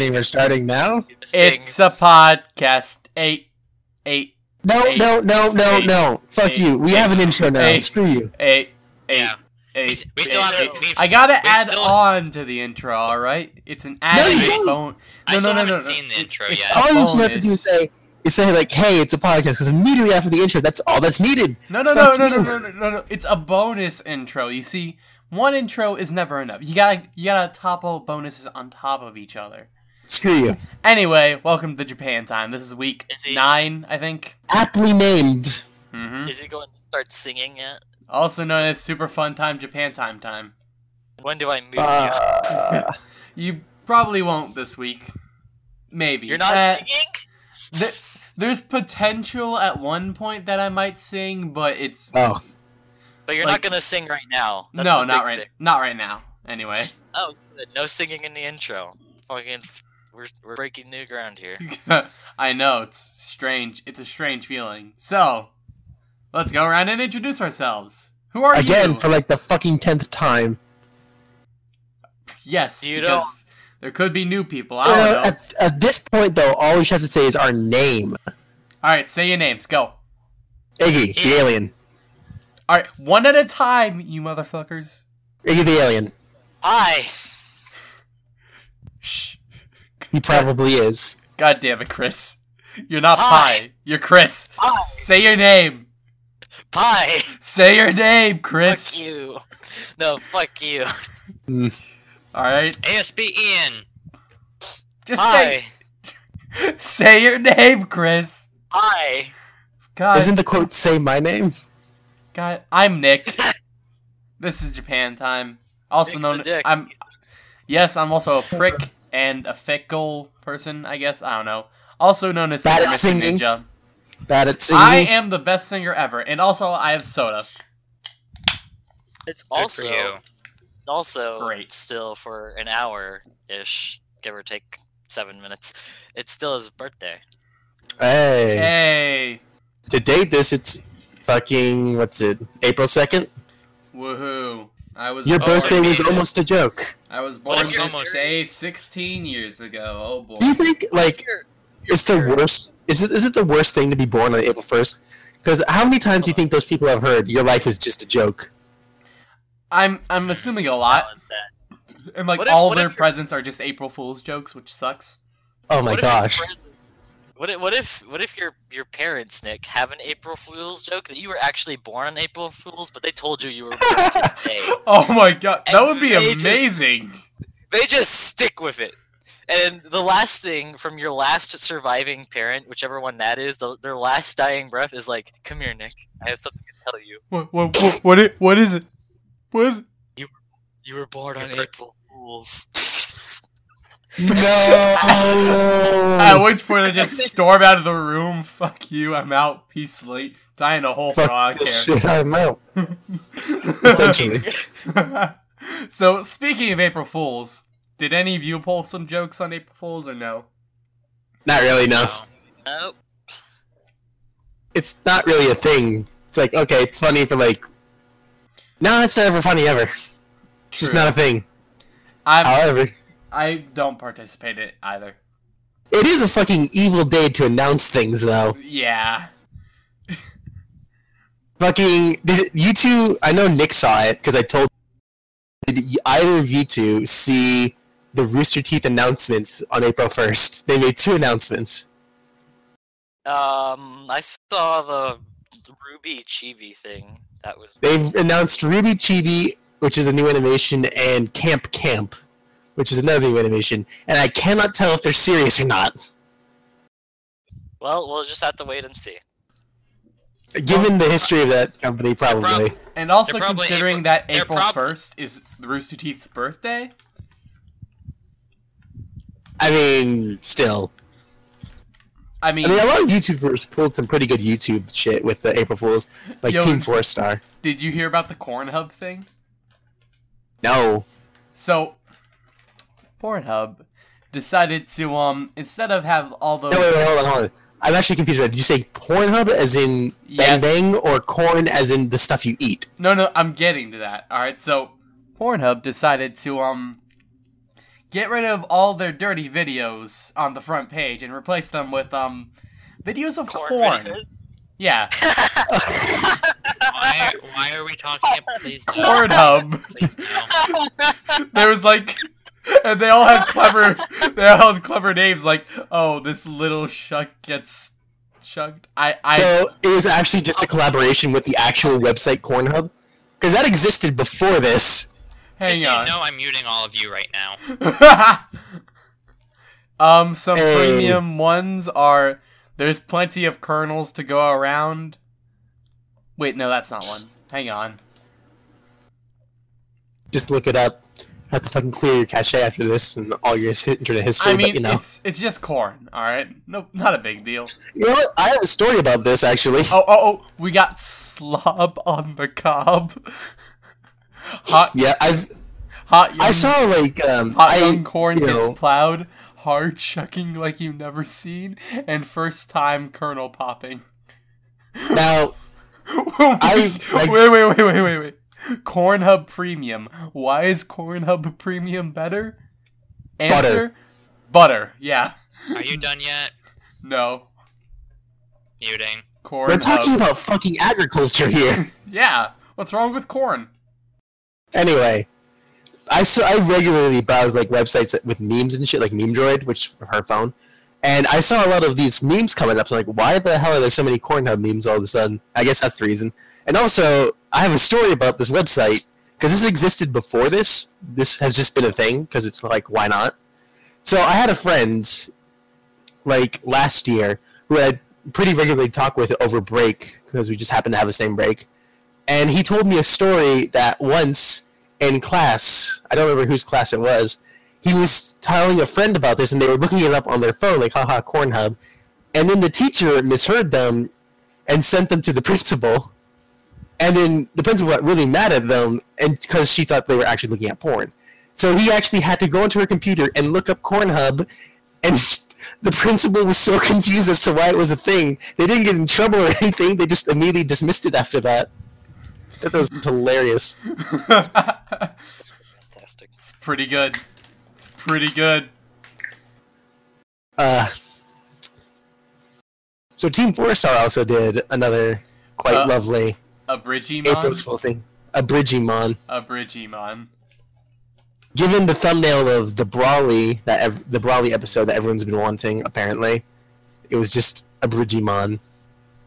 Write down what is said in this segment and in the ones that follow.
We're starting now. Sing. It's uh, a podcast. Eight, eight, No, Hey, no, no, no, hey, no. Fuck hey, you. We have an intro now. hey. Screw you. eight, eight, Yeah. eight, We still eight, have eight. to- we've- I gotta we've add still- on to the intro. All right, it's an you added don't. phone. I No, still no, no, haven't no, no. seen the It's- intro it's yet. a All you have to do bonus. is say, you say like, "Hey, it's a podcast," because immediately after the intro, that's all that's needed. No, no, no, Fuck no, no, you. no, no, no, no. It's a bonus intro. You see, one intro is never enough. You gotta, you gotta topple bonuses on top of each other. Screw you. Anyway, welcome to Japan time. This is week Is he- nine, I think. Aptly named. hmm Is he going to start singing yet? Also known as Super Fun Time Japan Time Time. When do I move you? Uh, You probably won't this week. Maybe You're not Uh, singing? th- there's potential at one point that I might sing, but it's oh, But you're like- not going to sing right now. That's no, the not big right, thing. not right now. Anyway, Oh, good. No singing in the intro. Fucking, f- we're, we're breaking new ground here. I know it's strange. It's a strange feeling. So, let's go around and introduce ourselves. Who are you? again for like the fucking tenth time. yes, You because don't- there could be new people. Uh, I don't know. at, at this point, though, all we have to say is our name, All right, say your names. Go. Iggy the Yeah. alien. All right, one at a time, you motherfuckers. Iggy the alien. Hi! Shh. He probably is. God damn it, Chris. You're not Hi. Pi. You're Chris. Hi. Say your name. Bye! Say your name, fuck Chris. you. No, fuck you. All right. ASB Ian. Just Hi! say say your name, Chris. Hi! God. Doesn't the quote say my name? God, I'm Nick. this is Japan time. Also Nick the known dick. I'm Yes, I'm also a prick and a fickle person, I guess. I don't know. Also known as Bad Super at Mr. singing. Ninja. Bad at singing. I am the best singer ever, and also I have soda. It's Good also, for you. also Great. still for an hour ish, give or take seven minutes. It's still his birthday. Hey. Hey. to date this it's fucking what's it april 2nd Woohoo. I was your born- birthday was yeah. almost a joke I was born What if this you're almost- day 16 years ago. Oh boy. do you think like You're- it's the worst is it, is it the worst thing to be born on april 1st because how many times do you think those people have heard your life is just a joke I'm I'm assuming a lot, how is that? and like What if- all what their if you're- presents are just April Fool's jokes, which sucks. oh my What if your gosh friends- What if, what if what if your your parents, Nick, have an April Fool's joke that you were actually born on April Fool's, but they told you you were born today. Oh my god, that And would be they just- amazing. They just stick with it. And the last thing from your last surviving parent, whichever one that is, the, their last dying breath is like, "Come here, Nick. I have something to tell you. What what what what is, what is it? What is it? You were born on You're- April Fool's." At no which point I just storm out of the room. Fuck you, I'm out. Peace, slate. Dying a whole frog fuck this here. shit i'm out essentially so speaking of April Fools, did any of you pull some jokes on April Fools or no? not really no nope. it's not really a thing it's like okay it's funny for like no it's never funny ever it's just True. not a thing I'm, however I don't participate in it either. It is a fucking evil day to announce things, though. Yeah. Fucking, did you two? I know Nick saw it because I told. Did y- either of you two see the Rooster Teeth announcements on April first? They made two announcements. Um, I saw the Ruby Chibi thing. That was They announced Ruby Chibi, which is a new animation, and Camp Camp, which is another new animation. And I cannot tell if they're serious or not, well. We'll just have to wait and see. given the history of that company. Probably. And also They're probably considering April- that they're April prob- 1st is Rooster Teeth's birthday? I mean, still. I mean, I mean, a lot of YouTubers pulled some pretty good YouTube shit with the April Fools, like Yo. Team Four Star. did you hear about the Cornhub thing? No, So, Pornhub decided to, um, instead of have all those. no, wait, wait, hold on, hold on. I'm actually confused. About it. Did you say Pornhub as in Bang Yes. Bang or corn as in the stuff you eat? No, no, I'm getting to that. All right, so Pornhub decided to um Get rid of all their dirty videos on the front page and replace them with um videos of corn. videos. Yeah, Why, why are we talking about please no, corn hub. Please no. There was like, and they all had clever, they all had clever names like, oh, this little shuck gets shucked. I, I, so it was actually just a collaboration with the actual website Cornhub, because that existed before this. hang Just so on. You know I'm muting all of you right now. um, some Hey. premium ones are there's plenty of kernels to go around. Wait, no, that's not one. Hang on. Just look it up. Have to fucking clear your cache after this and all your his- internet history. I mean, but you know, it's it's just corn, all right. Nope, not a big deal. you know what? I have a story about this actually. Oh, oh, oh, we got slob on the cob. Hot, Yeah, I've hot. Young, I saw like um hot I young corn you gets know- plowed, hard chucking like you've never seen, and first time kernel popping. now I, like- wait, wait, wait, wait, wait, wait. Cornhub Premium. Why is Cornhub Premium better? Answer: Butter. Yeah. Are you done yet? No. Muting. Corn. we're talking about fucking agriculture here. Yeah. What's wrong with corn? Anyway, I saw, I regularly browse like websites that, with memes and shit, like Meme Droid, which her phone, and I saw a lot of these memes coming up. So like, why the hell are there so many Cornhub memes all of a sudden? I guess that's the reason. And also, I have a story about this website because this existed before this. This has just been a thing because it's like, why not? So I had a friend, like last year, who I'd pretty regularly talk with over break because we just happened to have the same break and he told me a story that once in class, I don't remember whose class it was, he was telling a friend about this, and they were looking it up on their phone, like haha Cornhub, and then the teacher misheard them and sent them to the principal, and then the principal got really mad at them, and because she thought they were actually looking at porn, so he actually had to go into her computer and look up Cornhub, and. The principal was so confused as to why it was a thing. They didn't get in trouble or anything. They just immediately dismissed it after that. That was hilarious. it's Fantastic. pretty good. It's pretty good. Uh, so Team Four Star also did another quite Uh, lovely A Bridgimon. Aprilsful thing, a Bridgimon. A Bridgimon. Given the thumbnail of the Brawly that ev- the Brawly episode that everyone's been wanting, apparently, it was just a Bridgimon,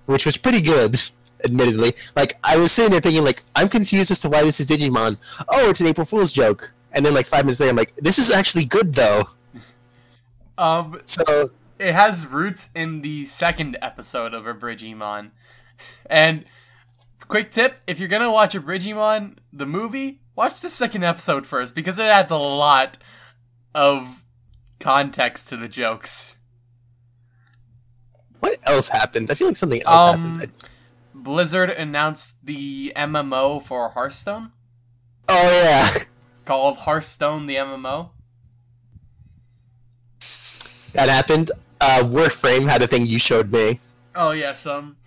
which was pretty good. Admittedly, like I was sitting there thinking, like I'm confused as to why this is Digimon. Oh, it's an April Fool's joke. And then like five minutes later, I'm like, this is actually good though. Um, So it has roots in the second episode of a Bridgimon. And quick tip, if you're gonna watch a Bridgimon the movie, watch the second episode first because it adds a lot of context to the jokes. what else happened? I feel like something else Um, happened. Blizzard announced the MMO for Hearthstone. Oh yeah. Called Hearthstone the MMO. that happened. Uh, Warframe had a thing you showed me. Oh yes, um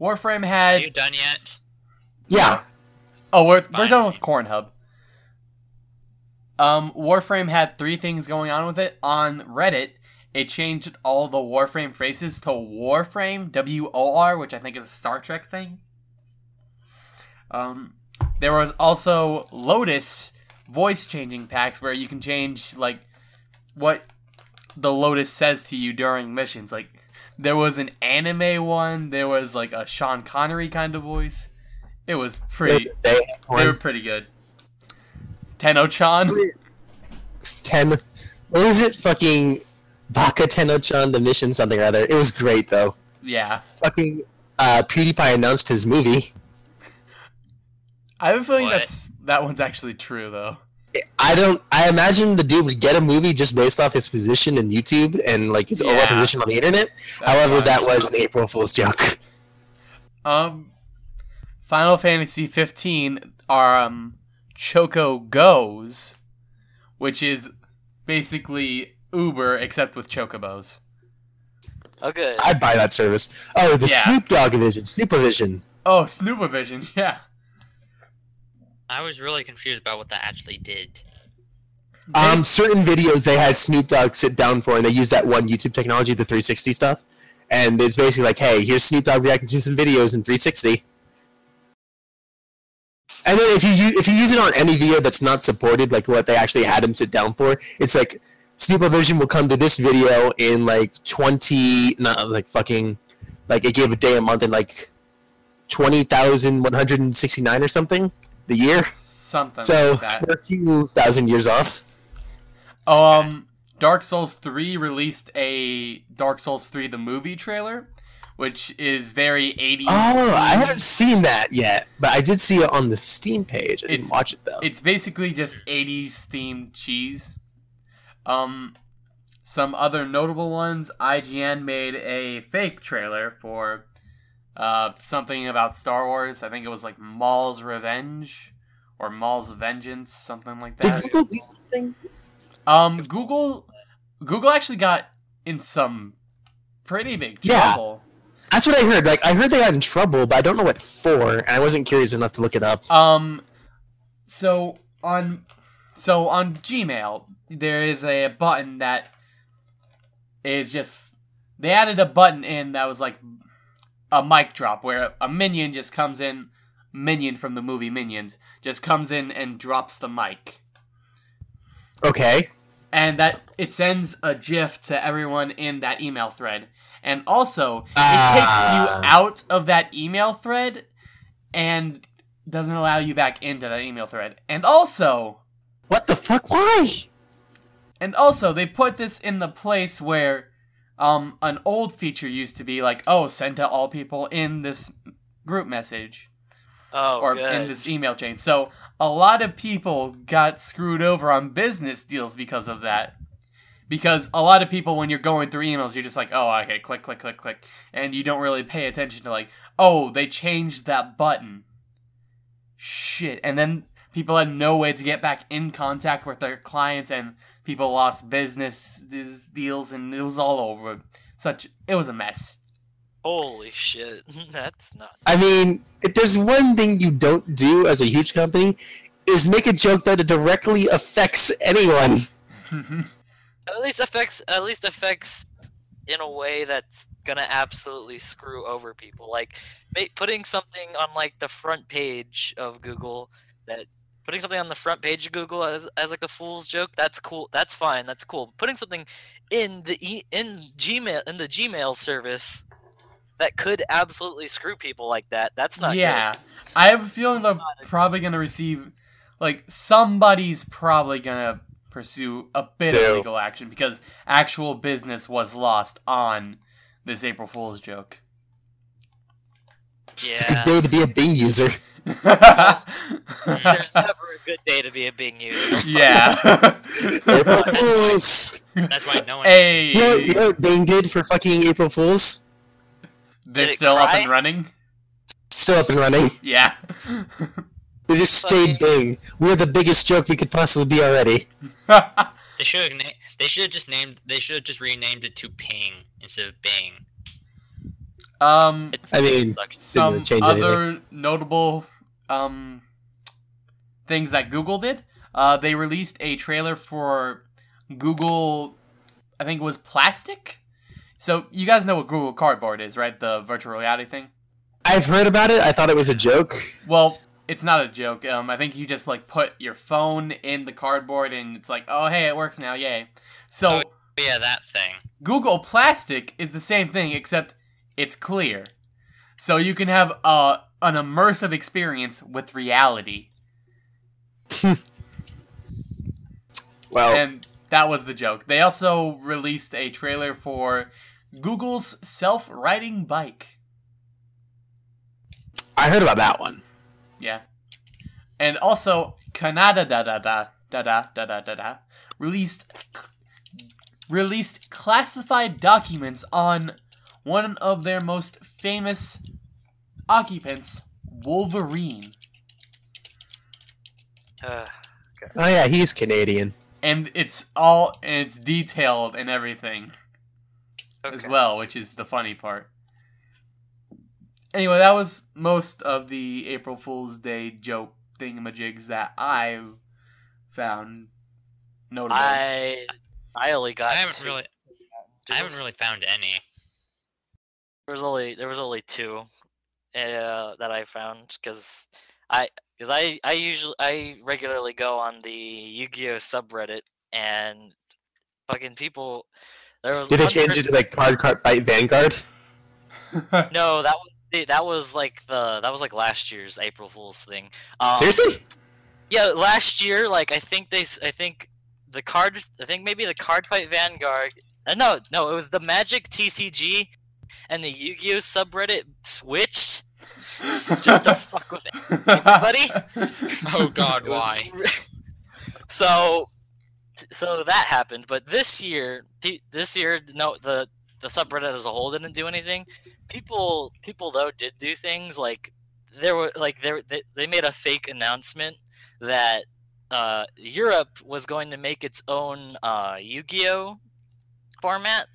Warframe Are had you done yet? Yeah, Oh, we're, we're Fine. done with Cornhub. Um, Warframe had three things going on with it. On Reddit, it changed all the Warframe phrases to Warframe, W O R, which I think is a Star Trek thing. Um, there was also Lotus voice changing packs where you can change, like, what the Lotus says to you during missions. Like, there was an anime one, there was, like, a Sean Connery kind of voice. It was pretty. They They were pretty good. Tenno-chan. ten. What was it? Fucking Baka Tenno-chan, the mission, something or other. It was great though. Yeah. Fucking uh, PewDiePie announced his movie. I have a feeling What? that's that one's actually true though. I don't. I imagine the dude would get a movie just based off his position in YouTube and like his overall Yeah. position on the internet. However, that was an April Fool's joke. um Final Fantasy 15 are um Choco Goes, which is basically Uber except with chocobos. Oh, good. I'd buy that service. Oh, the Yeah. Snoop Dogg edition, Snoop Vision. Oh, Snoopavision, yeah. I was really confused about what that actually did. Um, certain videos they had Snoop Dogg sit down for, and they used that one YouTube technology, the 360 stuff. And it's basically like, hey, here's Snoop Dogg reacting to some videos in 360. And then if you u- if you use it on any video that's not supported, like what they actually had him sit down for, it's like Snoop Vision will come to this video in like 20, not like fucking, like it gave a day a month in like 20,169 or something the year. something So like that. we're a few thousand years off. Um, Dark Souls 3 released a Dark Souls 3 the movie trailer, which is very 80s. Oh, I haven't seen that yet, but I did see it on the Steam page. I didn't It's- watch it though. It's basically just 80s themed cheese. Um, some other notable ones IGN made a fake trailer for uh, something about Star Wars. I think it was like Maul's Revenge or Maul's Vengeance, something like Did that. Google do something? Um, Google, Google actually got in some pretty big Yeah. trouble. That's what I heard. Like I heard they got in trouble, but I don't know what for, and I wasn't curious enough to look it up. Um, so on, so on Gmail, there is a button that is just they added a button in that was like a mic drop where a minion just comes in, minion from the movie Minions just comes in and drops the mic. Okay. and that it sends a gif to everyone in that email thread and also it Ah. takes you out of that email thread and doesn't allow you back into that email thread and also What the fuck? Why? and also they put this in the place where um an old feature used to be like oh send to all people in this group message Oh, or good. in this email chain so a lot of people got screwed over on business deals because of that because a lot of people when you're going through emails you're just like oh okay click click click click and you don't really pay attention to like oh they changed that button shit and then people had no way to get back in contact with their clients and people lost business these deals and it was all over such it was a mess Holy shit, that's not. I mean, if there's one thing you don't do as a huge company, is make a joke that it directly affects anyone. Mm-hmm. At least affects. At least affects in a way that's gonna absolutely screw over people. Like ma- putting something on like the front page of Google that putting something on the front page of Google as, as like a fool's joke. That's cool. That's fine. That's cool. Putting something in the e- in Gmail in the Gmail service that could absolutely screw people like that. That's not. good. yeah i have a feeling they're probably gonna receive like somebody's probably gonna pursue a bit Two. of legal action because actual business was lost on this april fool's joke It's a good Yeah. day to be a Bing user. There's never a good day to be a Bing user. yeah April Fools. That's why no one. You know, you hey know what Bing did for fucking April Fools? they're Did it still up cry? and running Still up and running. yeah They just stayed Bing. We're the biggest joke we could possibly be already. They should have. Na- they should have just named. They should have just renamed it to Ping instead of Bing. um It's I mean, some change other notable um, things that Google did. Uh, they released a trailer for Google, I think it was Plastic. So you guys know what Google Cardboard is, right? The virtual reality thing. I've heard about it. I thought it was a joke. Well, it's not a joke. Um, I think you just like put your phone in the cardboard, and it's like, oh hey, it works now, yay! So Oh. But yeah, that thing. Google Plastic is the same thing except it's clear. So you can have uh, an immersive experience with reality. Well, And that was the joke. They also released a trailer for Google's self riding bike. I heard about that one. Yeah. And also, Kanada da da da da da da da da da released released classified documents on one of their most famous occupants, Wolverine. Uh, Oh yeah, he's Canadian. And it's all and it's detailed and everything. as okay. well, which is the funny part. Anyway, that was most of the April Fool's Day joke thingamajigs that I found. Notably. I I only got. I haven't two. really, I haven't really found any. There was only there was only two, uh, that I found because I because I I usually I regularly go on the Yu-Gi-Oh subreddit and fucking people. There was Did they one change person- it to like Card Card Fight Vanguard? No, that was the- that was like the that was like last year's April Fool's thing. Um, Seriously? Yeah, last year, like I think they, s- I think the card, I think maybe the card fight Vanguard. Uh, no, no, it was the Magic TCG and the Yu-Gi-Oh subreddit switched just to fuck with everybody. Oh God, It was why? re- so, t- so that happened. But this year, pe- this year, no, the the subreddit as a whole didn't do anything. People, people though did do things like there were like there they, they made a fake announcement that uh, Europe was going to make its own uh, Yu-Gi-Oh format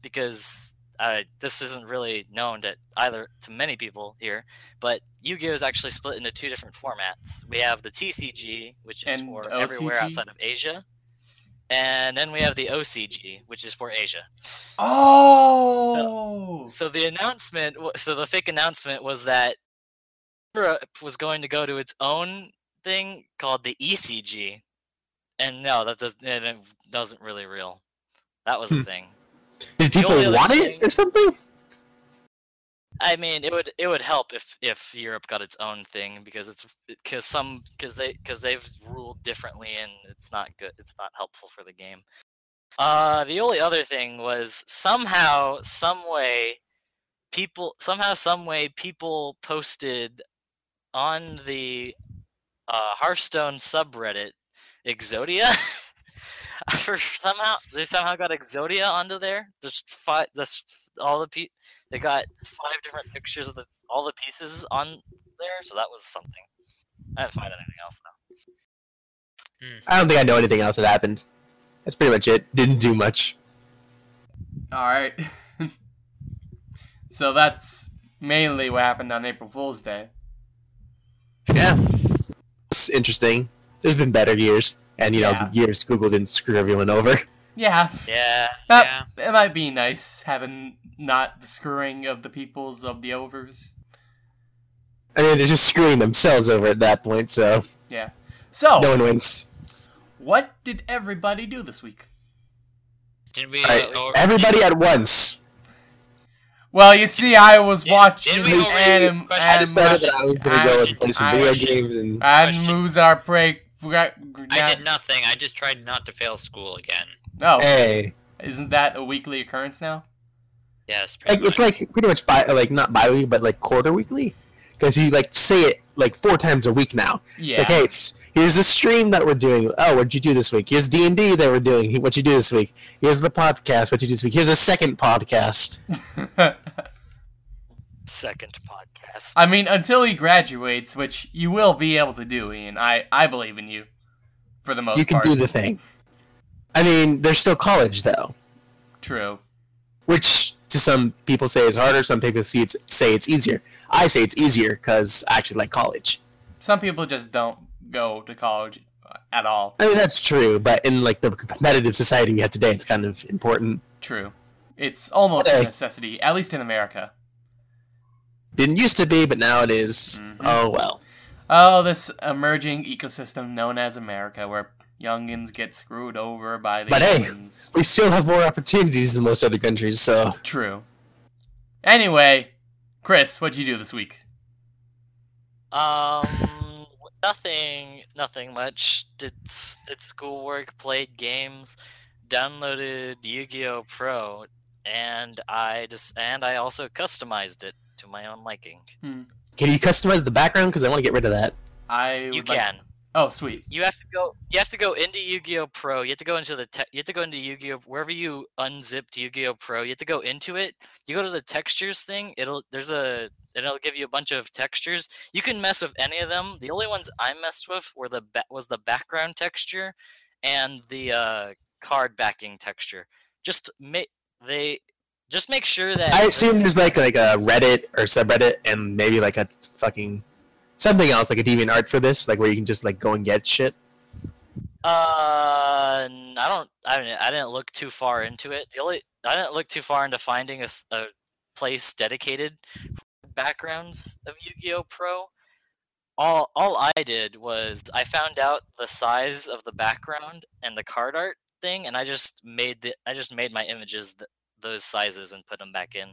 because uh, this isn't really known to either to many people here. But Yu-Gi-Oh is actually split into two different formats. We have the TCG, which is And for everywhere OCG? outside of Asia, and then we have the OCG, which is for Asia. oh. So the announcement, wa- so the fake announcement was that Europe was going to go to its own thing called the ECG, and no, that doesn't it it wasn't really real. That was Hmm. the thing. Did The people only other want it thing- or something? I mean, it would it would help if if Europe got its own thing because it's because some because they because they've ruled differently and it's not good. It's not helpful for the game. Uh, the only other thing was somehow, some way, people somehow, some way, people posted on the uh, Hearthstone subreddit Exodia. For somehow they somehow got Exodia onto there. Just five, just all the pe- they got five different pictures of the all the pieces on there, so that was something. I didn't find anything else though. I don't think I know anything else that happened. That's pretty much it. Didn't do much. All right. so that's mainly what happened on April Fool's Day. Yeah. It's interesting. There's been better years. And you know, Yeah. the years Google didn't screw everyone over. Yeah, Yeah, that it might be nice having not the screwing of the peoples of the overs. I mean they're just screwing themselves over at that point, so Yeah. Oh. So, no one wins. what did everybody do this week? Didn't we? oh, Alright, or- Everybody at once. Well, you see, I was Did- watching did we anim- already- anim- I I decided that I was gonna go I- and play some I- video games and and Question. Muzar Prey. I did nothing. I just tried not to fail school again. No, hey. isn't that a weekly occurrence now? Yes, Like pretty it's much. like pretty much bi like not bi weekly but like quarter weekly. Because you like say it like four times a week now. Yeah. It's Like, hey, s- here's the stream that we're doing. Oh, what'd you do this week? Here's D and D that we're doing. He- What you do this week? Here's the podcast. What you do this week? Here's a second podcast. second podcast. I mean, until he graduates, which you will be able to do, Ian. I, I believe in you, for the most you can part. do the thing. I mean, there's still college though, True. which to some people say is harder. Some people see it's, say it's easier. I say it's easier because I actually like college. Some people just don't go to college at all. I mean, that's true, but in like the competitive society we have today, it's kind of important. True. It's almost a Okay. necessity, at least in America. Didn't used to be, but now it is. Mhm. Oh well. Oh, this emerging ecosystem known as America, where youngins get screwed over by the But hey. youngins. We still have more opportunities than most other countries, so. True. Anyway, Chris, what'd you do this week? Um, w- nothing, nothing much. Did s- did schoolwork, played games, downloaded Yu-Gi-Oh Pro, and I just and I also customized it to my own liking. Can you customize the background? Because I want to get rid of that. I You would like- can. Oh, sweet. You have to go. You have to go into Yu-Gi-Oh Pro. You have to go into the. Te- you have to go into Yu-Gi-Oh wherever you unzipped Yu-Gi-Oh Pro. You have to go into it. You go to the textures thing. It'll there's a and it'll give you a bunch of textures. You can mess with any of them. The only ones I messed with were the ba- was the background texture, and the uh, card backing texture. Just make they just make sure that I the- assume there's like like a Reddit or subreddit and maybe like a fucking something else like a deviant art for this, like where you can just like go and get shit. Uh, n- I don't. I mean, I didn't look too far into it. The only I didn't look too far into finding a, s- a place dedicated for backgrounds of Yu-Gi-Oh Pro. All all I did was I found out the size of the background and the card art thing, and I just made the I just made my images th- those sizes and put them back in.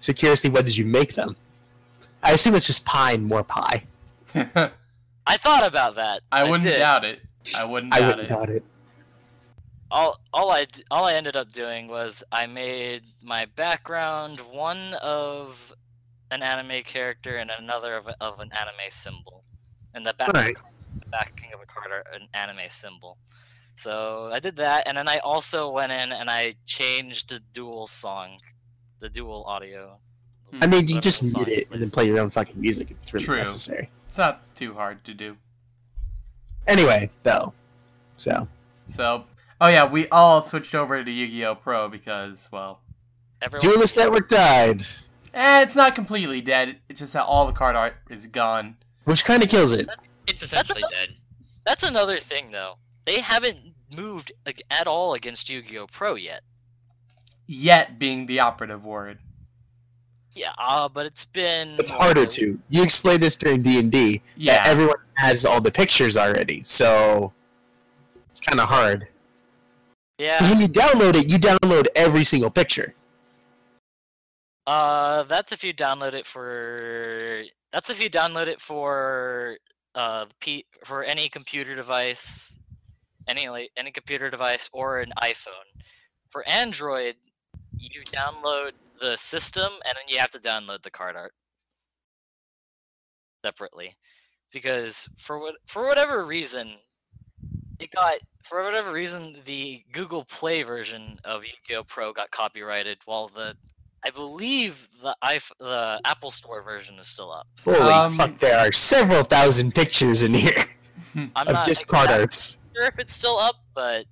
So curiously, what did you make them? I assume it's just pie and more pie. I, I thought about that. wouldn't did. doubt it. I wouldn't I doubt wouldn't it. doubt it. all all I d- all I ended up doing was I made my background one of an anime character and another of, a- of an anime symbol, and the back Alright. the backing of a card are an anime symbol. So I did that, and then I also went in and I changed the dual song, the dual audio. Hmm. I mean, you whatever just the song mute it and then plays. play your own fucking music if it's really True. necessary. It's not too hard to do. Anyway, though, so So, oh yeah, we all switched over to Yu-Gi-Oh Pro because, well, Everyone- Duelist Network died, eh, it's not completely dead. It's just that all the card art is gone. which kind of kills it. It's essentially dead. That's another thing, though. They haven't moved ag- at all against Yu-Gi-Oh Pro yet. Yet being the operative word. Yeah, uh, but it's been It's harder to. You explained this during D and D. Yeah. Everyone has all the pictures already, so it's kind of hard. Yeah. 'Cause when you download it, you download every single picture. Uh, that's if you download it for. That's if you download it for uh the P for any computer device, any like any computer device or an iPhone. For Android, you download the system and then you have to download the card art separately, because for what for whatever reason, it got for whatever reason the Google Play version of Yu-Gi-Oh Pro got copyrighted while the I believe the iPh- the Apple Store version is still up. Holy Um, fuck! There are several thousand pictures in here I'm of not just card exactly arts. sure if it's still up, but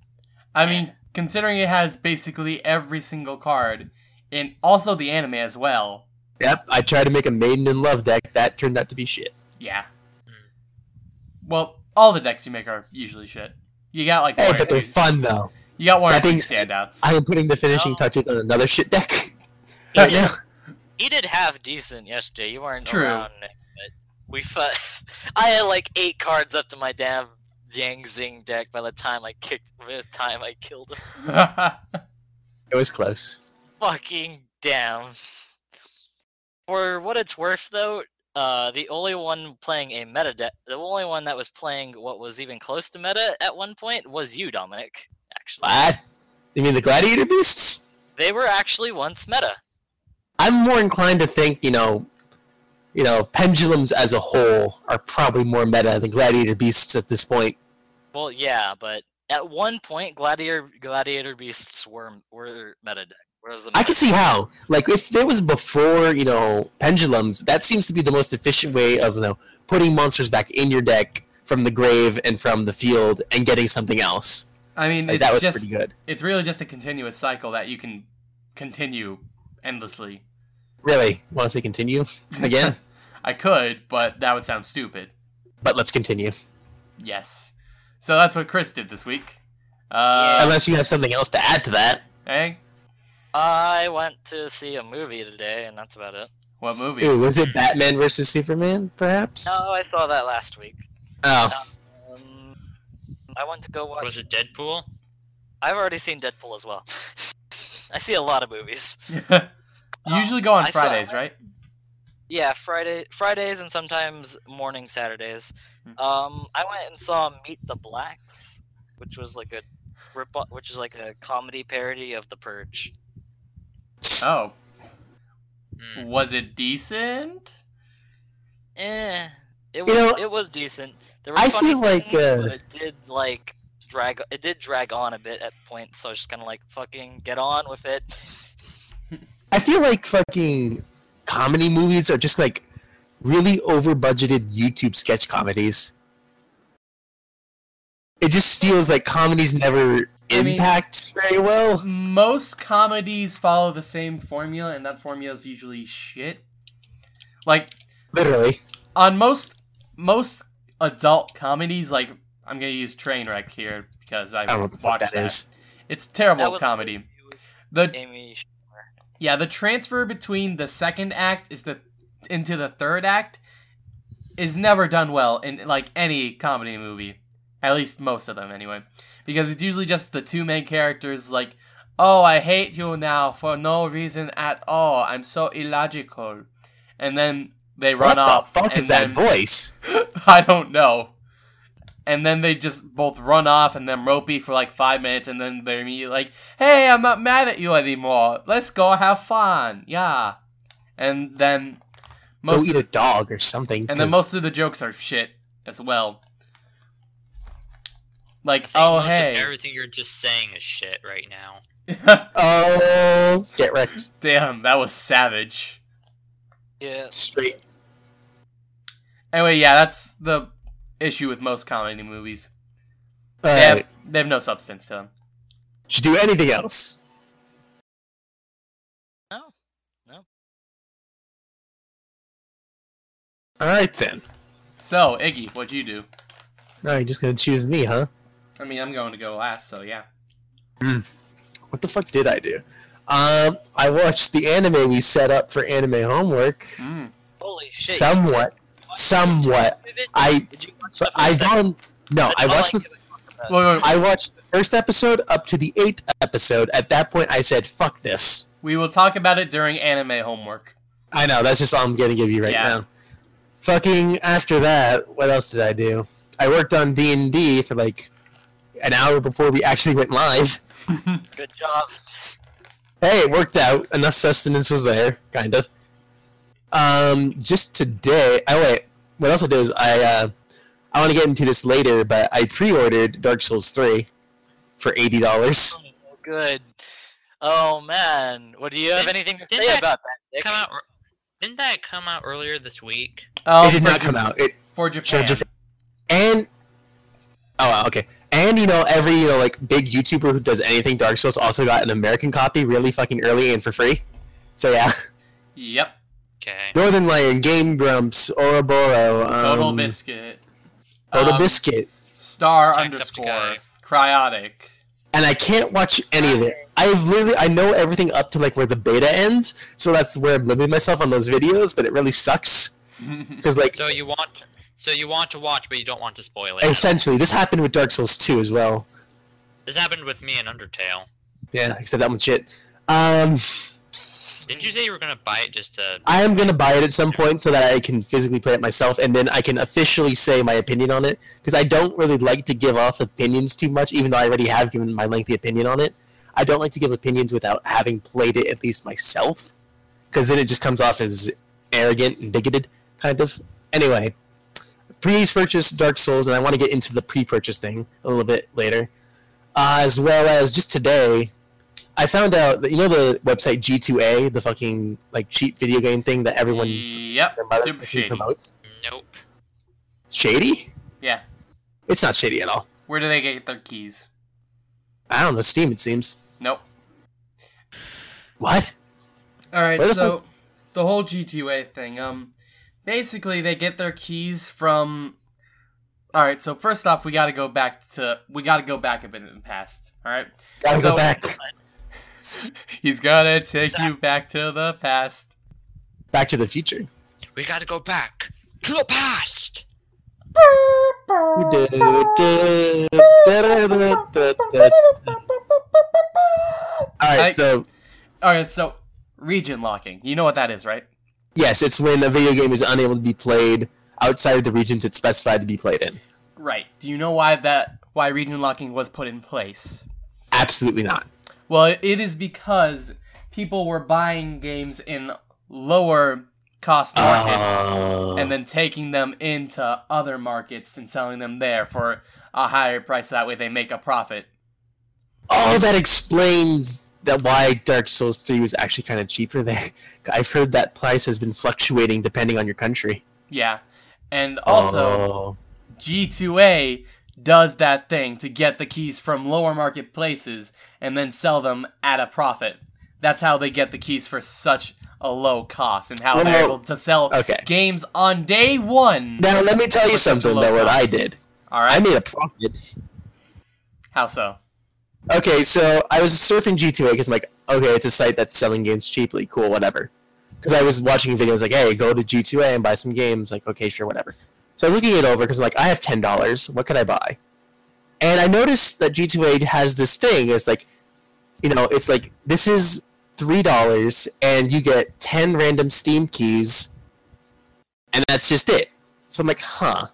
I mean, considering it has basically every single card, and also the anime as well. Yep, I tried to make a Maiden in Love deck. That turned out to be shit. Yeah. Hmm. Well, all the decks you make are usually shit. You got like Hey, one or but they're two- fun though. You got one or That two being said, standouts. I am putting the finishing No. touches on another shit deck he right did, now. he did half decent yesterday. You weren't True. around, Nick, but we fu- I had like eight cards up to my damn Yang Zing deck by the time I kicked. By the time I killed him, It was close. fucking damn. For what it's worth, though, uh, the only one playing a meta deck, the only one that was playing what was even close to meta at one point was you, Dominic. Actually. Glad? You mean the gladiator beasts? They were actually once meta. I'm more inclined to think, you know, you know, pendulums as a whole are probably more meta than gladiator beasts at this point. Well, yeah, but at one point, gladiator gladiator beasts were were meta deck. Whereas the I can see how. Like, if there was before, you know, pendulums, that seems to be the most efficient way of, you know, putting monsters back in your deck from the grave and from the field and getting something else. I mean, Like, it's that was just pretty good. it's really just a continuous cycle that you can continue endlessly. Really? Want to say continue again? I could, but that would sound stupid. but let's continue. Yes. So that's what Chris did this week. Uh, Unless you have something else to add to that. Hey, I went to see a movie today, and that's about it. what movie? Ooh, was it Batman versus Superman, perhaps? No, I saw that last week. Oh, Um, I went to go watch. Was it Deadpool? I've already seen Deadpool as well. I see a lot of movies. you usually go on Oh, I saw- Fridays, right? Yeah, Friday Fridays and sometimes morning Saturdays. Hmm. Um, I went and saw Meet the Blacks, which was like a rip, which is like a comedy parody of The Purge. Oh, Mm. Hmm. was it decent? Eh, it was You know, it was decent. There were I funny feel like, things, uh, but it did like drag it did drag on a bit at points. So I was just kind of like fucking get on with it. I feel like fucking comedy movies are just like really over budgeted YouTube sketch comedies. It just feels like comedies never I mean- impact very well. Most comedies follow the same formula, and that formula is usually shit. Like Literally. on most most adult comedies, like I'm gonna use Trainwreck here because I, I don't know what the fuck watched that is. It's terrible That was- comedy. The Amy. Sch- yeah, the transfer between the second act is the into the third act is never done well in like any comedy movie. At least most of them anyway. Because it's usually just the two main characters like, "Oh, I hate you now for no reason at all. I'm so illogical." And then they run what off. the fuck and is that then- voice? I don't know. And then they just both run off and then ropey for like five minutes, and then they're immediately like, "Hey, I'm not mad at you anymore. Let's go have fun, yeah." And then Go most eat a dog or something. and then 'cause- most of the jokes are shit as well. Like, think oh most of hey, everything you're just saying is shit right now. Oh, get wrecked. damn, that was savage. yeah. Straight. Anyway, yeah, that's the issue with most comedy movies. All They have, right. they have no substance to them. Should do anything else. No. No. All right then. So, Iggy, what'd you do? Now you're just gonna choose me, huh? I mean, I'm going to go last, so yeah. What the fuck did I do? Um, I watched the anime we set up for anime homework. Mm. Holy shit. Somewhat. Somewhat. Did you watch I. the first So I episode? don't. No, That's I all watched the can talk about. Wait, wait, wait. I watched the first episode up to the eighth episode. At that point, I said, "Fuck this." We will talk about it during anime homework. I know that's just all I'm gonna give you right Yeah. now. Fucking after that, what else did I do? I worked on D and D for like an hour before we actually went live. Good job. Hey, it worked out. Enough sustenance was there, kind of. Um, just today. Oh wait, what else I do is I uh, I want to get into this later, but I pre-ordered Dark Souls three for eighty dollars. Good. Oh man. What do you have Did- anything to didn't say that about that? Nick? Come out. ear- Didn't that come out earlier this week? Oh, it did for not Ja- come out. It for Japan. Japan. and oh wow, okay and you know every you know like big youtuber who does anything dark souls also got an american copy really fucking early and for free so yeah Yep. Okay. northern lion game grumps oroboro um, Total biscuit. Total Um, biscuit Star Jacksepticeye. underscore cryotic. and i can't watch any of it i've literally i know everything up to like where the beta ends so that's where i'm limiting myself on those videos but it really sucks because like So you want, so you want to watch, but you don't want to spoil it. essentially this happened with dark souls 2 as well This happened with me and Undertale. yeah except that much it um Didn't you say you were gonna buy it just to? I am gonna buy it at some point so that I can physically play it myself, and then I can officially say my opinion on it. Because I don't really like to give off opinions too much, even though I already have given my lengthy opinion on it. I don't like to give opinions without having played it at least myself, because then it just comes off as arrogant and bigoted, kind of. Anyway, pre-purchase Dark Souls, and I want to get into the pre-purchase thing a little bit later, uh, as well as just today. I found out that you know the website G2A, the fucking like cheap video game thing that everyone Yep. their mother Mm, Super fucking shady. promotes. Nope. Shady? Yeah. It's not shady at all. Where do they get their keys? I don't know. Steam, it seems. Nope. What? All right, Where the so the whole GTA thing. Um, basically, they get their keys from. All right, so first off, we got to go back to we got to go back a bit in the past. All right, Gotta So- go back. he's gonna take you back to the past. Back to the future. We gotta go back to the past. I- Alright, so All right, so region locking. You know what that is, right? yes, it's when a video game is unable to be played outside of the regions it's specified to be played in. Right. Do you know why that why region locking was put in place? Absolutely not. Well, it is because people were buying games in lower cost markets Uh, and then taking them into other markets and selling them there for a higher price. That way, they make a profit. oh, that explains that why Dark Souls 3 was actually kind of cheaper there. I've heard that price has been fluctuating depending on your country. Yeah, and also. Oh. G2A does that thing to get the keys from lower market places and then sell them at a profit. That's how they get the keys for such a low cost and how Well, they're no. able to sell Okay. games on day one. Now let me tell you For such a something low though. What I cost. did. All I right. made a profit. How so? Okay, so I was surfing GTA because I'm like, okay, it's a site that's selling games cheaply. Cool, whatever. Because I was watching videos like, hey, go to G2A and buy some games. Like, okay, sure, whatever. So I'm looking it over because I'm like, I have ten dollars. What could I buy? And I noticed that G2A has this thing. It's like, you know, it's like this is three dollars and you get ten random Steam keys, and that's just it. So I'm like, huh?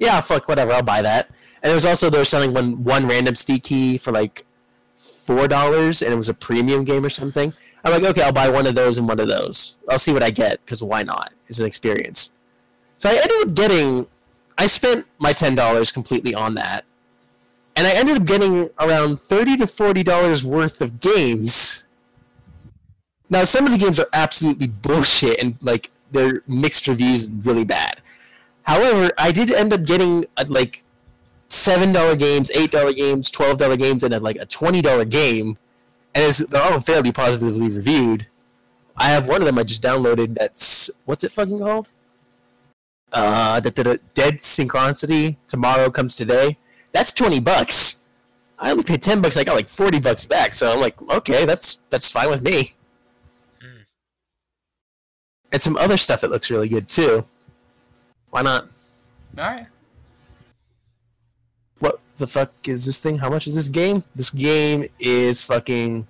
Yeah, fuck, whatever. I'll buy that. And it was also they were selling one one random Steam key for like four dollars, and it was a premium game or something. I'm like, okay, I'll buy one of those and one of those. I'll see what I get because why not? It's an experience. So I ended up getting, I spent my ten dollars completely on that, and I ended up getting around thirty to forty dollars worth of games. Now some of the games are absolutely bullshit and like they're mixed reviews and really bad. However, I did end up getting uh, like seven dollar games, eight dollar games, twelve dollar games, and then like a twenty dollar game, and it's they're all fairly positively reviewed. I have one of them I just downloaded. That's what's it fucking called? Uh, the, Dead Synchronicity. Tomorrow comes today. That's twenty bucks. I only paid ten bucks. I got like forty bucks back. So I'm like, okay, that's that's fine with me. Hmm. And some other stuff that looks really good too. Why not? All right. what the fuck is this thing? How much is this game? This game is fucking.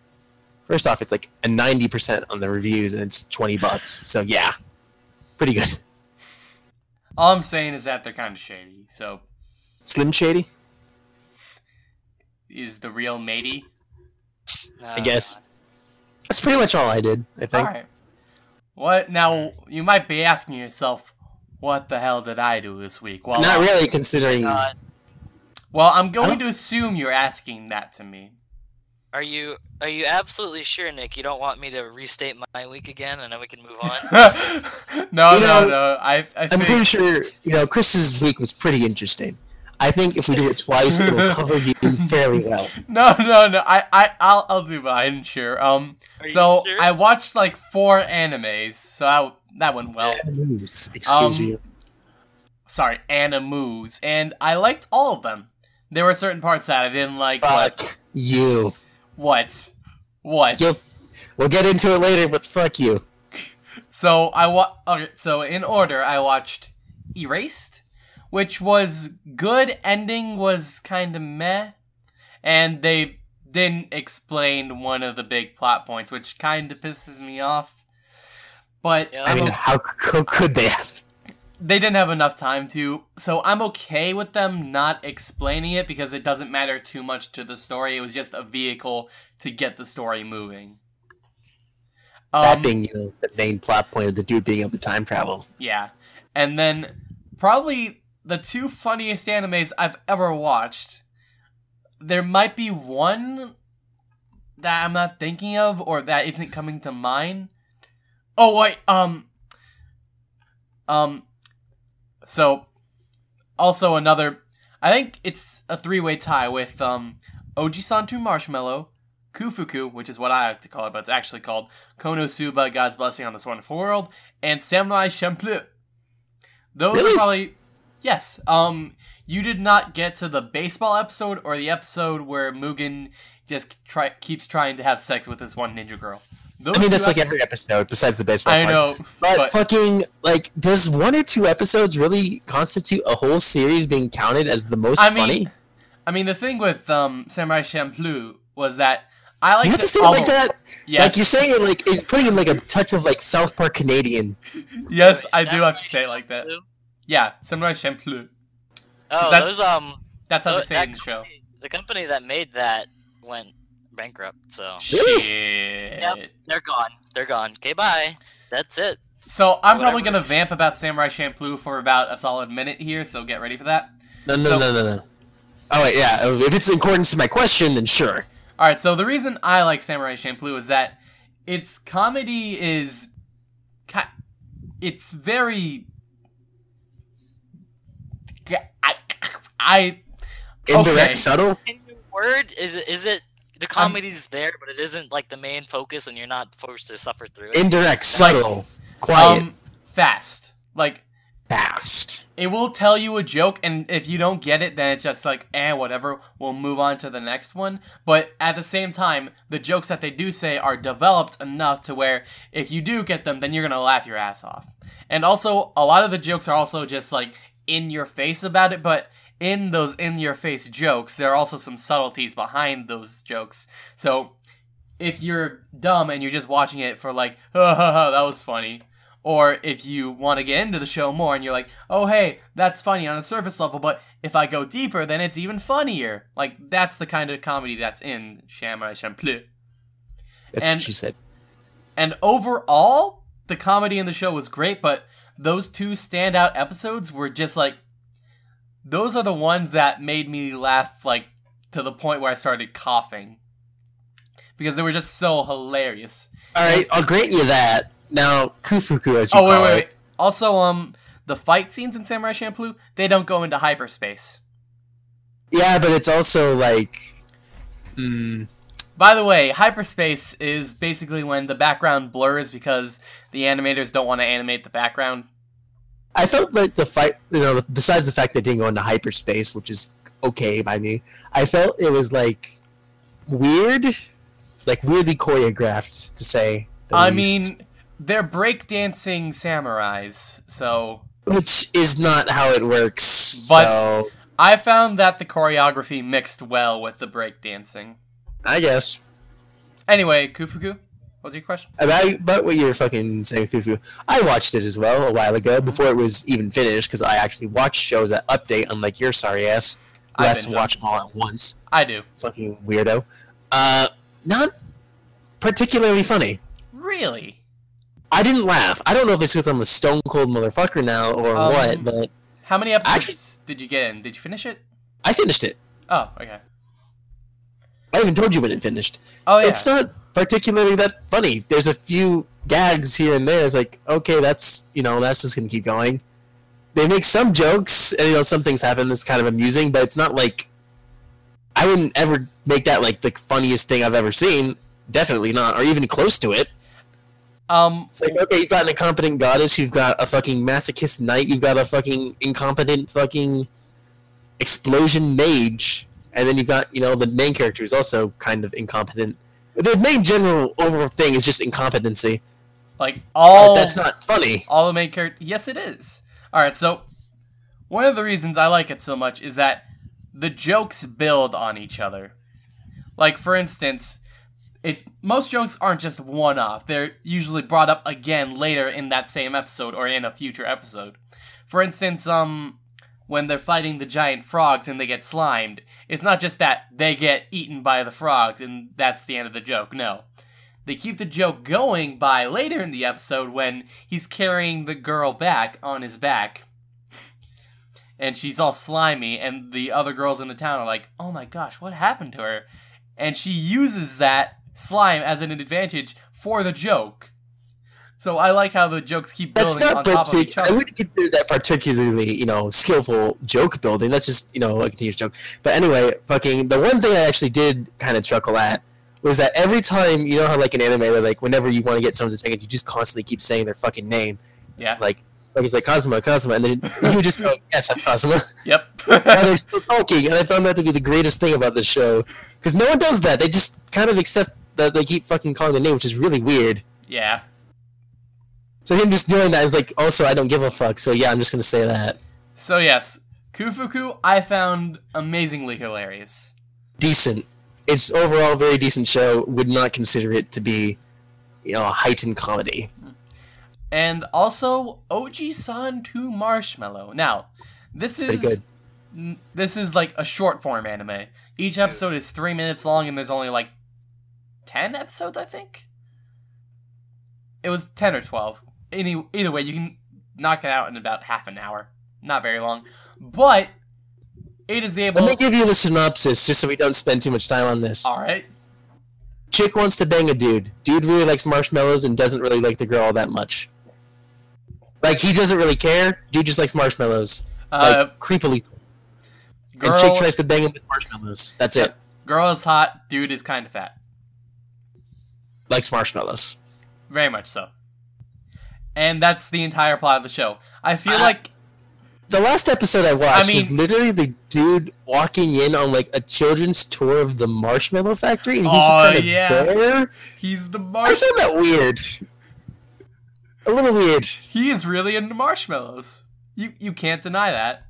First off, it's like a ninety percent on the reviews, and it's twenty bucks. So yeah, pretty good. All I'm saying is that they're kind of shady. So Slim Shady, is the real matey? I guess. That's pretty much all I did. I Uh, All think. right. What now? You might be asking yourself, what the hell did I do this week? Well, Not really considering. Uh, God. well, I'm I going don't- to assume you're asking that to me. Are you are you absolutely sure, Nick? You don't want me to restate my- my week again, and then we can move on. no, no, know, no. I, I I'm think pretty sure you know Chris's week was pretty interesting. I think if we do it twice, it will cover you fairly well. no, no, no. I, I, I'll, I'll do mine. Sure. Um. Are you so sure? I watched like four animes. So that, that went well. Bad news, excuse Um, you. Sorry, animes, and I liked all of them. There were certain parts that I didn't like. but Fuck you. What? What? Yep. We'll get into it later, but fuck you. So I wa- okay, so in order I watched Erased, which was good ending was kind of meh and they didn't explain one of the big plot points which kind of pisses me off. But Yeah. I I'm mean, o- how, how could they have? they didn't have enough time to. So I'm okay with them not explaining it because it doesn't matter too much to the story. It was just a vehicle to get the story moving. that Um, being you know, the main plot point of the dude being able to time travel. Yeah. And then probably the two funniest animes I've ever watched. There might be one that I'm not thinking of or that isn't coming to mind. Oh wait, um um so also another I think it's a three-way tie with um Ojisantu Marshmallow, Kufuku, which is what I like to call it, but it's actually called Konosuba, God's Blessing on this Wonderful World, and Samurai Champloo. Those Really? are probably yes. Um, you did not get to the baseball episode or the episode where Mugen just try keeps trying to have sex with this one ninja girl. Those I mean, two that's like episodes- every episode besides the baseball. I part. know, But, but fucking, like, does one or two episodes really constitute a whole series being counted as the most I mean, funny? I mean the thing with um Samurai Champloo was that I like you have to say it like that? Yes, Like, you're saying it like, it's putting in, like, a touch of, like, South Park Canadian. yes, Wait, I do Samurai have to say it like that. Champloo? Yeah, Samurai Champloo. Oh, that- those um, That's how they tho- say that it in the show. company- The company that made that went bankrupt, so Really? Shit. Yep. they're gone. They're gone. Okay, bye. That's it. So I'm probably Whatever. gonna vamp about Samurai Champloo for about a solid minute here, so get ready for that. No, no, So- no, no, no. Oh, wait, yeah. If it's in accordance to my question, then sure. All right, so the reason I like Samurai Champloo is that its comedy is, ki- it's very. I, I Indirect, Okay. subtle. In the word is it- is it the comedy's there, but it isn't like the main focus, and you're not forced to suffer through it. Indirect, subtle. quiet. um fast like fast. It will tell you a joke, and if you don't get it, then it's just like, eh, whatever. We'll move on to the next one. But at the same time, the jokes that they do say are developed enough to where if you do get them, then you're gonna laugh your ass off. And also, a lot of the jokes are also just like in your face about it, but in those in your face jokes, there are also some subtleties behind those jokes. So if you're dumb and you're just watching it for like, ha ha ha, that was funny, or if you want to get into the show more and you're like, oh hey, that's funny on a surface level, but if I go deeper, then it's even funnier. Like that's the kind of comedy that's in Samurai Champloo. That's And- what she said. And overall, the comedy in the show was great, but those two standout episodes were just like those are the ones that made me laugh like to the point where I started coughing. Because they were just so hilarious. All right, I'll grant you that. Now, Kufuku, as you oh wait, call wait, it. wait. Also, um the fight scenes in Samurai Champloo, they don't go into hyperspace. Yeah, but it's also like, Hmm. mm, By the way, hyperspace is basically when the background blurs because the animators don't want to animate the background. I felt like the fight. You know, besides the fact that it didn't go into hyperspace, which is okay by me, I felt it was like weird, like weirdly choreographed to say. the I least. mean, they're breakdancing samurais, so which is not how it works. But- so I found that the choreography mixed well with the breakdancing. I guess Anyway, Kufuku, what was your question? about but what you're fucking saying, Fufu. I watched it as well a while ago before it was even finished because I actually watch shows that update, unlike your sorry ass. I who has to binge watch them all at once. I do. Fucking weirdo. Uh, not particularly funny. Really? I didn't laugh. I don't know if it's because I'm a stone cold motherfucker now or Um, what, but How many episodes did you get in? Did you finish it? I finished it. Oh, okay. I even told you when it finished. Oh yeah. It's not particularly that funny. There's a few gags here and there. It's like, okay, that's you know, that's just gonna keep going. They make some jokes, and you know, some things happen that's kind of amusing, but it's not like I wouldn't ever make that like the funniest thing I've ever seen. Definitely not, or even close to it. um It's like, okay, you've got an incompetent goddess, you've got a fucking masochist knight, you've got a fucking incompetent fucking explosion mage, and then you've got, you know, the main character who's also kind of incompetent. The main general overall thing is just incompetency. like Oh, all that's not funny. all the main character. Yes, it is. All right, so one of the reasons I like it so much is that the jokes build on each other. Like for instance, it's most jokes aren't just one off. They're usually brought up again later in that same episode or in a future episode. For instance, um when they're fighting the giant frogs and they get slimed, it's not just that they get eaten by the frogs and that's the end of the joke. No they keep the joke going by later in the episode when he's carrying the girl back on his back. And she's all slimy, and the other girls in the town are like, oh my gosh, what happened to her? And she uses that slime as an advantage for the joke. So I like how the jokes keep That's building on not top of each particular. I other. wouldn't consider that particularly, you know, skillful joke building. That's just, you know, a continuous joke. But anyway, fucking the one thing I actually did kind of chuckle at was that every time, you know, how like an anime, they're like whenever you want to get someone's attention, you just constantly keep saying their fucking name. Yeah. Like, like he's like Cosmo, Cosmo, and then you just go, yes, I'm Cosmo. and Yep. they're still talking, and I found that to be the greatest thing about this show because no one does that. They just kind of accept that they keep fucking calling the name, which is really weird. yeah. So him just doing that is like, also, I don't give a fuck. So yeah, I'm just gonna say that. So, yes, Kufuku I found amazingly hilarious. Decent. It's overall a very decent show. Would not consider it to be, you know, a heightened comedy. and also Oji San to Marshmallow. Now, this Pretty is good. n- this is like a short form anime. Each episode is three minutes long, and there's only like ten episodes, I think. It was ten or twelve. Any either way, you can knock it out in about half an hour. Not very long, but it is able. Let me give you the synopsis just so we don't spend too much time on this. All right. Chick wants to bang a dude. Dude really likes marshmallows and doesn't really like the girl all that much. Like he doesn't really care. Dude just likes marshmallows, like Uh, creepily. girl, And chick tries to bang him with marshmallows. That's it. girl is hot. Dude is kind of fat. Likes marshmallows. Very much so. And that's the entire plot of the show. I feel Uh, like the last episode I watched mean- was literally the dude walking in on like a children's tour of the marshmallow factory, and he's just Aw, kind of Oh, yeah. there. He's the I marsh. found that weird, a little weird. He is really into marshmallows. You you can't deny that.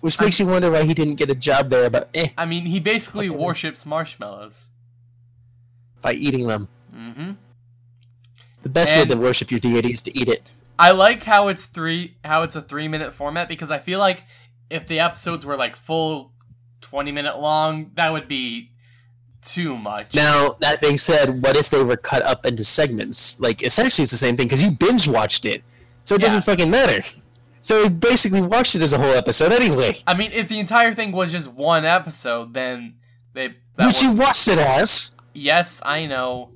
Which makes you wonder why he didn't get a job there, but eh, I mean, he basically Fucking- worships marshmallows. by eating them. Mm-hmm. hmm The best And- way to worship your deity is to eat it. I like how it's three how it's a three minute format because I feel like if the episodes were like full twenty minute long, that would be too much. Now, that being said, what if they were cut up into segments? Like, essentially, it's the same thing because you binge watched it, so it Yeah. doesn't fucking matter. So you basically watched it as a whole episode anyway, I mean, if the entire thing was just one episode, then they that which you would- watched it as. yes, I know,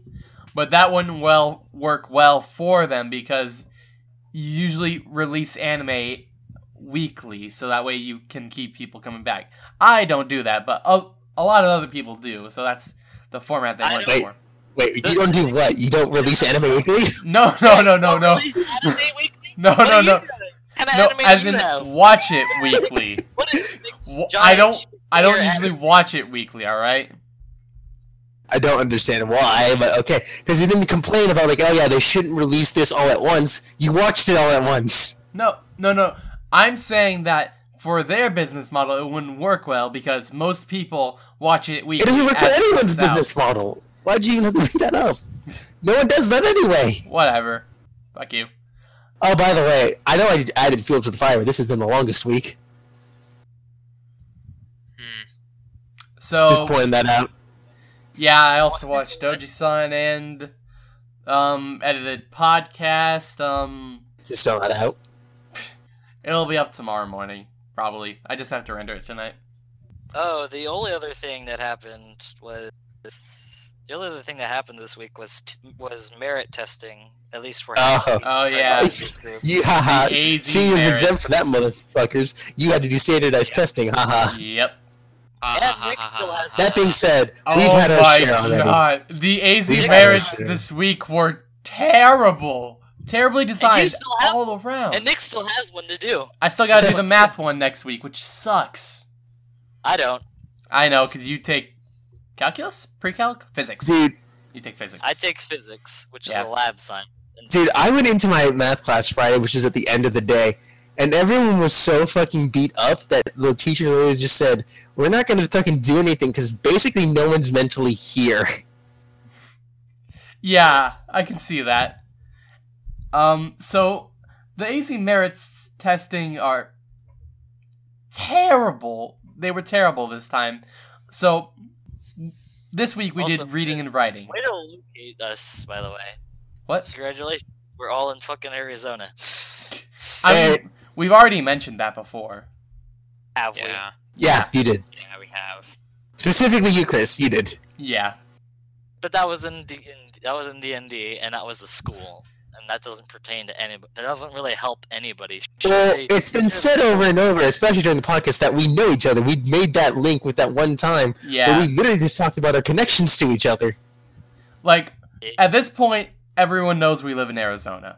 but that wouldn't well work well for them because you usually release anime weekly, so that way you can keep people coming back. I don't do that, but a, a lot of other people do, so that's the format they I work don't- for. Wait, you don't do what? You don't release anime weekly? No, no, no, no, no, Please, anime weekly? no, What no, are you no. doing? What kind No, of anime as do in you have? watch it weekly. What is Nick's Wh- I giant don't, I don't You're usually watch it weekly. All right. I don't understand why, but okay. Because you didn't complain about, like, oh yeah, they shouldn't release this all at once. You watched it all at once. No, no, no. I'm saying that for their business model, it wouldn't work well because most people watch it It weekly. doesn't work for as it anyone's comes out. business model. Why'd you even have to bring that up? No one does that anyway. Whatever. Fuck you. Oh, by the way, I know I added fuel to the fire, but this has been the longest week. Hmm. Just So pointing that out. yeah, I also watched Doji Sun and um edited podcast. Um, Just throwing that out. it'll be up tomorrow morning probably. I just have to render it tonight. Oh, the only other thing that happened was the only other thing that happened this week was t- was merit testing, at least for Oh. for Oh, some yeah. of this group. You haha. The AZ She was exempt from that, merits. motherfuckers. You had to do standardized testing, haha. Yep. Ha, Yeah, ha, ha, Nick ha, still ha, has ha, That ha. being said, Oh we've had our my share already. god, the AZ We've had our merits share. this week were terrible, terribly designed still have- all around. And Nick still has one to do. I still gotta do the math one next week, which sucks. I don't. I know, cause you take calculus, pre-calc, physics. Dude, You take physics. I take physics, which Yeah. is a lab science. dude, I went into my math class Friday, which is at the end of the day, and everyone was so fucking beat up that the teacher literally just said, "We're not going to fucking do anything because basically no one's mentally here." Yeah, I can see that. Um, so the AZ merits testing are terrible. They were terrible this time. So this week we Also- did reading and writing. Way to locate us, by the way. What? Congratulations. We're all in fucking Arizona. I Eh, mean, we've already mentioned that before. Have we? Yeah, yeah, you did. yeah, we have. Specifically, you, Chris, you did. Yeah. But that was in, D- in that was in D and D, and that was the school, and that doesn't pertain to anybody. That doesn't really help anybody. Should Well, they- it's been should- said over and over, especially during the podcast, that we know each other. We made that link with that one time where Yeah. we literally just talked about our connections to each other. Like at this point everyone knows we live in Arizona.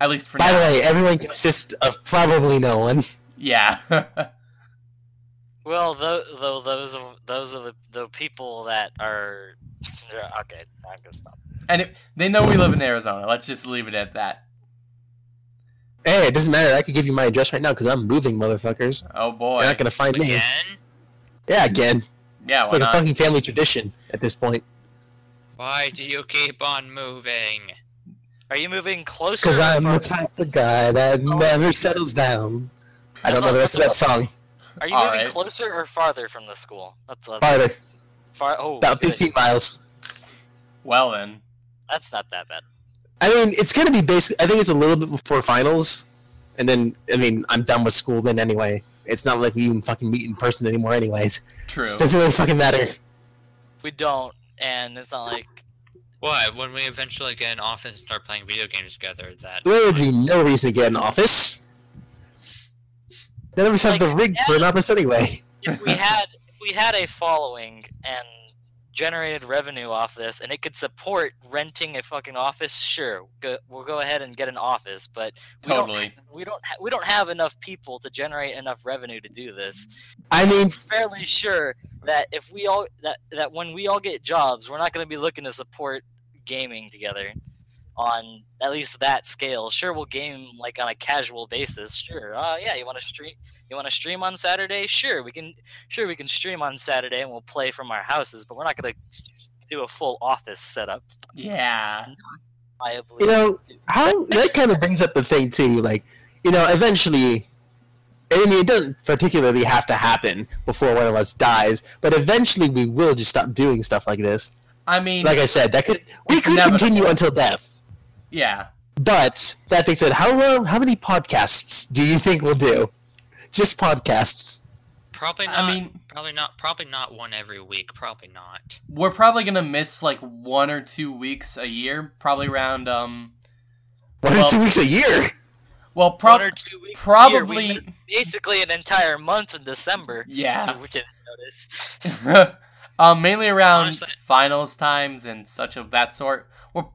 At least for By the now. way, everyone consists of probably no one. Yeah. Well, though, though those are, those are the, the people that are. Okay, I'm gonna stop. and it, they know we live in Arizona. Let's just leave it at that. Hey, it doesn't matter. I could give you my address right now because I'm moving, motherfuckers. Oh boy. You're not gonna find me. Again? Yeah, again. Yeah, it's why like not? a fucking family tradition at this point. Why do you keep on moving? Are you moving closer? Because or I'm the farther? type of guy that Oh. never settles down. I don't know the rest of that song. Are you All moving right. closer or farther from the school? That's, that's Farther, far. Oh, about good. 15 miles. Well then. That's not that bad. I mean, it's gonna be basic. I think it's a little bit before finals, and then I mean, I'm done with school then anyway. It's not like we even fucking meet in person anymore, anyways. True. So it doesn't really fucking matter. We don't, and it's not like What? When we eventually get an office and start playing video games together, that There would be no reason to get in office. None of us have the Like, rig for an office anyway. if we had if we had a following and generated revenue off this and it could support renting a fucking office, sure, go, we'll go ahead and get an office. But we Totally. don't, we don't, ha- we don't have enough people to generate enough revenue to do this. I I'm mean, fairly sure that if we all that that when we all get jobs, we're not going to be looking to support gaming together on at least that scale. Sure, we'll game like on a casual basis. Sure. Uh, yeah, you want to stream? You want to stream on Saturday? Sure, we can. Sure, we can stream on Saturday and we'll play from our houses. But we're not going to do a full office setup. Yeah. Viably You know, do- how that kind of brings up the thing too. Like, you know, eventually, I mean, it doesn't particularly have to happen before one of us dies, but eventually we will just stop doing stuff like this. I mean, Like I said, that could we It's could inevitable. continue until death. yeah. But that being said, how long, how many podcasts do you think we'll do? Just podcasts. Probably not. I mean, probably not. Probably not one every week. Probably not. we're probably gonna miss like one or two weeks a year, probably around um. One Well- or two weeks a year. Well, one probably or two weeks. a year, we probably miss basically an entire month in December. yeah. We didn't notice. um, mainly around Honestly- finals times and such of that sort. Well,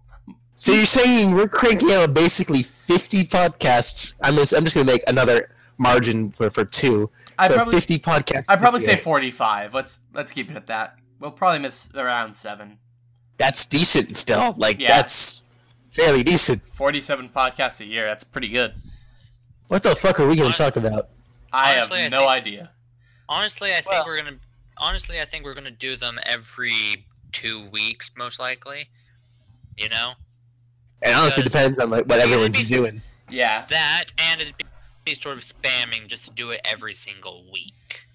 So you're saying we're cranking out basically 50 podcasts. I'm just, I'm just going to make another margin for, for two. I so probably 50 podcasts. I probably say Yeah. forty-five. Let's let's keep it at that. We'll probably miss around seven. That's decent still. Like, Yeah. that's fairly decent. Forty-seven podcasts a year. That's pretty good. What the fuck are we going to talk about? I Honestly, I have no think- idea. Honestly, I think Well- we're gonna. Honestly, I think we're gonna do them every two weeks, most likely. You know It honestly Because- depends on like what everyone's doing. Yeah. that, and it'd be- be sort of spamming just to do it every single week.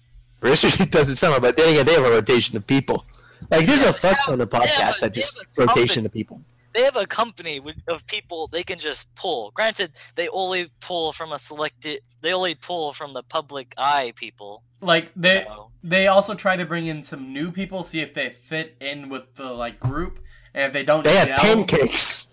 Richard does it summer, but then again, they have a rotation of people. Like, there's a fuck ton of Yeah, but podcasts that they just have a rotation of people. they have a company with- of people they can just pull. Granted, they only pull from a selected. They only pull from the public eye people. Like they so- they also try to bring in some new people, see if they fit in with the like group, and if they don't, They have gel- pancakes.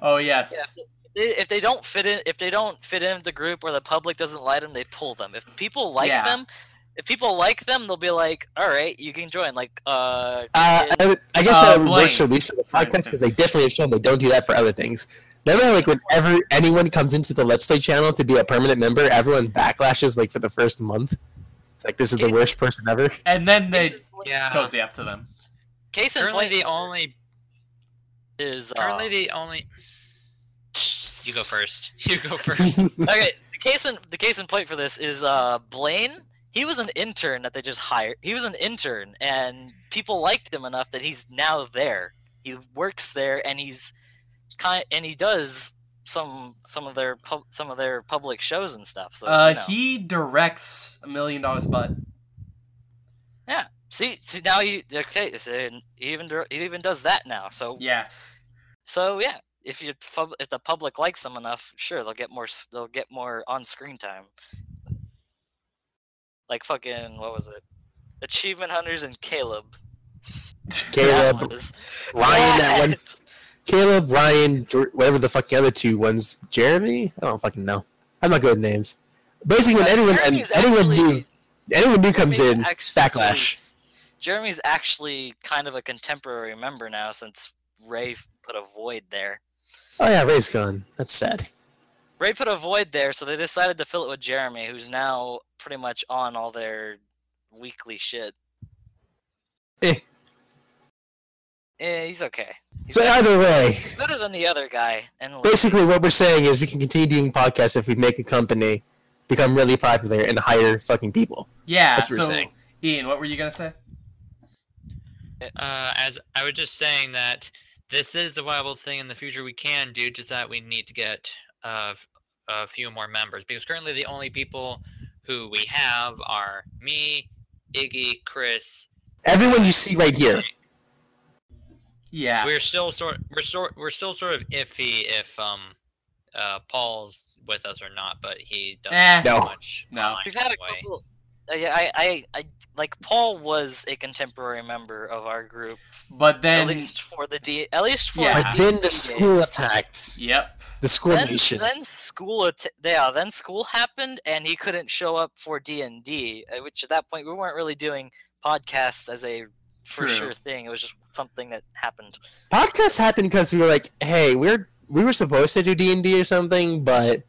Oh yes. Yeah. They- If they don't fit in, if they don't fit in the group or the public doesn't like them, they pull them. If people like Yeah. them, if people like them, they'll be like, "All right, you can join." Like, uh, Uh, I, I guess Uh, that Blaine, works at least for the for podcast because they instance. definitely have shown they don't do that for other things. Remember, like whenever anyone comes into the Let's Play channel to be a permanent member, everyone backlashes like for the first month. It's like this is the Jason- worst person ever. And then they Yeah. cozy up to them. Case in Currently, point the only. is uh, Currently, the only. You go first. You go first. okay, the case in the case in point for this is uh Blaine. He was an intern that they just hired. He was an intern, and people liked him enough that he's now there. He works there, and he's kind and he does some some of their pub, some of their public shows and stuff. So Uh, you know. he directs a million dollars, but see, see now you okay. So he even dir- he even does that now. So yeah, so yeah, if you fub- if the public likes them enough, sure they'll get more s- they'll get more on screen time. Like fucking what was it? Achievement Hunters and Caleb. That Caleb, was- Ryan, that one. What? Caleb, Ryan, Jer- whatever the fucking other two ones. Jeremy, I don't fucking know. I'm not good with names. Basically, when Uh, anyone and Jeremy's anyone new, actually- anyone new comes Jeremy's in, actually- backlash. Jeremy's actually kind of a contemporary member now since Ray f- put a void there. Oh yeah, Ray's gone. That's sad. Ray put a void there, so they decided to fill it with Jeremy, who's now pretty much on all their weekly shit. Eh. Eh, he's okay. He's, So better, either way, he's better than the other guy. And like, basically what we're saying is we can continue doing podcasts if we make a company become really popular and hire fucking people yeah. That's what so, we're saying. Ian, what were you gonna say? Uh, as I was just saying that this is a viable thing in the future we can do, just that we need to get uh, f- a few more members because currently the only people who we have are me, Iggy, Chris. everyone you see right here Yeah, We're still sort we're sort we're still sort of iffy if um uh Paul's with us or not, but he doesn't Eh. do No. much. No. online we've had a anyway. couple. Uh, yeah, I, I, I, like Paul was a contemporary member of our group, but at then least for the D, at least for Yeah. but then the school attacked yep, the school Then, nation then school, att- yeah, then school happened, and he uh, couldn't show up for D and D, which at that point we weren't really doing podcasts as a for True. sure thing. It was just something that happened. Podcasts happened because we were like, hey, we're we were supposed to do D and D or something, but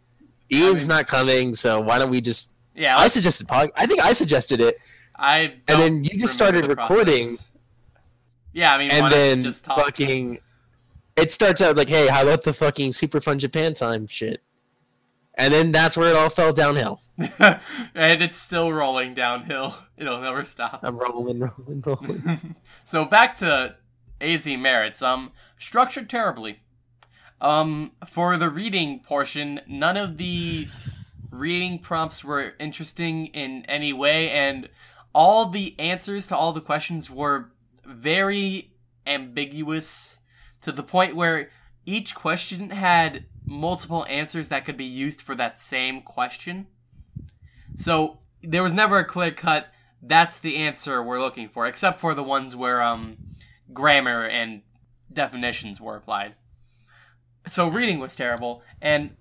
Ian's mean- not coming, so why don't we just? Yeah, I like, suggested pod. I think I suggested it, I. don't then you just remember started the process. recording, Yeah, I mean, why and not then just talk? fucking. It starts out like, hey, how about the fucking super fun Japan time shit? And then that's where it all fell downhill. and it's still rolling downhill. It'll never stop. I'm rolling, rolling, rolling. so back to AZ merits. Um, structured terribly. Um, for the reading portion, none of the reading prompts were interesting in any way, and all the answers to all the questions were very ambiguous to the point where each question had multiple answers that could be used for that same question. So there was never a clear cut that's the answer we're looking for, except for the ones where um, grammar and definitions were applied. So reading was terrible, and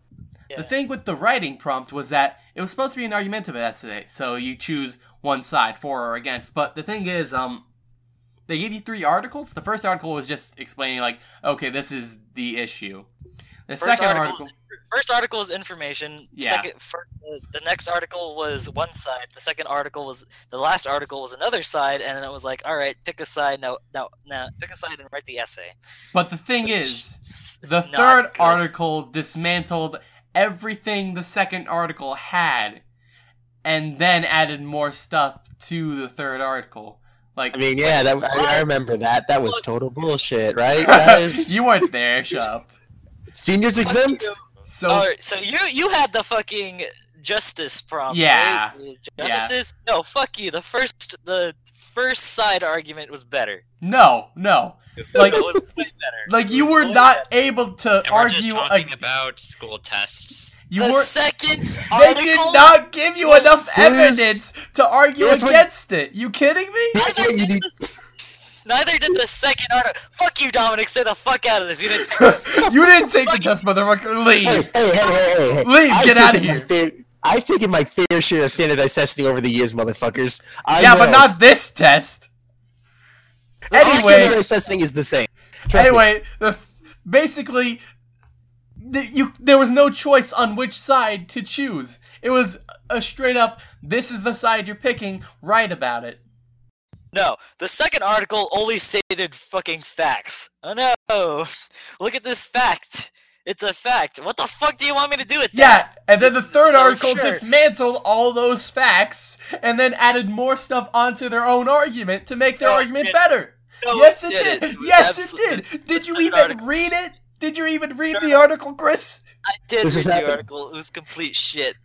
Yeah. the thing with the writing prompt was that it was supposed to be an argumentative essay, so you choose one side, for or against. But the thing is, um, they gave you three articles. The first article was just explaining, like, okay, this is the issue. The First second article's- article, First article is information. Yeah. Second, fir- uh, the next article was one side. The second article was the last article was another side, and then it was like, all right, pick a side now. Now, now, pick a side and write the essay. but the thing is, It's- it's The not third good. article dismantled everything the second article had and then added more stuff to the third article. Like I mean, yeah, that I, I remember that. That was Look. total bullshit, right? That is, you weren't there, shut up. seniors exempt. So Oh, All right, Oh, so you you had the fucking justice prompt. Yeah. Right? Yeah. Justices? No, fuck you. The first the first side argument was better. no, no. Like It was way better. like It you was were way not better. able to And we're just argue talking ag- about school tests. you the were second they article. did not give you enough Here's- evidence to argue here's what- against it. You kidding me? Here's what you need. Neither did the second article. Fuck you, Dominic. Stay the fuck out of this. You didn't take this. You didn't take the test, motherfucker. Hey, Leave. hey, hey, hey, hey, hey. Leave, I've get outta taken my here. fair- I've taken my fair share of standardized testing over the years, motherfuckers. I Yeah, but know. not this test. All anyway. standardized testing is the same. Trust me. anyway, the, basically, the, you there was no choice on which side to choose. It was a straight up. This is the side you're picking. Write about it. No, the second article only stated fucking facts. Oh no! Look at this fact. It's a fact. What the fuck do you want me to do with that? Yeah, and then the third So, article sure. dismantled all those facts and then added more stuff onto their own argument to make their No, it argument didn't. better. No, yes, it didn't. did. was Yes, absolutely- it did. Did you Third even article. read it? Did you even read the article, Chris? I did This read has the happened. article. It was complete shit.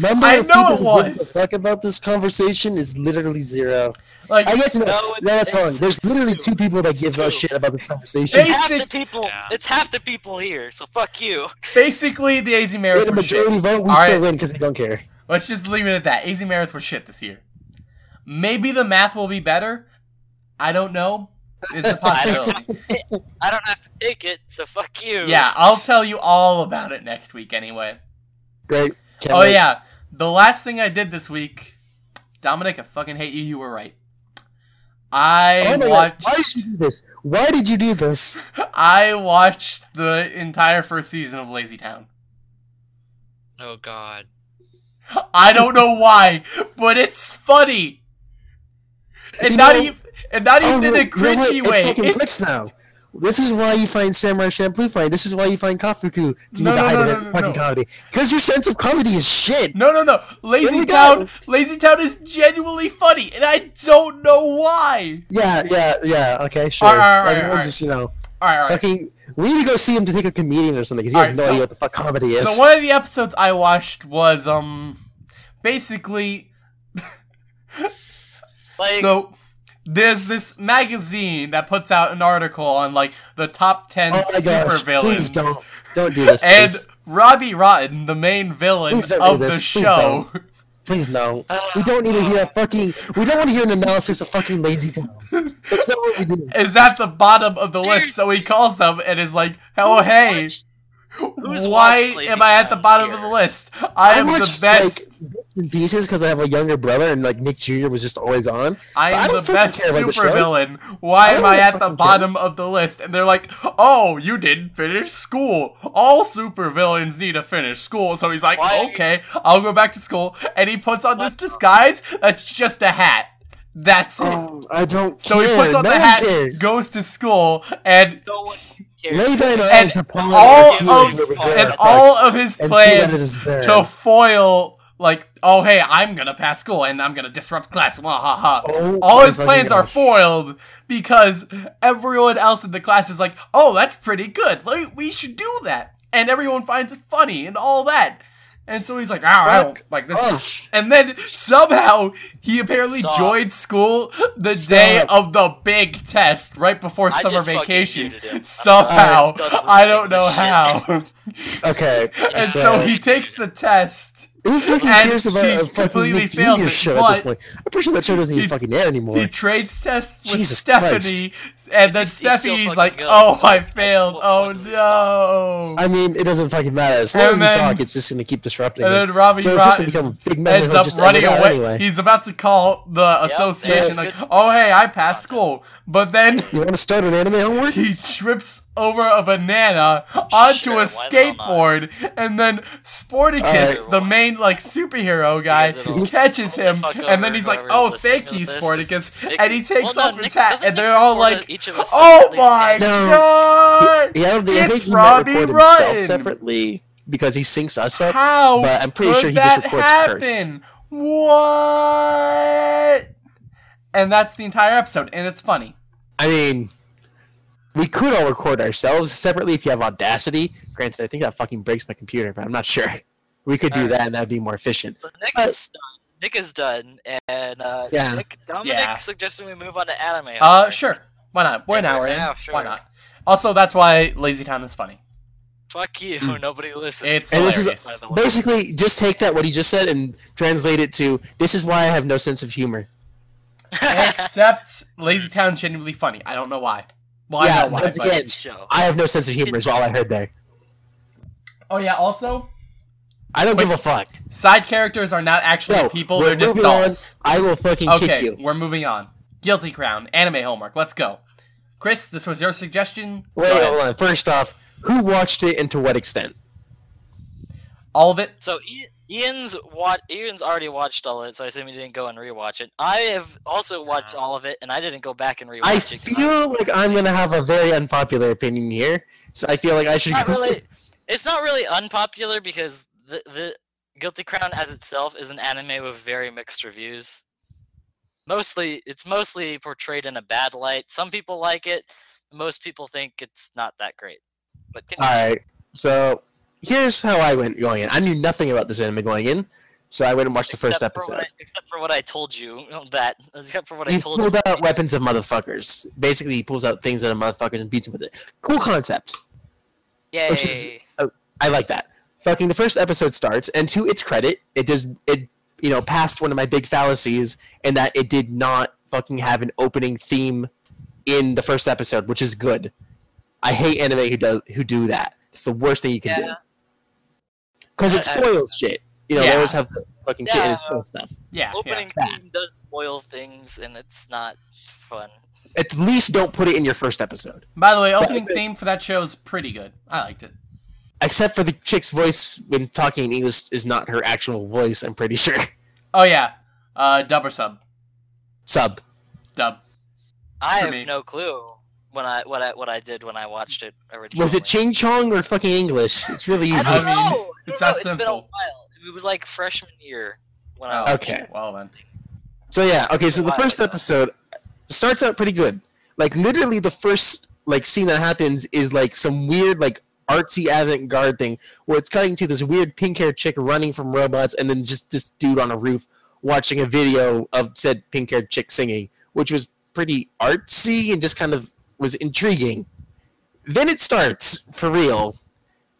Number I of know people it who give a was. fuck about this conversation is literally zero. Like I guess no. No, No, it's- that's it's- wrong. There's literally it's two people that It's give a two. shit about this conversation. They Half the said- people. Yeah. It's half the people here. So fuck you. basically the AZ We Marriage Get a was shit. majority vote, we All still right. win because they don't care. Let's just leave it at that. AZ merits were shit this year. Maybe the math will be better. I don't know. It's a I don't, possibility. have to take- I don't have to take it. So fuck you. yeah, I'll tell you all about it next week anyway. Great. Can't oh wait. yeah, the last thing I did this week, Dominic, I fucking hate you. You were right. I Oh my God. Why did you watched. do this? Why did you do this? I watched the entire first season of Lazy Town. Oh God. I don't know why, but it's funny, and You not know- even and not even in Oh, no, a cringy you know what? way. It fucking It's clicks now. This is why you find Samurai Champloo funny. This is why you find Kafuku to No, be the no, height no, of no, that no, fucking no. comedy. Because your sense of comedy is shit. No, no, no. Lazy we go. Town, Lazy Town is genuinely funny, and I don't know why. Yeah, yeah, yeah. Okay, sure. Alright, alright, alright, Everyone alright. just, you know, All right, all right. fucking. We need to go see him to think a comedian or something because he Alright, has no so- idea what the fuck comedy is. So one of the episodes I watched was um, basically Like so there's this magazine that puts out an article on like the top ten oh my gosh! Please supervillains, don't, don't do this. and Please, Robbie Rotten, the main villain Please don't do of the this. Please show. please no. Uh, We don't need to hear a fucking. We don't want to hear an analysis of fucking Lazy Town. That's not what we do. Is at the bottom of the list, Dude. so he calls them and is like, "Hello, Who hey, watched- Who's Why watched Lazy am I at the Town bottom of here? the list? I am the watched, best. Like, bits and pieces because I have a younger brother and like Nick Jr. was just always on. but I I am don't the fucking best care about the show. supervillain. I Why am don't I really at the fucking care. bottom of the list? And they're like, "Oh, you didn't finish school. All supervillains need to finish school." So he's like, Why are you- "Okay, I'll go back to school." And he puts on this What? disguise that's just a hat. That's it. Oh, I don't so care. he puts on no the one hat, cares. goes to school, and No one cares. Lay thine And eyes upon all the of- huge river and and effects all of his and see that it plans is there. to foil like oh hey i'm gonna pass school and i'm gonna disrupt class wah ha ha Oh all my his fucking plans are gosh. foiled because everyone else in the class is like oh that's pretty good like, we should do that and everyone finds it funny and all that and so he's like "Ah, I don't Fuck Oh, like this Gosh. and then somehow he apparently Stop. joined school the Stop. day of the big test right before I summer just fucking vacation muted him. I'm somehow done listening i don't to know this shit. how Okay. and so, so he takes the test. who fucking and cares about he a fucking completely Nick fails Jr. it, show at but this point? I'm pretty sure that show doesn't he- even fucking air anymore. He trades tests with Jesus Stephanie, and then He's- he's still Stephanie's fucking like, good. "Oh, I I failed. Oh told him to no!" I mean, it doesn't fucking matter. As long And as then- we talk, it's just gonna keep disrupting. And it. then Robbie so it's just gonna Rotten become a big mess. and ends it'll up just end running it out away. anyway. He's about to call the association that's like, good. "Oh hey, I passed school," but then You want to start an anime homework? he trips over a banana onto Sure, a why the hell not? skateboard, and then Sporticus, Alright. the main like superhero guy, Because it'll catches totally him, fuck and then over he's like, whoever's "Oh, listening thank to you, this, 'cause Sporticus," Nick- and he takes Well, no, off his Nick- hat, doesn't and they're Nick all record like, each of us "Oh separately my saying, No. god, Yeah, I don't think, I think it's he might Robbie record Ryan!" himself separately because he syncs us up. How But I'm pretty could sure he just that records happen? curse. What?" And that's the entire episode, and it's funny. I mean, we could all record ourselves separately if you have Audacity. Granted, I think that fucking breaks my computer, but I'm not sure. We could do Alright. that, and that'd be more efficient. So Nick But- is done. Nick is done, and uh, Yeah. Nick, Dominic Yeah. suggested we move on to anime. Uh, homework. sure. Why not? We're an Yeah, hour yeah, in. sure. Why not? Also, that's why Lazy Town is funny. Fuck you. Mm. Nobody listens. It's And this is- hilarious. By the way. Basically, just take that what he just said and translate it to "This is why I have no sense of humor." Except Lazy Town's genuinely funny. I don't know why. Well, Yeah, I know why. once but- again- show. I have no sense of humor is all I heard there. Oh yeah. Also, I don't Wait. give a fuck. side characters are not actually No, people. we're They're just moving on. dolls. I will fucking kick Okay, you. we're moving on. Guilty Crown anime homework. Let's go. Chris, this was your suggestion. Go Wait, ahead. hold on. First off, who watched it and to what extent? All of it. So I- Ian's wa- Ian's already watched all of it, so I assume he didn't go and rewatch it. I have also watched Uh, all of it, and I didn't go back and rewatch I it. 'cause I'm feel like I'm gonna have a very unpopular opinion here, so I feel like I should. not Go really. It's not really unpopular because the the Guilty Crown as itself is an anime with very mixed reviews. Mostly, it's mostly portrayed in a bad light. Some people like it. Most people think it's not that great. But can- All right. So here's how I went going in. I knew nothing about this anime going in, so I went and watched the first except for what episode. I- except for what I told you, that except for what I He told you. pulled out weapons of motherfuckers. Basically, he pulls out things out of motherfuckers and beats them with it. Cool concept. Yay! which is- I like that. Fucking the first episode starts, and to its credit, it does it you know passed one of my big fallacies in that it did not fucking have an opening theme in the first episode, which is good. I hate anime who does who do that. It's the worst thing you can do Yeah. because it I- I- spoils shit. You know Yeah. they always have the fucking shit Yeah. and spoil stuff. Yeah. yeah. Opening yeah. theme does spoil things, and it's not fun. At least don't put it in your first episode, By the way, opening was it. theme for that show is pretty good. I liked it. except for the chick's voice when talking in English is not her actual voice. I'm pretty sure. Oh yeah. Uh, dub or sub? Sub. Dub. I For have me. no clue when I what I what I did when I watched it originally. Was it Ching Chong or fucking English? It's really I easy. don't I mean, know. I it's don't not know. It's been a simple. while. It was like freshman year when I Oh, watched Okay. Well then. So yeah, okay. So the Why, first though? episode starts out pretty good. Like literally, the first like scene that happens is like some weird like artsy avant-garde thing where it's cutting to this weird pink-haired chick running from robots, and then just this dude on a roof watching a video of said pink-haired chick singing, which was pretty artsy and just kind of was intriguing. Then it starts for real.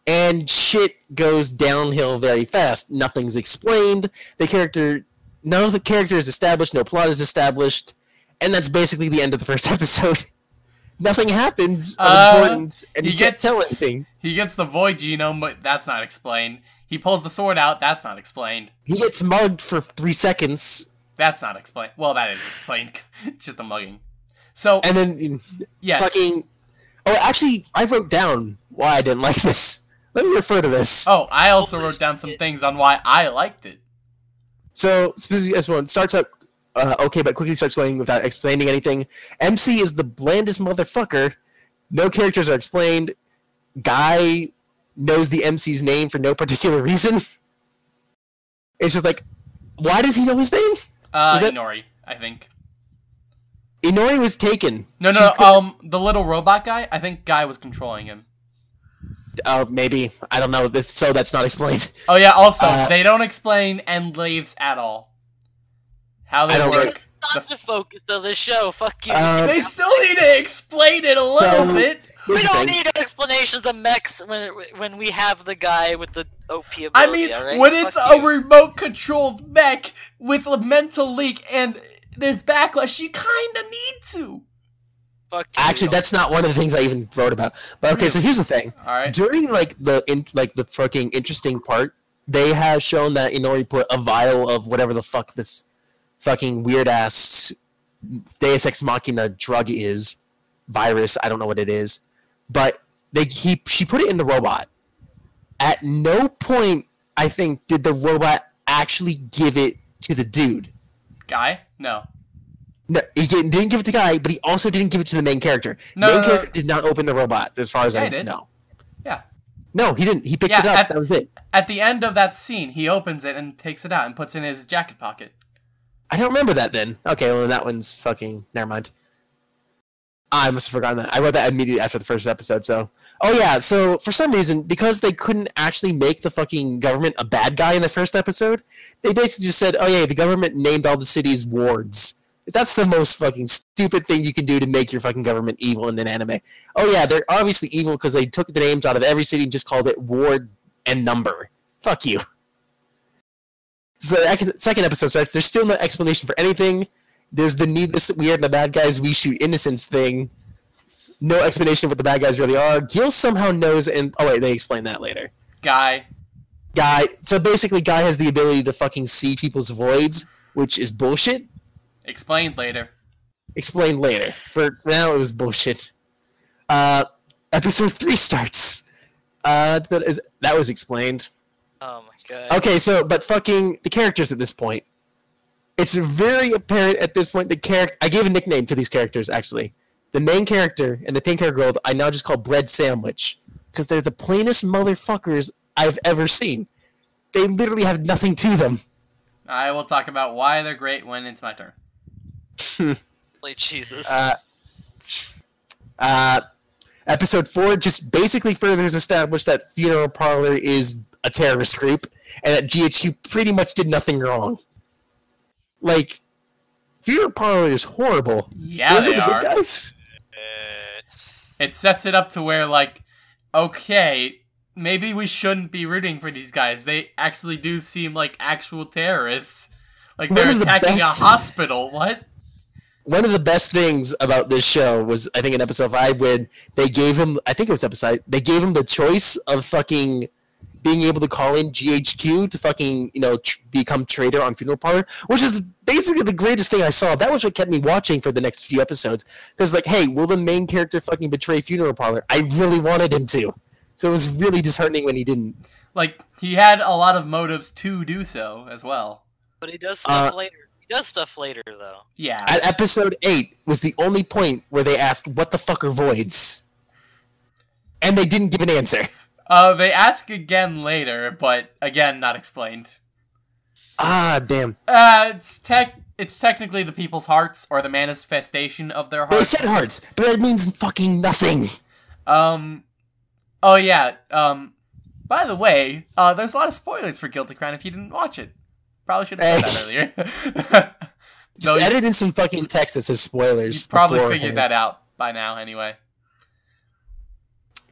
And shit goes downhill very fast. Nothing's explained. The character none of the character is established, no plot is established, and that's basically the end of the first episode. Nothing happens of Uh, importance, and he you can't gets- tell anything. He gets the void genome, but that's not explained. He pulls the sword out. That's not explained. He gets mugged for three seconds, That's not explained. Well, that is explained. it's just a mugging. So and then yes, fucking. Oh, actually, I wrote down why I didn't like this. Let me refer to this. Oh, I also Holy wrote down some shit. things on why I liked it. So specifically, as one starts up uh, okay, but quickly starts going without explaining anything. MC is the blandest motherfucker. No characters are explained. Guy knows the MC's name for no particular reason. It's just like, why does he know his name? Uh, Was it- Inori, I think. Inoue was taken. No, She no, could- um, the little robot guy. I think guy was controlling him. oh, maybe I don't know. This- So that's not explained. Oh yeah. Also, Uh, they don't explain end leaves at all. How I they don't work. like- Not the focus of the show. Fuck you. Um, They still need to explain it a little So- bit. Here's we the don't thing. need explanations of mechs when when we have the guy with the OP ability. I mean, alright? when it's Fuck a you. remote controlled mech with a mental leak and there's backlash, you kind of need to. Fuck you. Actually, that's not one of the things I even wrote about. But Hmm. okay, so here's the thing. All right. during like the in, like the fucking interesting part, they have shown that Inori put a vial of whatever the fuck this fucking weird ass Deus Ex Machina drug is, virus. I don't know what it is, but they he she put it in the robot. At no point, I think, did the robot actually give it to the dude. Guy? No. No, he didn't didn't give it to guy, but he also didn't give it to the main character. No, main no, no. character did not open the robot, as far as Yeah, I he did. know. Yeah. No, he didn't. He picked Yeah, it up. at- that was it. At the end of that scene, he opens it and takes it out and puts it in his jacket pocket. I don't remember that then. Okay, well that one's fucking never mind. Ah, I must have forgotten that. I wrote that immediately after the first episode, so Oh yeah, so for some reason, because they couldn't actually make the fucking government a bad guy in the first episode, they basically just said, Oh yeah, the government named all the cities wards. That's the most fucking stupid thing you can do to make your fucking government evil in an anime. Oh yeah, they're obviously evil because they took the names out of every city and just called it ward and number. Fuck you. So the ec- second episode starts. There's still no explanation for anything. There's the needless we are the bad guys we shoot innocents thing. No explanation of what the bad guys really are. Gil somehow knows, and oh wait, they explain that later. Guy. Guy. So basically, Guy has the ability to fucking see people's voids, which is bullshit. Explained later. Explained later. For now, it was bullshit. Uh, episode three starts. Uh, that, is, that was explained. Oh my god. Okay, so but fucking the characters at this point. It's very apparent at this point the character I gave a nickname to these characters actually. The main character and the pink hair girl I now just call bread sandwich because they're the plainest motherfuckers I've ever seen. They literally have nothing to them. I will talk about why they're great when it's my turn. Holy Jesus. Uh, uh, episode four just basically furthers established that funeral parlor is a terrorist group and that GHQ pretty much did nothing wrong. Like, funeral parlor is horrible. Yeah, Those they are the are. good guys. Uh, It sets it up to where, like, okay, maybe we shouldn't be rooting for these guys. They actually do seem like actual terrorists. Like, they're One of the attacking a best- hospital. What? One of the best things about this show was, I think, in episode five when they gave him, I think it was episode, they gave him the choice of fucking being able to call in GHQ to fucking, you know, tr- become traitor on Funeral Parlor, which is basically the greatest thing I saw. That was what kept me watching for the next few episodes. Because, like, hey, will the main character fucking betray Funeral Parlor? I really wanted him to. So it was really disheartening when he didn't. Like, he had a lot of motives to do so as well. but he does uh, stuff later. He does stuff later though. Yeah. At episode 8 was the only point where they asked, what the fuck are voids? And they didn't give an answer. Uh, they ask again later, but again, not explained. Ah, damn. Uh, it's tech. It's technically the people's hearts or the manifestation of their They hearts. said hearts, but that means fucking nothing. Um. Oh yeah. Um. By the way, uh, there's a lot of spoilers for Guilty Crown if you didn't watch it. Probably should have said that earlier. Just No, you- edit in some fucking text that says you spoilers. probably beforehand. figured that out by now, anyway.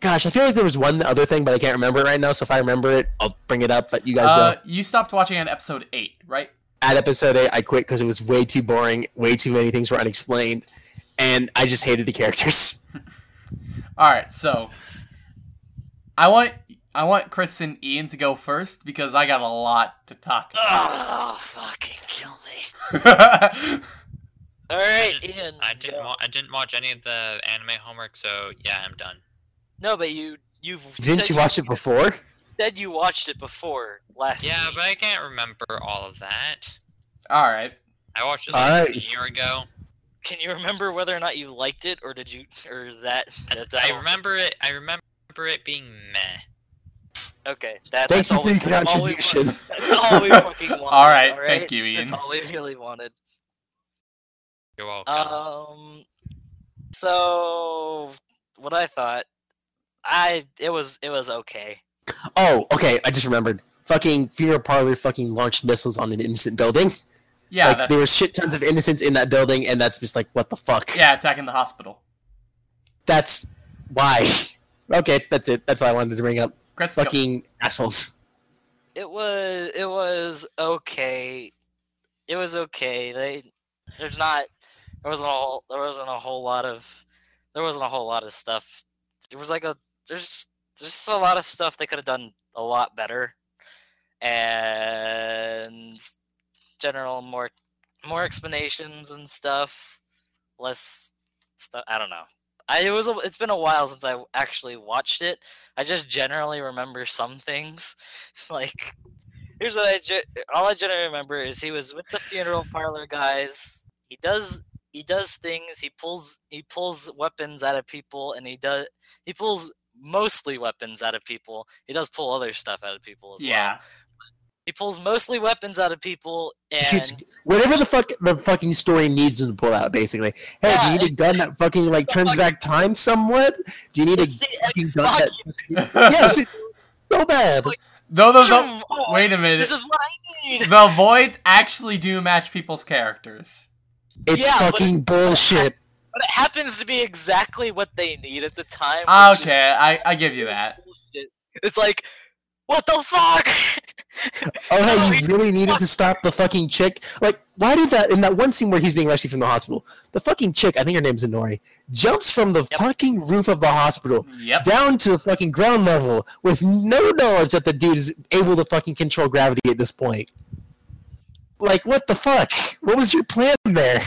Gosh, I feel like there was one other thing, but I can't remember it right now. So if I remember it, I'll bring it up. But you guys Uh, know, you stopped watching on episode eight, right? at episode eight, I quit because it was way too boring. Way too many things were unexplained, and I just hated the characters. All right, so I want I want Chris and Ian to go first because I got a lot to uh, talk. Oh, fucking kill me. about. All right, Ian. I didn't. go. Wa- I didn't watch any of the anime homework, so yeah, I'm done. No, but you you've Didn't said you watch it before? Said you watched it before last. Yeah, week. but I can't remember all of that. All right. I watched it All like right. a year ago. can you remember whether or not you liked it, or did you, or is that? that that I all- remember it. I remember it being meh. Okay, that, Thank that's you all for your we, that's all we contribution. want- That's all we fucking wanted. All right, thank you, Ian. That's all we really wanted. You're welcome. Um, so what I thought, I it was it was okay. Oh, okay, I just remembered. Fucking funeral parlor fucking launched missiles on an innocent building. Yeah, like that's there was shit tons of innocents in that building, and that's just like what the fuck. yeah, attacking the hospital. That's why. okay, that's it. That's all I wanted to bring up. Chris, go. Fucking assholes. It was it was okay. It was okay. They there's not there wasn't a whole there wasn't a whole lot of there wasn't a whole lot of stuff. There was like a there's there's just a lot of stuff they could have done a lot better. And general more more explanations and stuff. Less stuff I don't know. I it was a, it's been a while since I actually watched it. I just generally remember some things. like, here's what I ge- all I generally remember is he was with the funeral parlor guys. He does he does things. He pulls he pulls weapons out of people, and he does he pulls mostly weapons out of people. He does pull other stuff out of people as well. Yeah, He pulls mostly weapons out of people, and Shoots- whatever the fuck the fucking story needs them to pull out, basically. Hey, Yeah, do you need a gun that fucking like turns fuck- back time somewhat? Do you need a it's the fucking Xbox. gun that Yes it's so bad. no, no, no. Zoom! Oh, Wait a minute. This is what I need. The voids actually do match people's characters. It's Yeah, but fucking bullshit. But it happens to be exactly what they need at the time. which is- Okay, I, I give you that. bullshit. It's like, what the fuck? Oh No, hey, he- you really needed to stop the fucking chick. Like, why did that in that one scene where he's being rescued from the hospital? The fucking chick, I think her name's Inori, jumps from the fucking roof of the hospital Yep. down to the fucking ground level with no knowledge that the dude is able to fucking control gravity at this point. Like, what the fuck? What was your plan there?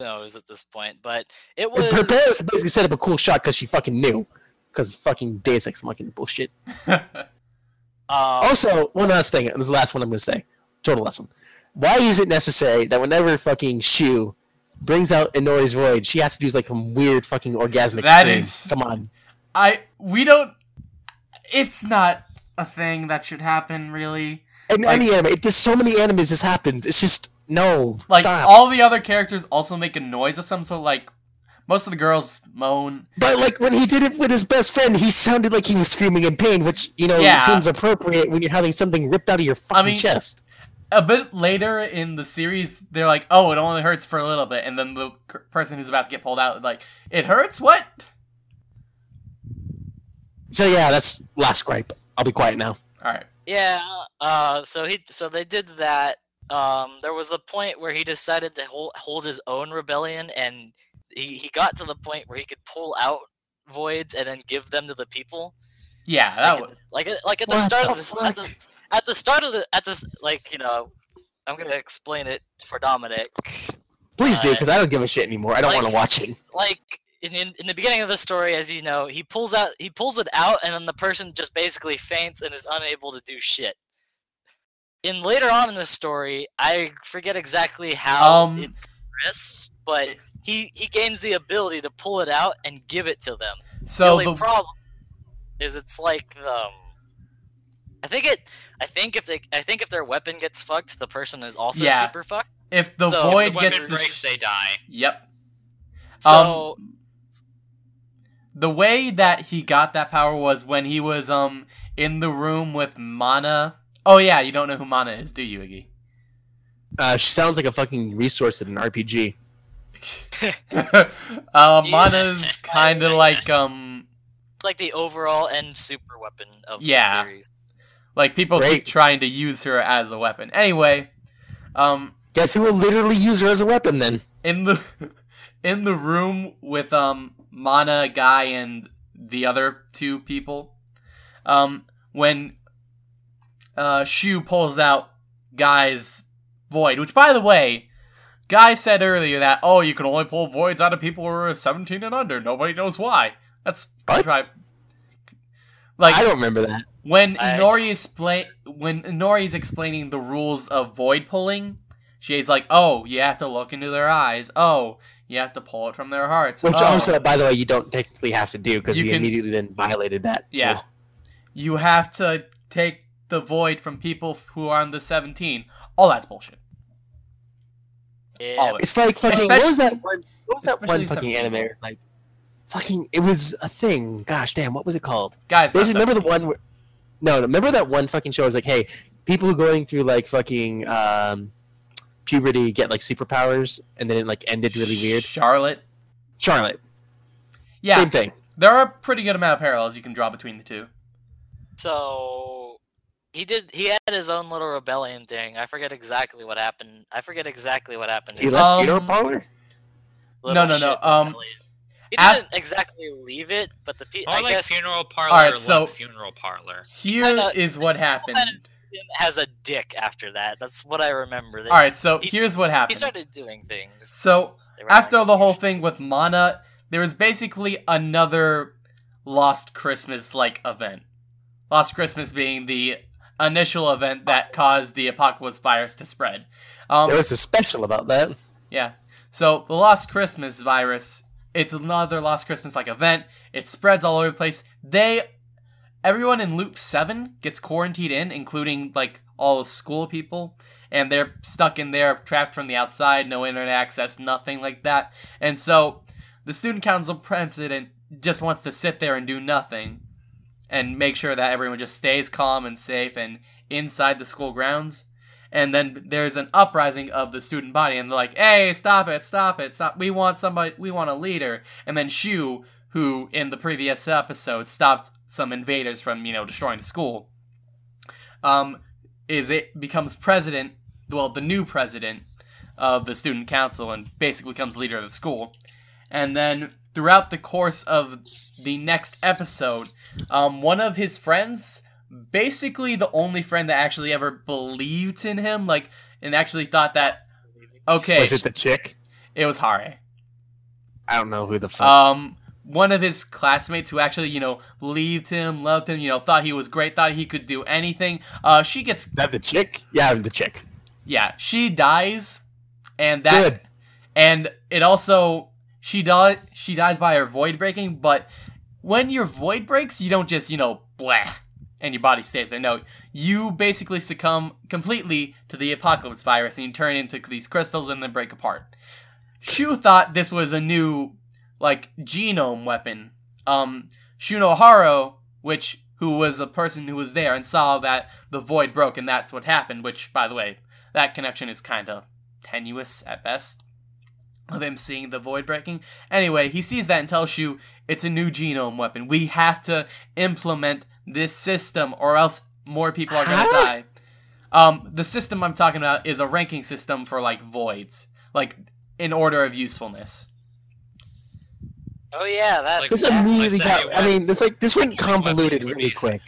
knows at this point, but it was. Her her parents basically set up a cool shot because she fucking knew. Because fucking Deus Ex Machina bullshit. Um, Also, one last thing. and This is the last one I'm going to say. Total last one. Why is it necessary that whenever fucking Shu brings out Inori's Void, she has to do like some weird fucking orgasmic That scream? is- Come on. I we don't. It's not a thing that should happen, really. In Like- any anime, it, there's so many animes this happens. It's just, no, Like stop. all the other characters also make a noise of some sort. Like most of the girls moan. But like when he did it with his best friend, he sounded like he was screaming in pain, which you know Yeah. seems appropriate when you're having something ripped out of your fucking mean- chest. A bit later in the series, they're like, "Oh, it only hurts for a little bit," and then the c- person who's about to get pulled out, like, "It hurts? What?" So yeah, that's last gripe. I'll be quiet now. All right. yeah. Uh, so he. So they did that. Um, there was a point where he decided to hold, hold his own rebellion, and he, he got to the point where he could pull out voids and then give them to the people. Yeah, like, that at, would. the- like at, like at the What start the of the, at the at the start of the at this like you know, I'm gonna explain it for Dominic. Please do, Uh, because I don't give a shit anymore. I don't like- want to watch it. like in, in in the beginning of the story, as you know, he pulls out he pulls it out, and then the person just basically faints and is unable to do shit. In later on in the story, I forget exactly how Um, it progressed, but he he gains the ability to pull it out and give it to them. the So only the problem is it's like um, I think it. I think if they, I think if their weapon gets fucked, the person is also Yeah. super fucked. if the so- The void women gets the breaks, sh- they die. yep. Um, So the way that he got that power was when he was um in the room with Mana. Oh yeah, you don't know who Mana is, do you, Uh, she sounds like a fucking resource in an RPG. Iggy? uh, Mana's kind of like um it's like the overall and super weapon of Yeah. the series. like people Great. keep trying to use her as a weapon. Anyway, um Guess who will literally use her as a weapon then? in the in the room with um Mana guy and the other two people. Um when uh Shu pulls out Guy's void, which by the way, Guy said earlier that oh you can only pull voids out of people who are 17 and under. Nobody knows why. That's What? contrived. Like I don't remember that. when I- Inori is pla- when Inori is explaining the rules of void pulling, she's like, "Oh, you have to look into their eyes. Oh, you have to pull it from their hearts. Which oh, also, by the way, you don't technically have to do because You he can- immediately then violated that. Yeah. rule. you have to take the void from people who are on the 17. All that's bullshit. Yeah. All of it. It's like fucking. what was that Especially- one? What was that one especially fucking some- anime? It was Like, fucking. It was a thing. Gosh damn, what was it called? Guys, Basically, that's- remember the one where? No, no, remember that one fucking show? It was like, hey, people who going through like fucking um, puberty get like superpowers, and then it like ended really weird. Charlotte. Charlotte, Yeah, same thing. there are a pretty good amount of parallels you can draw between the two. So he did. He had his own little rebellion thing. I forget exactly what happened. I forget exactly what happened. He in left Um, funeral parlor. Little No, no, no, Shit um, Rebellion. he af- didn't exactly leave it, but the pe- Or I like guess funeral parlor. Alright, or so- left funeral parlor. Here Kinda- is what happened. him has a dick after that. That's what I remember. That All right, so He- here's what he happened. started doing things. So They were after having the whole confusion. thing with Mana, there was basically another Lost Christmas like event. Lost Christmas being the initial event that caused the apocalypse virus to spread. Um, There was a special about that. yeah. So the Lost Christmas virus, it's another Lost Christmas like event. It spreads all over the place. They everyone in loop 7 gets quarantined in, including like all the school people, and they're stuck in there trapped from the outside, no internet access, nothing like that. And so the student council president just wants to sit there and do nothing and make sure that everyone just stays calm and safe and inside the school grounds and then there's an uprising of the student body and they're like hey stop it stop it stop we want somebody we want a leader and then shu who in the previous episode stopped some invaders from you know destroying the school um is it becomes president well the new president of the student council and basically becomes leader of the school and then throughout the course of the next episode um one of his friends basically the only friend that actually ever believed in him, like, and actually thought that okay, Was it the chick? it was Hare. I don't know who the fuck. Um, one of his classmates who actually, you know, believed him, loved him, you know, thought he was great, thought he could do anything. Uh, she gets, that the chick? Yeah, the chick. yeah, she dies, and that, and it also she dies, she dies by her void breaking. But when your void breaks, you don't just, you know, blah, and your body stays there. No, you basically succumb completely to the apocalypse virus and you turn into these crystals and then break apart. Shu thought this was a new like genome weapon. Um Shunoharo, which who was a person who was there and saw that the void broke and that's what happened, which by the way, that connection is kinda tenuous at best. Of him seeing the void breaking. Anyway, he sees that and tells Shu it's a new genome weapon. We have to implement this system or else more people are gonna Huh? die. Um, the system I'm talking about is a ranking system for like voids, like in order of usefulness. Oh yeah, that. Like, This Yeah, immediately like got. that. I mean, this like this went Like, convoluted what really is- quick.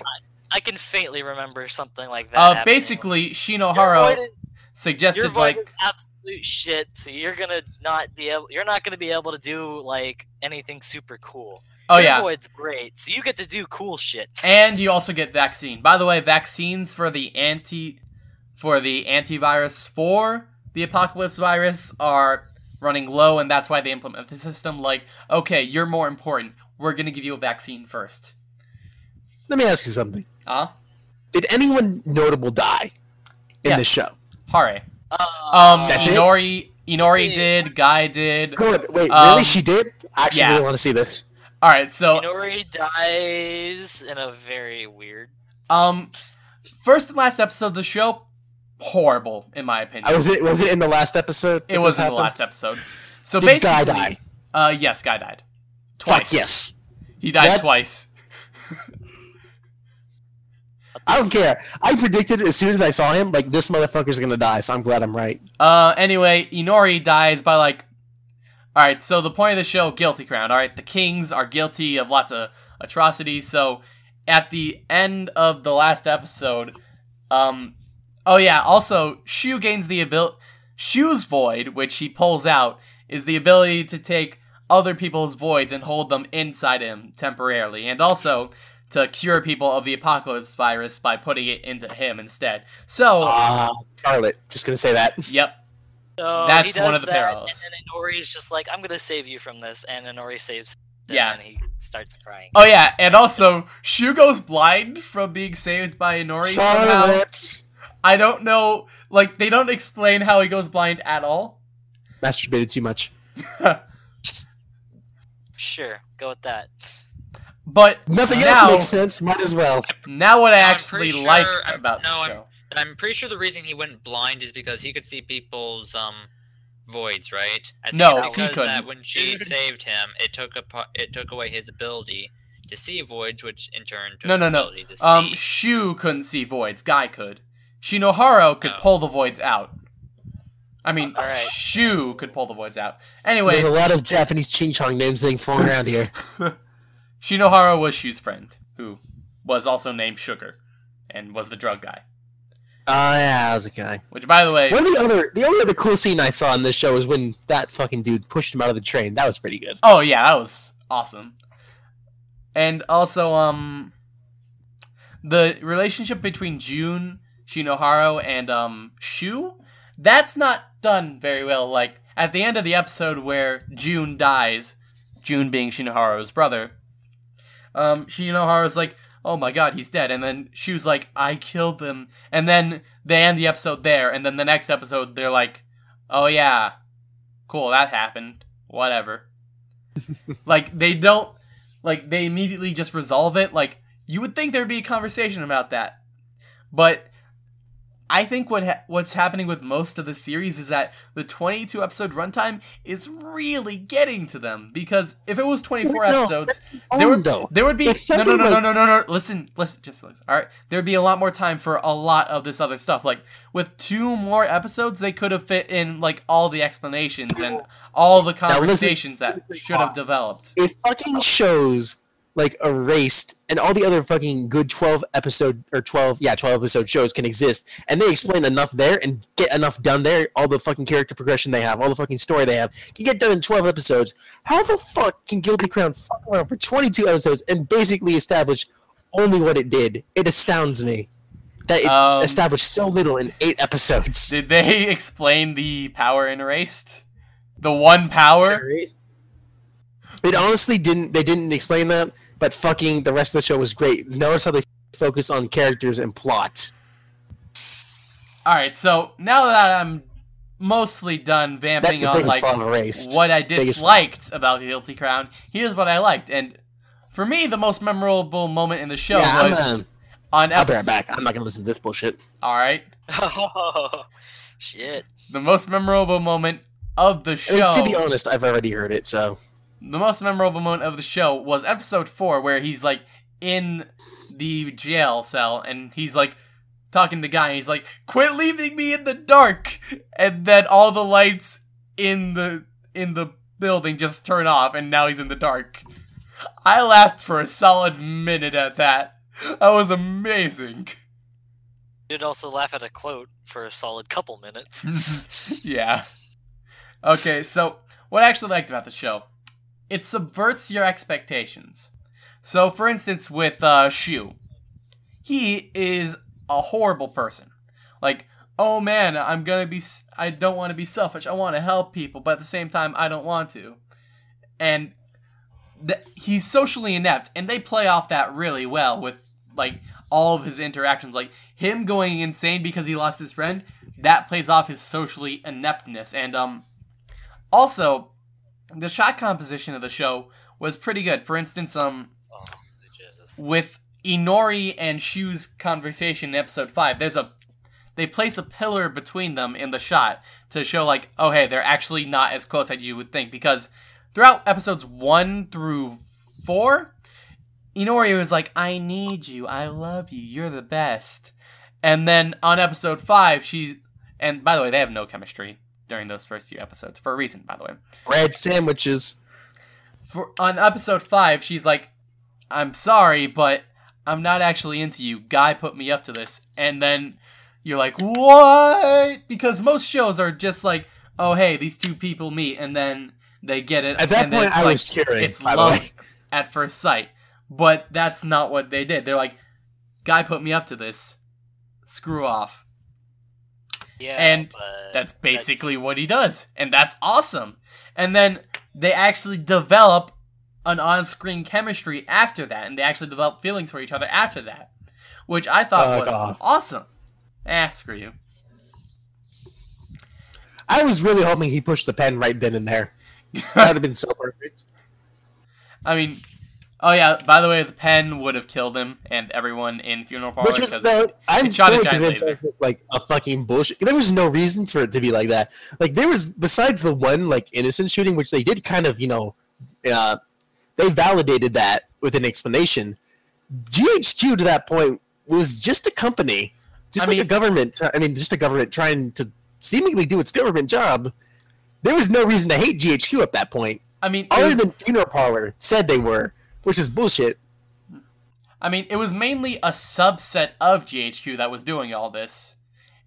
I can faintly remember something like that. Uh, happening. basically, your Shinohara void, is, your suggested void like is absolute shit. So you're gonna not be able. You're not gonna be able to do like anything super cool. Oh Your yeah. void's great. So you get to do cool shit. And you also get vaccine. By the way, vaccines for the anti for the antivirus for the apocalypse virus are running low and that's why they implement the system like, okay, you're more important. We're gonna give you a vaccine first. Let me ask you something. Uh Did anyone notable die in Yes. this show? Hare. Uh, Um That's it? Inori Inori Yeah. did, Guy did. Good. Wait, Um, really? She did? I actually yeah. really want to see this. Alright, so Inori dies in a very weird. um first and last episode of the show, horrible in my opinion. I was it was it in the last episode? It that was this in the happened? last episode. So Did Guy basically, die? Uh, yes, guy died Fuck twice. yes. he died That- twice. I don't care. I predicted as soon as I saw him, like this motherfucker's gonna die. So I'm glad I'm right. Uh, anyway, Inori dies by like All right, so the point of the show, guilty crown. All right, the kings are guilty of lots of atrocities. So at the end of the last episode, um, oh yeah, also Shu gains the ability. Shu's void, which he pulls out, is the ability to take other people's voids and hold them inside him temporarily, and also to cure people of the apocalypse virus by putting it into him instead. So, Ah, Scarlet. Just gonna say that. yep, So That's he does one of the that, parallels. And then Inori is just like, I'm gonna save you from this, and Inori saves him, Yeah. and he starts crying. Oh yeah, and also Shu goes blind from being saved by Inori somehow. Scarlet. I don't know, like they don't explain how he goes blind at all. Masturbated too much. Sure, go with that. But Nothing now, else makes sense. Might as well. now what I No, I'm actually pretty like sure- I'm- about no, the I'm- show. And I'm pretty sure the reason he went blind is because he could see people's um voids, right? I think No, it's he because couldn't. That when she saved him, it took a it took away his ability to see voids, which in turn took No, no, his no. ability to Um, see. Shu couldn't see voids. Guy could. Shinohara could Oh. pull the voids out. I mean, All right. Shu could pull the voids out. There's a Anyway, lot of Japanese ching chong names being flown around here. Shinohara was Shu's friend, who was also named Sugar, and was the drug guy. Oh yeah, I was a guy. Which, by the way, One of the other, the only other cool scene I saw in this show was when that fucking dude pushed him out of the train. That was pretty good. Oh yeah, that was awesome. And also, um, the relationship between June Shinohara and um Shu, that's not done very well. Like at the end of the episode where June dies, June being Shinohara's brother, um, Shinohara's like, "Oh my god, he's dead," and then Shu's like, "I killed him," and then they end the episode there, and then the next episode they're like, "Oh yeah, cool, that happened, whatever." like they don't like they immediately just resolve it like you would think there'd be a conversation about that but i think what ha- what's happening with most of the series is that the 22 episode runtime is really getting to them because if it was 24 No, episodes that's there fun, would, though. there would be It's no no no something like- no no no no listen listen just listen all right there'd be a lot more time for a lot of this other stuff like with two more episodes they could have fit in like all the explanations and all the listen- conversations that should have developed It fucking shows like erased and all the other fucking good 12 episode or 12 yeah 12 episode shows can exist and they explain enough there and get enough done there all the fucking character progression they have all the fucking story they have can get done in 12 episodes how the fuck can guilty crown fuck around for 22 episodes and basically establish only what it did it astounds me that it Um, established so little in eight episodes Did they explain the power in erased? The one power? It honestly didn't. They didn't explain that, but fucking the rest of the show was great. Notice how they focus on characters and plot. Alright, so now that I'm mostly done That's vamping the on biggest like flaw of Erased. what I biggest- disliked about Guilty Crown, here's what I liked. And for me, the most memorable moment in the show Yeah, I'm, was um, on I'll be episode. right back. I'm not gonna listen to this bullshit. Alright. Oh, shit. The most memorable moment of the I mean, show. to be honest, I've already heard it, so the most memorable moment of the show was episode four, where he's like in the jail cell and he's like talking to Guy. And he's like, "Quit leaving me in the dark," and then all the lights in the in the building just turn off, and now he's in the dark. I laughed for a solid minute at that. That was amazing. Did also laugh at a quote for a solid couple minutes. yeah. Okay, so what I actually liked about the show, it subverts your expectations. So, for instance, with uh, Shu, he is a horrible person. Like, oh man, I'm gonna be, s- I don't want to be selfish. I want to help people, but at the same time, I don't want to. And th- he's socially inept, and they play off that really well with like all of his interactions. Like him going insane because he lost his friend, that plays off his socially ineptness. And um, also, the shot composition of the show was pretty good. For instance, um, Oh, Jesus. with Inori and Shu's conversation in episode five, there's a they place a pillar between them in the shot to show like, oh hey, they're actually not as close as you would think because throughout episodes one through four, Inori was like, I need you, I love you, you're the best. And then on episode five, she's and by the way, they have no chemistry. during those first few episodes for a reason, by the way. Bread sandwiches. For on episode five, she's like, "I'm sorry, but I'm not actually into you. Guy put me up to this," and then you're like, "What?" Because most shows are just like, "Oh, hey, these two people meet," and then they get it. At that and then point, it's I like, was cheering. it's by the love way. at first sight. But that's not what they did. They're like, "Guy put me up to this. Screw off." Yeah, And but That's basically what he does, and that's awesome. And then they actually develop an on-screen chemistry after that, and they actually develop feelings for each other after that, which I thought Fuck was off. awesome. Eh, screw you. I was really hoping he pushed the pen right then and there. That would have been so perfect. I mean, oh yeah. By the way, the pen would have killed him and everyone in funeral parlor. Which was 'cause- the I'm it shot a fully giant convinced laser. that was like a fucking bullshit. There was no reason for it to be like that. Like there was besides the one like innocent shooting, which they did kind of you know, uh, they validated that with an explanation. GHQ to that point was just a company, just I like a mean- government. I mean, just a government trying to seemingly do its government job. There was no reason to hate GHQ at that point, I mean, it other was, than funeral parlor said they were, which is bullshit. I mean, it was mainly a subset of GHQ that was doing all this.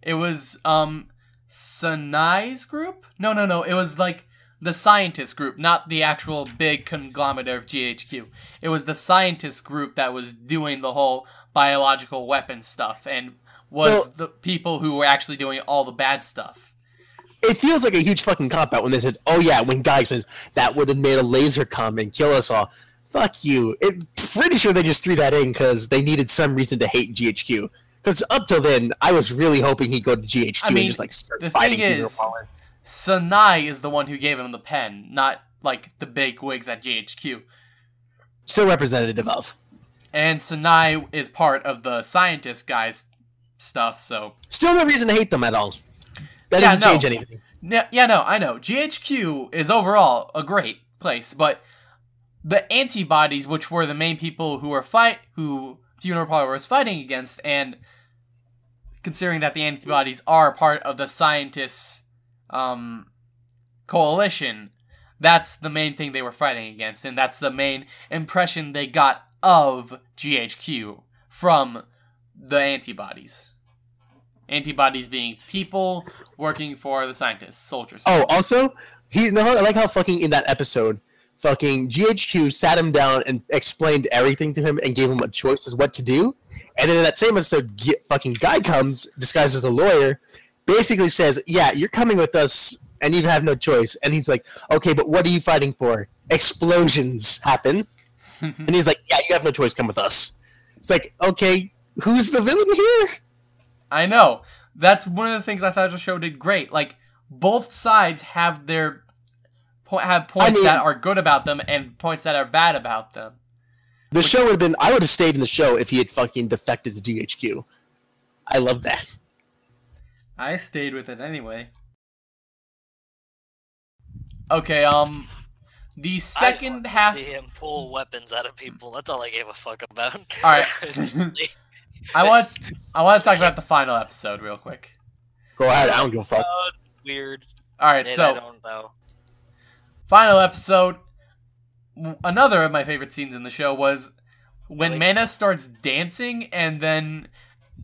It was um Sanai's group? No, no, no. It was like the scientist group, not the actual big conglomerate of GHQ. It was the scientist group that was doing the whole biological weapon stuff and was So- the people who were actually doing all the bad stuff. it feels like a huge fucking cop out when they said, "Oh yeah, when Guy explains that would have made a laser come and kill us all." Fuck you. It, pretty sure they just threw that in because they needed some reason to hate GHQ. Because up till then, I was really hoping he'd go to GHQ I mean, and just like start the thing fighting Peter is- Waller. Sanai is the one who gave him the pen, not like the big wigs at GHQ. Still representative of, And Sanai is part of the scientist guys stuff, so still no reason to hate them at all. That Yeah, doesn't no. change anything. yeah, yeah, no, I know. GHQ is overall a great place, but the antibodies, which were the main people who were fight who Funeral Parlor was fighting against, and considering that the antibodies are part of the scientists' um, coalition, that's the main thing they were fighting against, and that's the main impression they got of GHQ from the antibodies. Antibodies being people working for the scientists, soldiers. Oh, also, he. No, I like how fucking in that episode, fucking GHQ sat him down and explained everything to him and gave him a choice as what to do. And then in that same episode, G- fucking guy comes disguised as a lawyer, basically says, "Yeah, you're coming with us, and you have no choice." And he's like, "Okay, but what are you fighting for? Explosions happen." and he's like, "Yeah, you have no choice. Come with us." It's like, okay, who's the villain here? I know. That's one of the things I thought the show did great. Like both sides have their po- have points mean- that are good about them and points that are bad about them. The show would have been. I would have stayed in the show if he had fucking defected to GHQ. I love that. I stayed with it anyway. Okay, um the I just wanted second to half See him pull weapons out of people. That's all I gave a fuck about. All right. I want I want to talk about the final episode real quick. Go ahead. I don't give a fuck. Oh, it's weird. All right, and so I don't know. final episode w- another of my favorite scenes in the show was when Like- mana starts dancing and then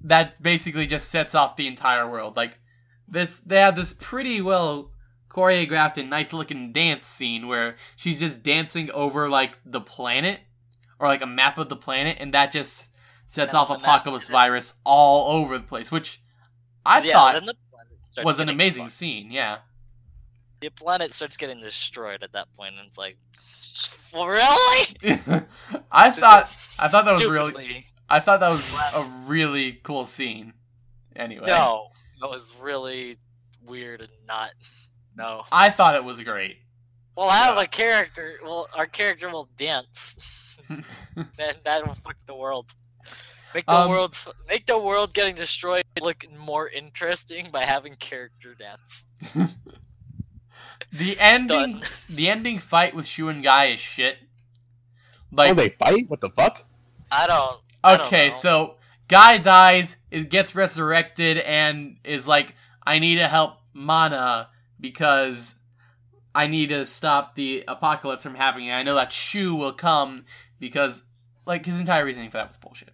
that basically just sets off the entire world like this they have this pretty well choreographed and nice looking dance scene where she's just dancing over like the planet or like a map of the planet and that just sets Yeah, off the map. apocalypse virus all over the place which i yeah, thought then the planet starts was an getting amazing fucked. scene yeah The planet starts getting destroyed at that point, and it's like, really? i This thought is I thought that was really- stupidly- I thought that was a really cool scene. Anyway, No, that was really weird and not. No. I thought it was great. We'll have a character. Well, our character will dance, and that will fuck the world. Make the Um, world. f- Make the world getting destroyed look more interesting by having character dance. The ending, the ending fight with Shu and Guy is shit. Like, oh, they fight? What the fuck? I don't. I don't okay, know. so Guy dies, is gets resurrected, and is like, I need to help Mana because I need to stop the apocalypse from happening. I know that Shu will come because, like, his entire reasoning for that was bullshit.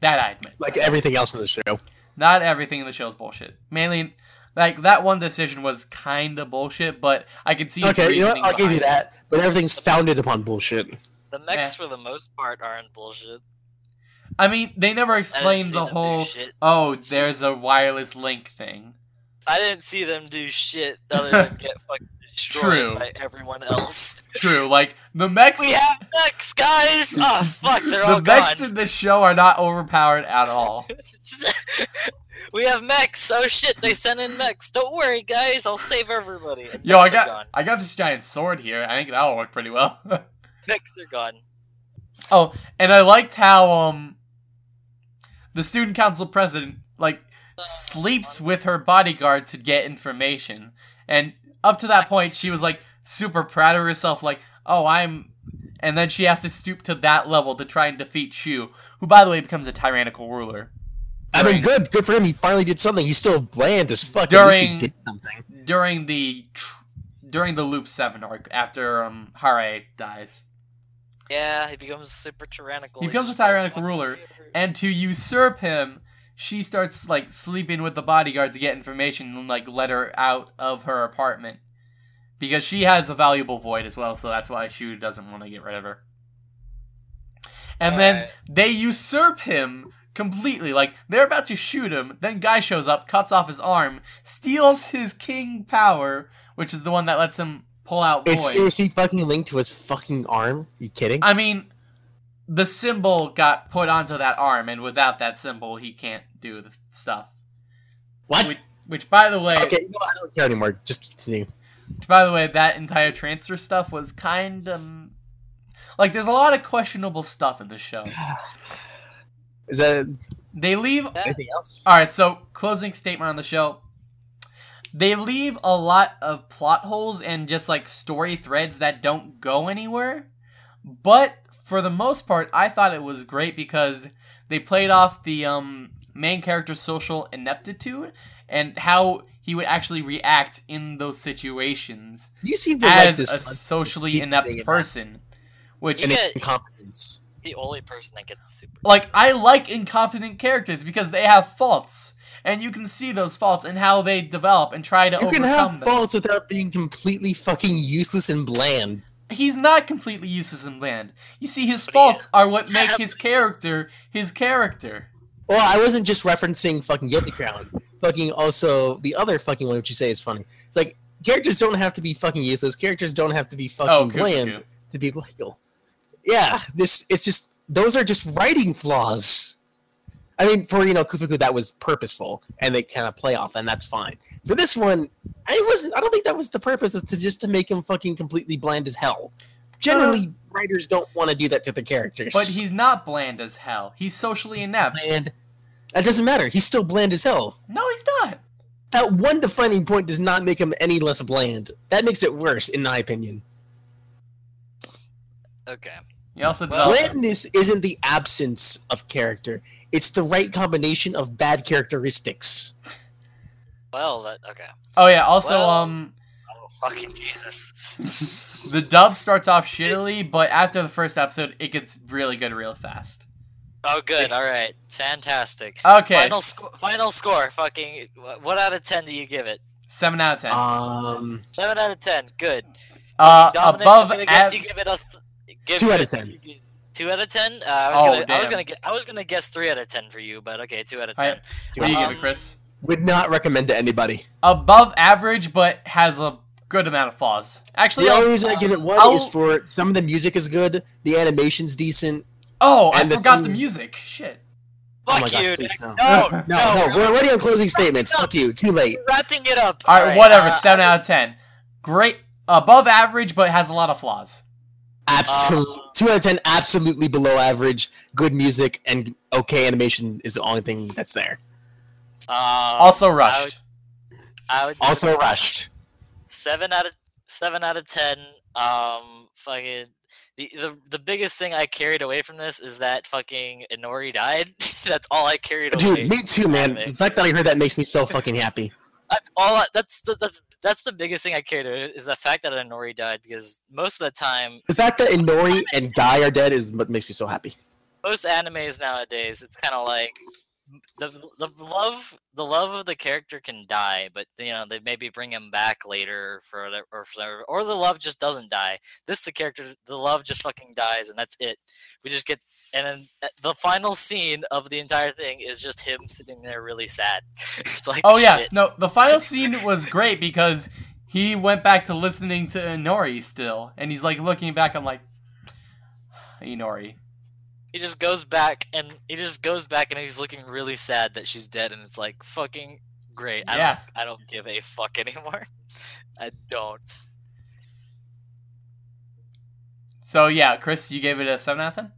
That I admit. Like everything else in the show. Not everything in the show is bullshit. Mainly, like, that one decision was kind of bullshit, but I could see. his Okay, you know what? reasoning I'll give you behind it. that. But everything's founded upon bullshit. The mechs, for the most part, aren't bullshit. I mean, they never I explained didn't see the them do whole. shit. Oh, there's a wireless link thing. I didn't see them do shit other than get fucking destroyed True. by everyone else. True, like the mechs. We have mechs, guys. Oh fuck, they're all the mechs gone. in this show are not overpowered at all. we have mechs. Oh shit, they sent in mechs. Don't worry, guys. I'll save everybody. And Yo, I mechs are got gone. I got this giant sword here. I think that'll work pretty well. Mechs are gone. and I liked how um the student council president like sleeps with her bodyguard to get information. And up to that point she was like super proud of herself, like, oh I'm and then she has to stoop to that level to try and defeat Shu, who by the way becomes a tyrannical ruler. I mean, During- good, good for him. He finally did something. He's still bland as fuck. At least he During- did something. during the tr- during the Loop Seven arc after um Hare dies, Yeah, he becomes super tyrannical. He He's becomes a just like, tyrannical "Fuck ruler." you." and to usurp him, she starts like sleeping with the bodyguard to get information and like let her out of her apartment because she has a valuable void as well, so that's why Shu doesn't want to get rid of her. And then Alright. they usurp him completely. Like they're about to shoot him. Then guy shows up, cuts off his arm, steals his king power, which is the one that lets him pull out void. It's seriously fucking linked to his fucking arm. you kidding? I mean, the symbol got put onto that arm, and without that symbol, he can't do the stuff. What? Which, which by the way, Okay, no, I don't care anymore. Just continue. by the way, that entire transfer stuff was kind of like there's a lot of questionable stuff in the show. Is that They leave That- anything else? All right, so closing statement on the show. They leave a lot of plot holes and just like story threads that don't go anywhere. But for the most part, I thought it was great because they played off the um, main character's social ineptitude and how he would actually react in those situations You seem to like as this a concept socially keep inept doing it. person. Which and Yeah. incompetence. The only person that gets super. like I like incompetent characters because they have faults, and you can see those faults and how they develop and try to You can overcome have them. faults without being completely fucking useless and bland. He's not completely useless in land. You see, his But he faults are what He make has his character his character. Well, I wasn't just referencing fucking Guilty Crown. Fucking also the other fucking one which you say is funny. It's like characters don't have to be fucking useless. Characters don't have to be fucking Oh, Koopa bland Koo. to be likable. Yeah, this it's just those are just writing flaws. I mean, for you know Kufuku, that was purposeful, and they kind of play off, and that's fine. For this one, I wasn't. I don't think that was the purpose. It's to just to make him fucking completely bland as hell. Generally, writers don't want to do that to the characters. But he's not bland as hell. He's socially inept. bland. That doesn't matter. He's still bland as hell No, he's not. that one defining point does not make him any less bland. That makes it worse, in my opinion. Okay. He also Well- develops. Blandness isn't the absence of character; it's the right combination of bad characteristics. Well, that okay. Oh yeah. Also, Well- um, Oh fucking Jesus. the dub starts off shittily, but after the first episode, it gets really good real fast. Oh good. All right. Fantastic. Uh, Okay. Final s- sc- final score. Fucking. wh- What out of ten do you give it? Seven out of ten. Um, Seven out of ten. Good. Uh, Dominic, above I'm gonna guess av- you give it a th- give Two out it- of 10. Two out of ten. Uh, I was Oh, gonna, I was damn. gonna, gu- I was gonna guess three out of ten for you, but okay, two out of All ten. right. What do you give Um, it, uh, Chris? would not recommend to anybody. Above average, but has a good amount of flaws. Actually, The I'll- only reason I give it one I'll- is for some of the music is good, the animation's decent. oh, I and the forgot the things- music. Shit. Oh Fuck my God, you. please, Nick. no. no, No, No, no, we're, we're already on closing statements. Fuck you. Too late. we're wrapping it up. All right, Alright, whatever. uh, seven out of ten. Great. Above average, but has a lot of flaws. Absolute Uh, two out of ten. Absolutely below average. Good music and okay animation is the only thing that's there. Uh, Also rushed. I would give Also rushed. seven out of seven out of ten. Um, fucking the, the the biggest thing I carried away from this is that fucking Inori died. That's all I carried away. Dude, me too, man. Sadly. The fact that I heard that makes me so fucking happy. That's all. I, that's the, that's that's the biggest thing I care to is the fact that Inori died because most of the time, The fact that Inori and Guy are dead is what makes me so happy. most animes nowadays, it's kind of like the the love the love of the character can die, but you know they maybe bring him back later for whatever, or for whatever, or the love just doesn't die. This the character the love just fucking dies and that's it. We just get and then uh, the final scene of the entire thing is just him sitting there really sad. it's like Oh yeah, shit. no, the final scene was great because he went back to listening to Inori still, and he's like looking back. I'm like, Inori, he just goes back and he just goes back and he's looking really sad that she's dead and it's like fucking great i Yeah. don't i don't give a fuck anymore i don't So yeah, Chris, you gave it a seven out of ten.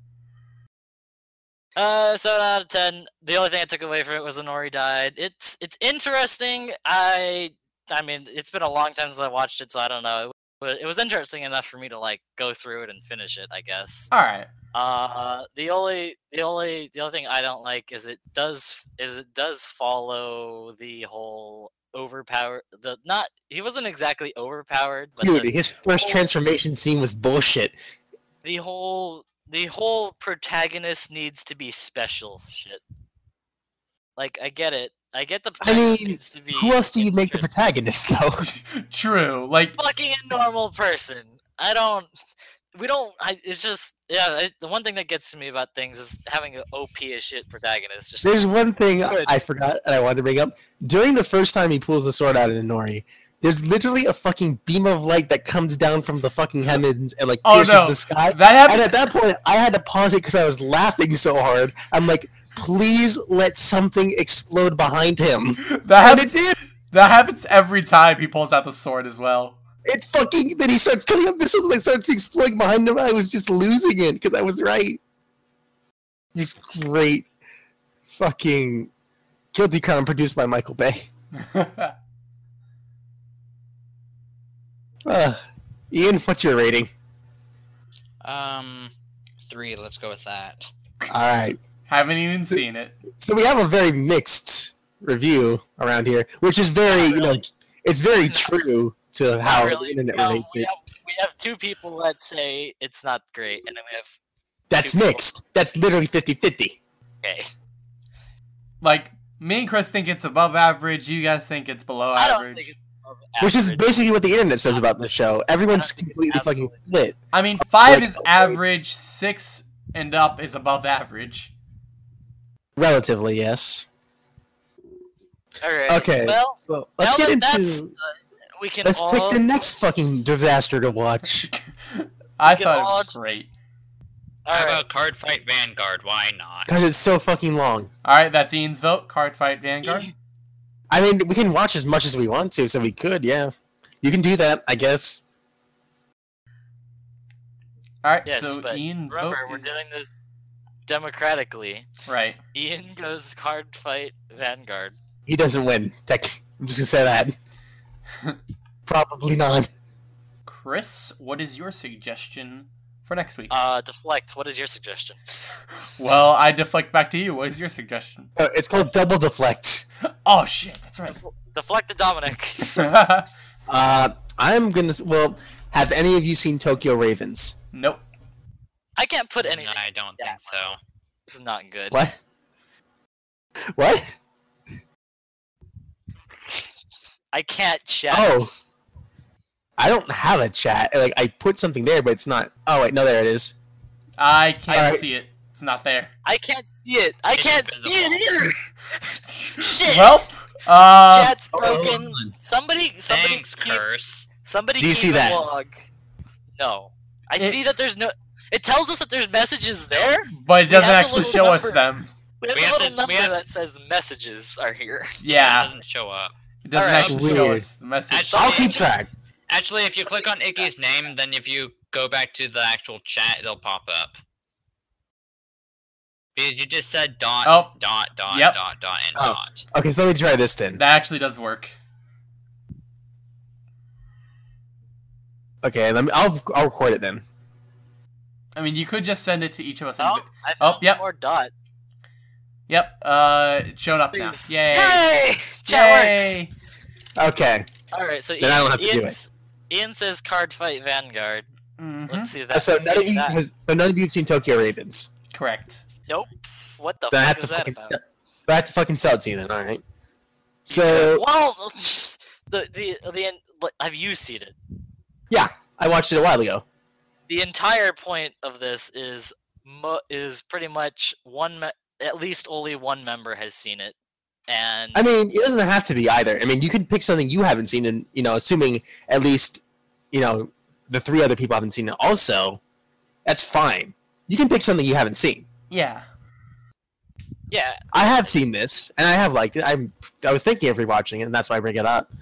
uh seven out of ten the only thing i took away from it was the nori died it's it's interesting i i mean it's been a long time since i watched it so i don't know it was, it was interesting enough for me to like go through it and finish it i guess All right. Uh, the only, the only, the only thing I don't like is it does, is it does follow the whole overpower. The not he wasn't exactly overpowered, but Dude, the, his first transformation scene was bullshit. the whole, the whole protagonist needs to be special shit. Like I get it, I get the. protagonist mean, needs to be Who else do you make the interesting. protagonist though? True. Like fucking a normal person. I don't. We don't. I, it's just yeah. It, the one thing that gets to me about things is having an OP as shit protagonist. Just There's one thing Good. I forgot and I wanted to bring up. During the first time he pulls the sword out in Inori, there's literally a fucking beam of light that comes down from the fucking heavens and like Oh, pierces no. the sky. And that happens. at that point, I had to pause it because I was laughing so hard. I'm like, please let something explode behind him. that And it happens. did. That happens every time he pulls out the sword as well. It fucking. Then he starts cutting up missiles and it starts exploding behind him. I was just losing it because I was right. Just great fucking Guilty Crown produced by Michael Bay. Uh, Ian, what's your rating? Um, three. Let's go with that. All right. Haven't even seen it. So we have a very mixed review around here, which is very, you know, it's very true to how Not the really. internet No, relates we, it. have, we have two people that say it's not great, and then we have That's two people. mixed. That's literally 50 50. okay. Like me and Chris think it's above average. You guys think it's below I don't average. think it's above Which is average. basically what the internet says about this show. Everyone's I don't think it's completely fucking split. I mean, five Like, is okay. average. Six and up is above average. Relatively, yes. All right. Okay. Well, So let's now get that that's, into. we can Let's all pick the next fucking disaster to watch. I can thought it was all- great. all How right. about Card Fight Vanguard? Why not? Because it's so fucking long. All right, that's Ian's vote. Card fight Vanguard. I mean, we can watch as much as we want to, so we could, yeah. You can do that, I guess. All right, Yes, so but Ian's remember vote we're is doing this democratically. right. Ian goes card fight Vanguard. He doesn't win. Tech. I'm just gonna say that. Probably not. Chris, what is your suggestion for next week? Uh, deflect. What is your suggestion? well, I deflect back to you. What is your suggestion? Uh, it's called double deflect. Oh shit, that's Defl- deflect to Dominic. right. Uh, I'm gonna. s- Well, have any of you seen Tokyo Ravens? nope. I can't put anything. I don't Yeah. think so. This is not good. What? What? I can't chat. Oh, I don't have a chat. Like I put something there, but it's not. Oh wait, no, there it is. I can't Alright. see it. It's not there. I can't see it. I It's can't see invisible. it either. Shit. Well, uh, Chat's broken. Somebody, somebody, oh, Thanks, keep, curse. somebody. Do you keep see a that? Log. No, I It- see that there's no. It tells us that there's messages there. but it We have doesn't the actually little show us number. them. We have We a have little to- we number have to- that says messages are here. It Yeah, doesn't show up. it doesn't Alright. actually show Weird. us the message. Actually- I'll keep track. Actually, if you click on Icky's name, then if you go back to the actual chat, it'll pop up. Because you just said dot, Oh. dot, dot, Yep. dot, dot, and Oh. dot. Okay, so let me try this then. That actually does work. Okay, let me. I'll I'll record it then. I mean, you could just send it to each of us. Oh, indivi- I found yep. more dot. Yep. Uh, it showed up Please. now. Yay! Yay! Chat Yay! works. Okay. All right, so Then I don't have to do it. Ian's- Ian says card fight Vanguard. Mhm. Let's see that. Uh, so let's none of see you that. has, so none of you have seen Tokyo Ravens. Correct. Nope. What the Then I fuck have to is that fucking about? sell- I have to fucking sell it to you then, alright. So Well, the the the en- like, have you seen it? I watched it a while ago. The entire point of this is mo- is pretty much one me- at least only one member has seen it, and I mean, it doesn't have to be either. I mean you can pick something you haven't seen and you know, assuming at least, you know, the three other people haven't seen it also, that's fine. You can pick something you haven't seen. Yeah. yeah, I have seen this, and I have liked it. I'm, I was thinking of rewatching it, and that's why I bring it up.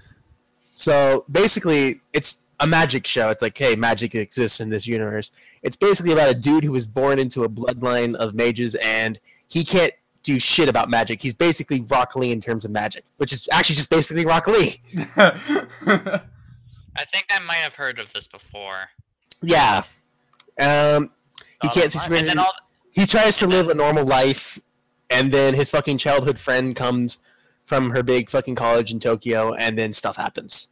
So basically, it's a magic show. It's like, hey, magic exists in this universe. It's basically about a dude who was born into a bloodline of mages, and he can't do shit about magic. He's basically Rock Lee in terms of magic, which is actually just basically Rock Lee. I think I might have heard of this before. Yeah. Um, he Oh, can't see my- And then all he tries to live a normal life and then his fucking childhood friend comes from her big fucking college in Tokyo and then stuff happens.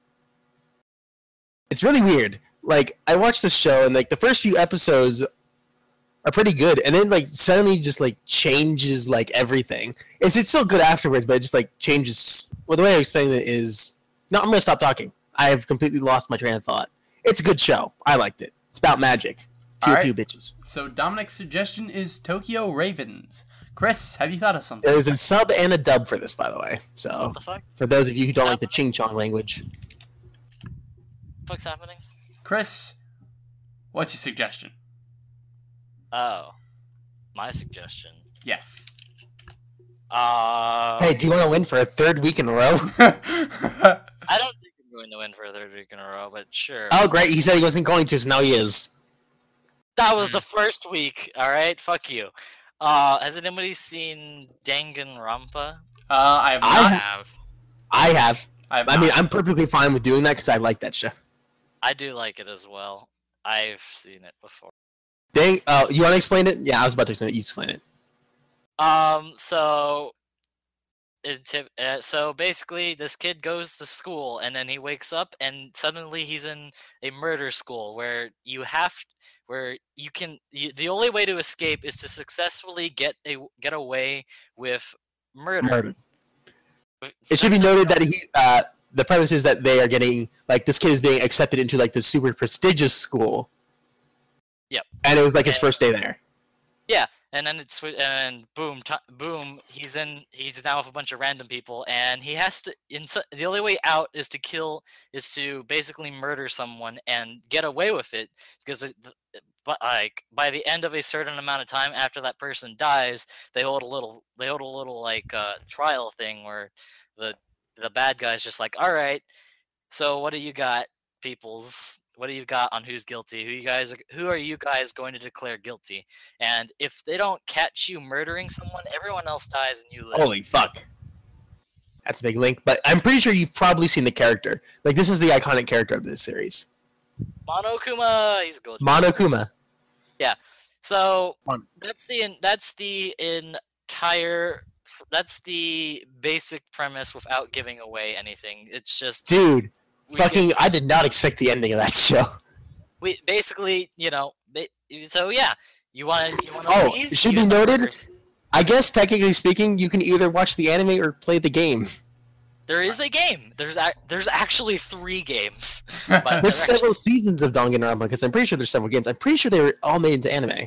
It's really weird. Like I watched this show and like the first few episodes are pretty good and then like suddenly just like changes like everything. It's it's still good afterwards, but it just like changes well the way I explain it is no, I'm gonna stop talking. I have completely lost my train of thought. It's a good show. I liked it. It's about magic. Pew Alright. pew bitches. so Dominic's suggestion is Tokyo Ravens. Chris, have you thought of something? There's a sub and a dub for this, by the way. So what the fuck? for those of you who don't Um, like the Ching Chong language, Fuck's happening? Chris, what's your suggestion? Oh, my suggestion. Yes. Uh, hey, do you want to win for a third week in a row? Uh, I don't think I'm going to win for a third week in a row, but sure. Oh, great! He said he wasn't going to, so now he is. That was the first week. All right, fuck you. Uh, has anybody seen Danganronpa? Uh, I have I I not. have. I have. I have I mean, not. I'm perfectly fine with doing that because I like that show. I do like it as well. I've seen it before. Dang. Uh, you want to explain it? Yeah, I was about to explain it. You explain it. Um, so it tip- uh, so basically, this kid goes to school, and then he wakes up, and suddenly he's in a murder school where you have, where you can. You, the only way to escape is to successfully get a get away with murder. Murdered. With It should be successful- noted that he. Uh, the premise is that they are getting like this kid is being accepted into like the super prestigious school. Yep. And it was like his And- first day there. and then it's swi- and boom ti boom he's in he's now with a bunch of random people and he has to in so- the only way out is to kill is to basically murder someone and get away with it because it- th- it- but like by the end of a certain amount of time after that person dies they hold a little they hold a little like uh trial thing where the the bad guy's just like all right so what do you got peoples what do you got on who's guilty who you guys are who are you guys going to declare guilty and if they don't catch you murdering someone, everyone else dies and you live. Holy fuck. That's a big link, but I'm pretty sure you've probably seen the character. Like this is the iconic character of this series. Monokuma, he's gold. Monokuma. so Mon- that's the en- that's the entire that's the basic premise without giving away anything. It's just Dude, we fucking get- I did not expect the ending of that show. we basically you know ba- so yeah you want to you want to Oh, leave, it should you be go noted- first. I guess technically speaking, you can either watch the anime or play the game. there is a game there's ac there's actually three games but There's they're several seasons of Danganronpa because I'm pretty sure there's several games. I'm pretty sure they were all made into anime.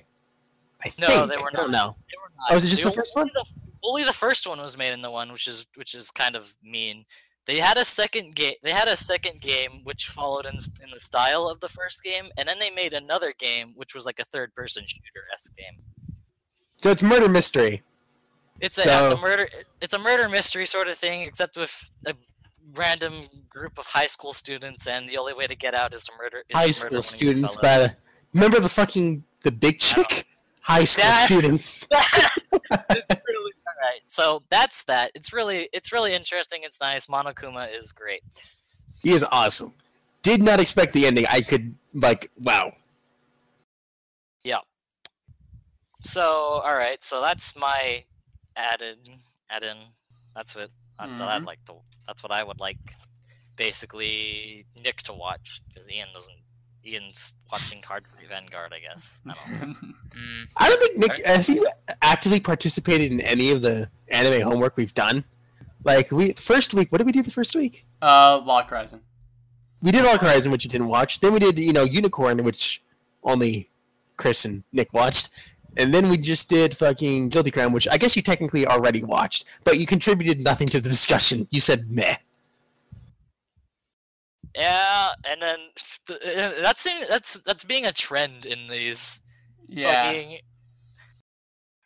I No, think. they were I don't not. know. They were Oh, is it just the only- first one? only the first one was made in the one, which is which is kind of mean. They had a second game. They had a second game which followed in, s- in the style of the first game, and then they made another game which was like a third-person shooter esque game. So it's murder mystery. It's a, yeah, it's So- a murder it's a murder mystery sort of thing, except with a random group of high school students, and the only way to get out is to murder. Is High to murder school one of your students fellows. by the remember the fucking the big I don't- chick? High school That- students. it's really all right. So that's that. It's really it's really interesting. It's nice. Monokuma is great. He is awesome. Did not expect the ending. I could like wow. So, all right. So that's my added add in. That's what I- that I'd Mhm. Mm-hmm. like to. That's what I would like. basically Nick to watch because Ian doesn't. Ian's watching Hard Free Vanguard, I guess. I don't know. Mm, I don't think Nick has he actively participated in any of the anime homework we've done. Like we first week, what did we do the first week? uh, Lock Horizon. We did Lock Horizon, which you didn't watch. Then we did you know Unicorn, which only Chris and Nick watched. And then we just did fucking Guilty Crown, which I guess you technically already watched, but you contributed nothing to the discussion. You said meh. Yeah, and then uh, that's that's that's being a trend in these Yeah. fucking.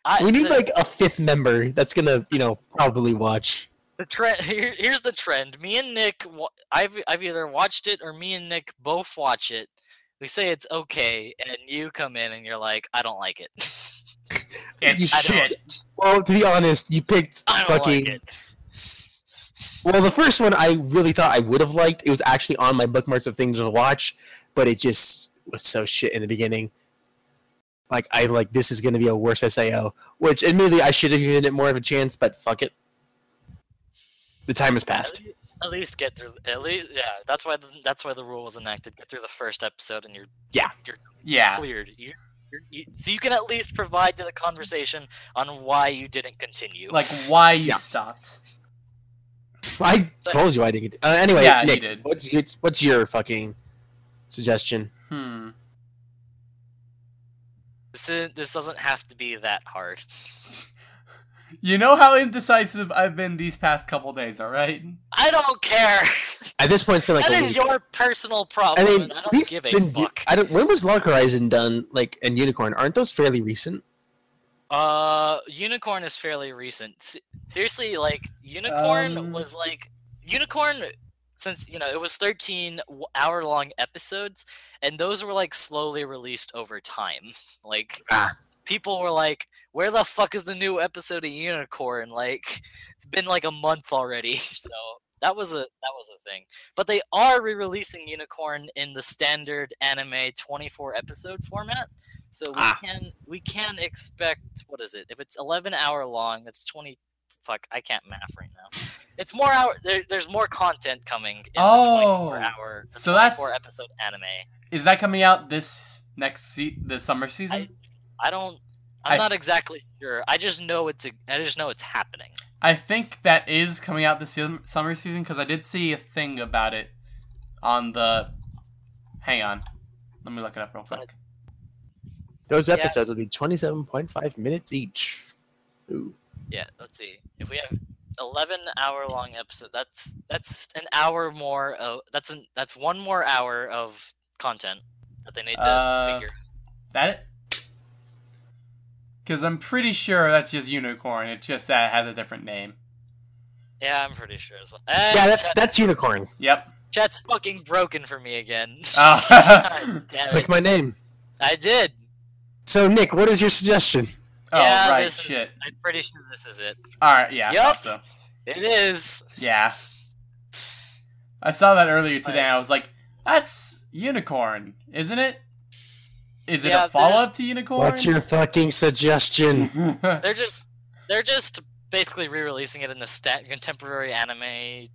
I, We need so like a fifth member that's gonna you know probably watch. the trend. Here, here's the trend. Me and Nick, wa- I've I've either watched it or me and Nick both watch it. We say it's okay, and you come in and you're like, I don't like it. It's I don't- shit. Well, to be honest, you picked I don't fucking like it. Well, the first one I really thought I would have liked. It was actually on my bookmarks of things to watch, but it just was so shit in the beginning. Like I like this is going to be a worse SAO, which admittedly I should have given it more of a chance, but fuck it. The time has At passed. least, at least get through. At least, yeah. That's why. The, that's why the rule was enacted. Get through the first episode, and you're Yeah. cleared. You, you're, you, so you can at least provide to the conversation on why you didn't continue. Like why you Yeah. stopped. I told you I didn't. Uh, anyway, Yeah, you Nick, did. what's your, what's your fucking suggestion? Hmm. this, is, this doesn't have to be that hard. You know how indecisive I've been these past couple days, all right? I don't care. At this point, it's been like that a is week. your personal problem. I mean, and I don't we've give a been. do- fuck. I don't. When was Log Horizon done? Like and Unicorn? Aren't those fairly recent? Uh, Unicorn is fairly recent. S- Seriously, like Unicorn Um, was like Unicorn since you know it was 13 w- hour long episodes and those were like slowly released over time. Like Ah. people were like where the fuck is the new episode of Unicorn? Like it's been like a month already. So that was a that was a thing. But they are re-releasing Unicorn in the standard anime 24 episode format. So we Ah. can we can expect what is it? If it's 11 hour long, that's 20. Fuck, I can't math right now. It's more hour. There, there's more content coming in the 24 Oh. hour. The So 24 that's- episode anime. Is that coming out this next se- the summer season? I don't. I'm I- not exactly sure. I just know it's. A, I just know it's happening. I, think that is coming out this sum- summer season because I did see a thing about it on the. Hang on, let me look it up real quick. Those Yeah. episodes will be 27.5 minutes each. Ooh. Yeah. Let's see. If we have 11 hour long episodes, that's that's an hour more. Of, that's an that's one more hour of content that they need to Uh, figure. That it? Because I'm pretty sure that's just Unicorn. It's just that it has a different name. Yeah, I'm pretty sure as well. Yeah, that's that's unicorn. Yep. Chat's fucking broken for me again. Oh. God damn Click it. my name. I did. So Nick, what is your suggestion? Oh Yeah, right, this is- shit. I'm pretty sure this is it. All right, yeah. I Yup. thought so. It is. Yeah. I saw that earlier today. and I was like, "That's Unicorn, isn't it? Is it Yeah, a follow up to Unicorn?" What's your fucking suggestion? yeah, They're just they're just basically re-releasing it in the stat contemporary anime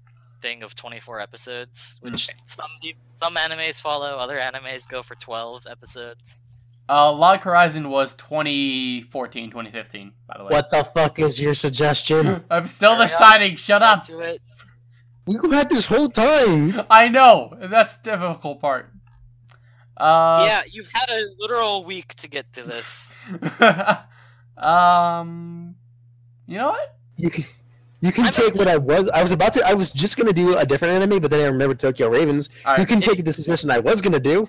thing of 24 episodes, which some peop- some animes follow, other animes go for 12 episodes. uh, Log Horizon was 2014, 2015, by the way. What the fuck is your suggestion? I'm still Hurry up. deciding. Shut up. To it. we had this whole time. I know that's the difficult part. Uh, yeah, you've had a literal week to get to this. yeah. um, you know what? You can, you can I'm a- take what I was. I was about to. I was just gonna do a different anime, but then I remembered Tokyo Ravens. All You right. can take the suggestion I was gonna do.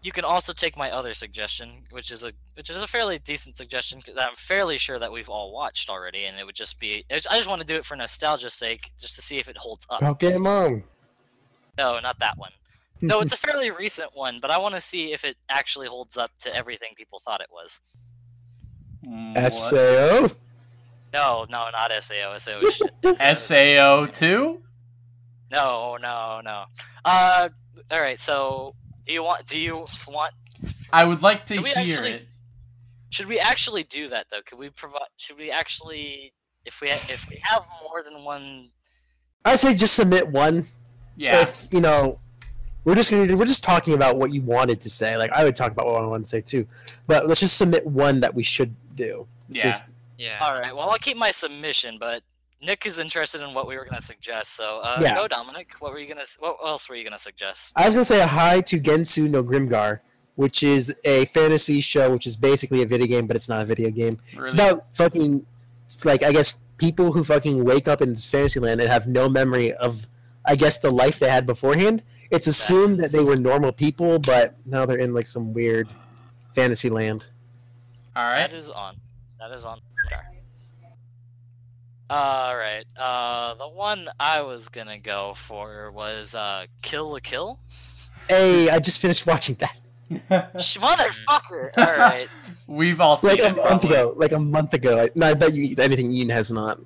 You can also take my other suggestion, which is a which is a fairly decent suggestion 'cause I'm fairly sure that we've all watched already, and it would just be I just- I just want to do it for nostalgia's sake, just to see if it holds up. Pokemon. No, not that one. No, it's a fairly recent one, but I want to see if it actually holds up to everything people thought it was. Mm, What? Sao. No, no, not Sao. Sao is shit. Sao two. No, no, no. Uh, all right. So, do you want? Do you want? I would like to Can we hear actually- it. Should we actually do that though? Could we provide? Should we actually? If we ha- if we have more than one, I say just submit one. Yeah. if you know we're just gonna we're just talking about what you wanted to say like i would talk about what i wanted to say too but let's just submit one that we should do It's Yeah. just- Yeah. All right. Well, I'll keep my submission, but Nick is interested in what we were gonna suggest. So uh, Yeah. go, Dominic. What were you gonna? s- What else were you gonna suggest? i was gonna say a hi to gensu no grimgar which is a fantasy show which is basically a video game but it's not a video game it's Released- about fucking it's like i guess people who fucking wake up in this fantasy land and have no memory of i guess the life they had beforehand it's assumed that they were normal people but now they're in like some weird fantasy land All That right. is on. That is on. radar. All right. Uh, the one I was gonna go for was uh, Kill the Kill. hey i just finished watching that Sh- Motherfucker. All right. We've all seen like a it. month probably. ago. Like a month ago. I- No, I bet you anything Ian has not.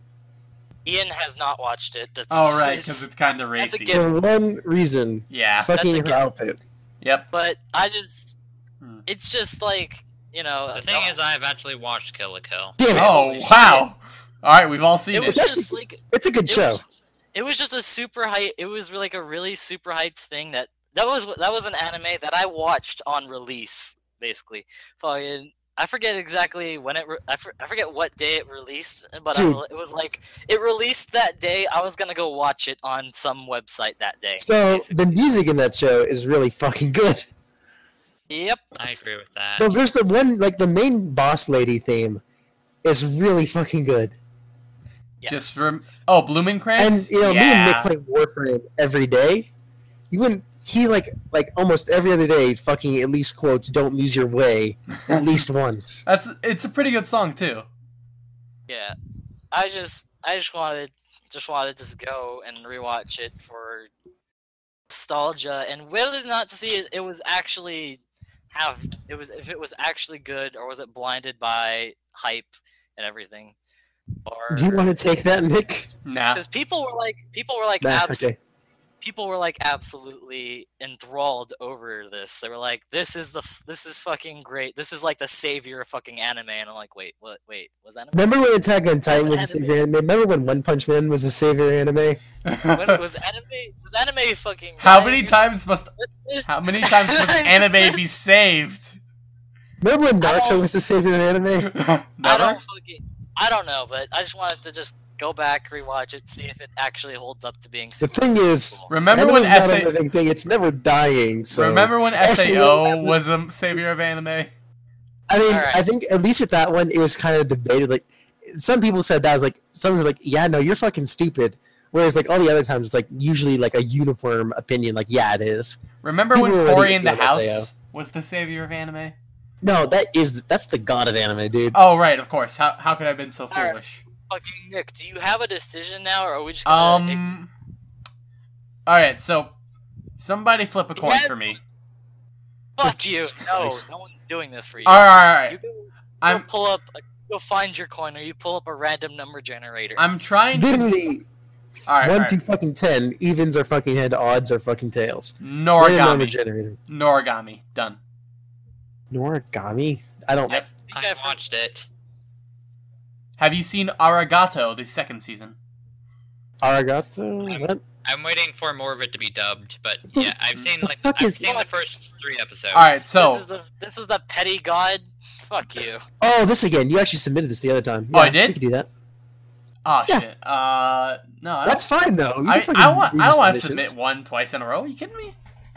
Ian has not watched it. That's, Oh right, because it's kind of That's a racy. gift. For one reason, Yeah. a fucking good- her outfit. Yep. But I just, Hmm. it's just like you know. The thing no- is, I've actually watched Kill a Kill. Damn it! Oh wow. All right, we've all seen it was it. actually- just like It's a good it show. Was, it was just a super hype. It was like a really super hyped thing that that was what- that was an anime that I watched on release basically. Fucking, I forget exactly when it. Re- I, for, I forget what day it released, but I, Dude. was- it was like it released that day. I was gonna go watch it on some website that day. So basically. the music in that show is really fucking good. Yep. I agree with that. So there's the one like the main boss lady theme is really fucking good. Yes. Just rem- oh, Blumenkrantz. And you know, yeah. me and Nick play Warframe every day. You wouldn't he like like almost every other day fucking at least quotes don't lose your way at least once. That's it's a pretty good song too. Yeah, I just I just wanted just wanted to go and rewatch it for nostalgia and whether or not to see it, it was actually have it was if it was actually good or was it blinded by hype and everything or Do you want to take that, Nick? Nah. because people were like people were like Nah, abs- okay. people were like absolutely enthralled over this they were like this is the f- this is fucking great this is like the savior of fucking anime and i'm like wait what wait was anime Remember when Attack on Titan was a That's anime. savior anime? Remember when One Punch Man was a savior anime? when was anime was anime fucking How dying many or times must something? how many times must anime be saved? Remember when I Naruto don't- was the savior of anime? I don't Never. fucking I don't know, but I just wanted to just go back, rewatch it, see if it actually holds up to being The super thing is, cool. Remember when anime's not a SA- living thing. It's never dying. So Remember when Actually, SAO that was a savior of anime? I mean, Alright. I think at least with that one, it was kind of debated. Like some people said that was like some were like, yeah, no, you're fucking stupid. Whereas like all the other times, it's like usually like a uniform opinion, like yeah, it is. Remember when People already Cory in the feel House SAO. was the savior of anime? No, that is that's the god of anime, dude. Oh right, of course. How how could I have been so Alright. foolish? Fucking Nick, do you have a decision now, or are we just gonna? Um. All right, so somebody flip a coin Yes. for me. fuck you! No, Christ. no one's doing this for you. All right, all right, all You right. go, you I'm pull up, a, go find your coin, or you pull up a random number generator. I'm trying to. Literally All right, all one right. through fucking ten, evens are fucking head, odds are fucking tails. Random number Norigami. generator. Norigami. Done. Norigami? I don't. Yep. I think I've heard- watched it. Have you seen Arigato, the second season? Arigato? What? I'm waiting for more of it to be dubbed, but yeah, I've seen like fuck I've is- seen the first three episodes. All right, so. this is the this is the petty god. Fuck you. Oh, this again. You actually submitted this the other time. Oh, I Yeah, did? We can do that. Oh Yeah. shit. Uh, no. I That's don't, fine though. You can I, fucking I want. I don't want to resubmit submit this. one twice in a row. Are you kidding me?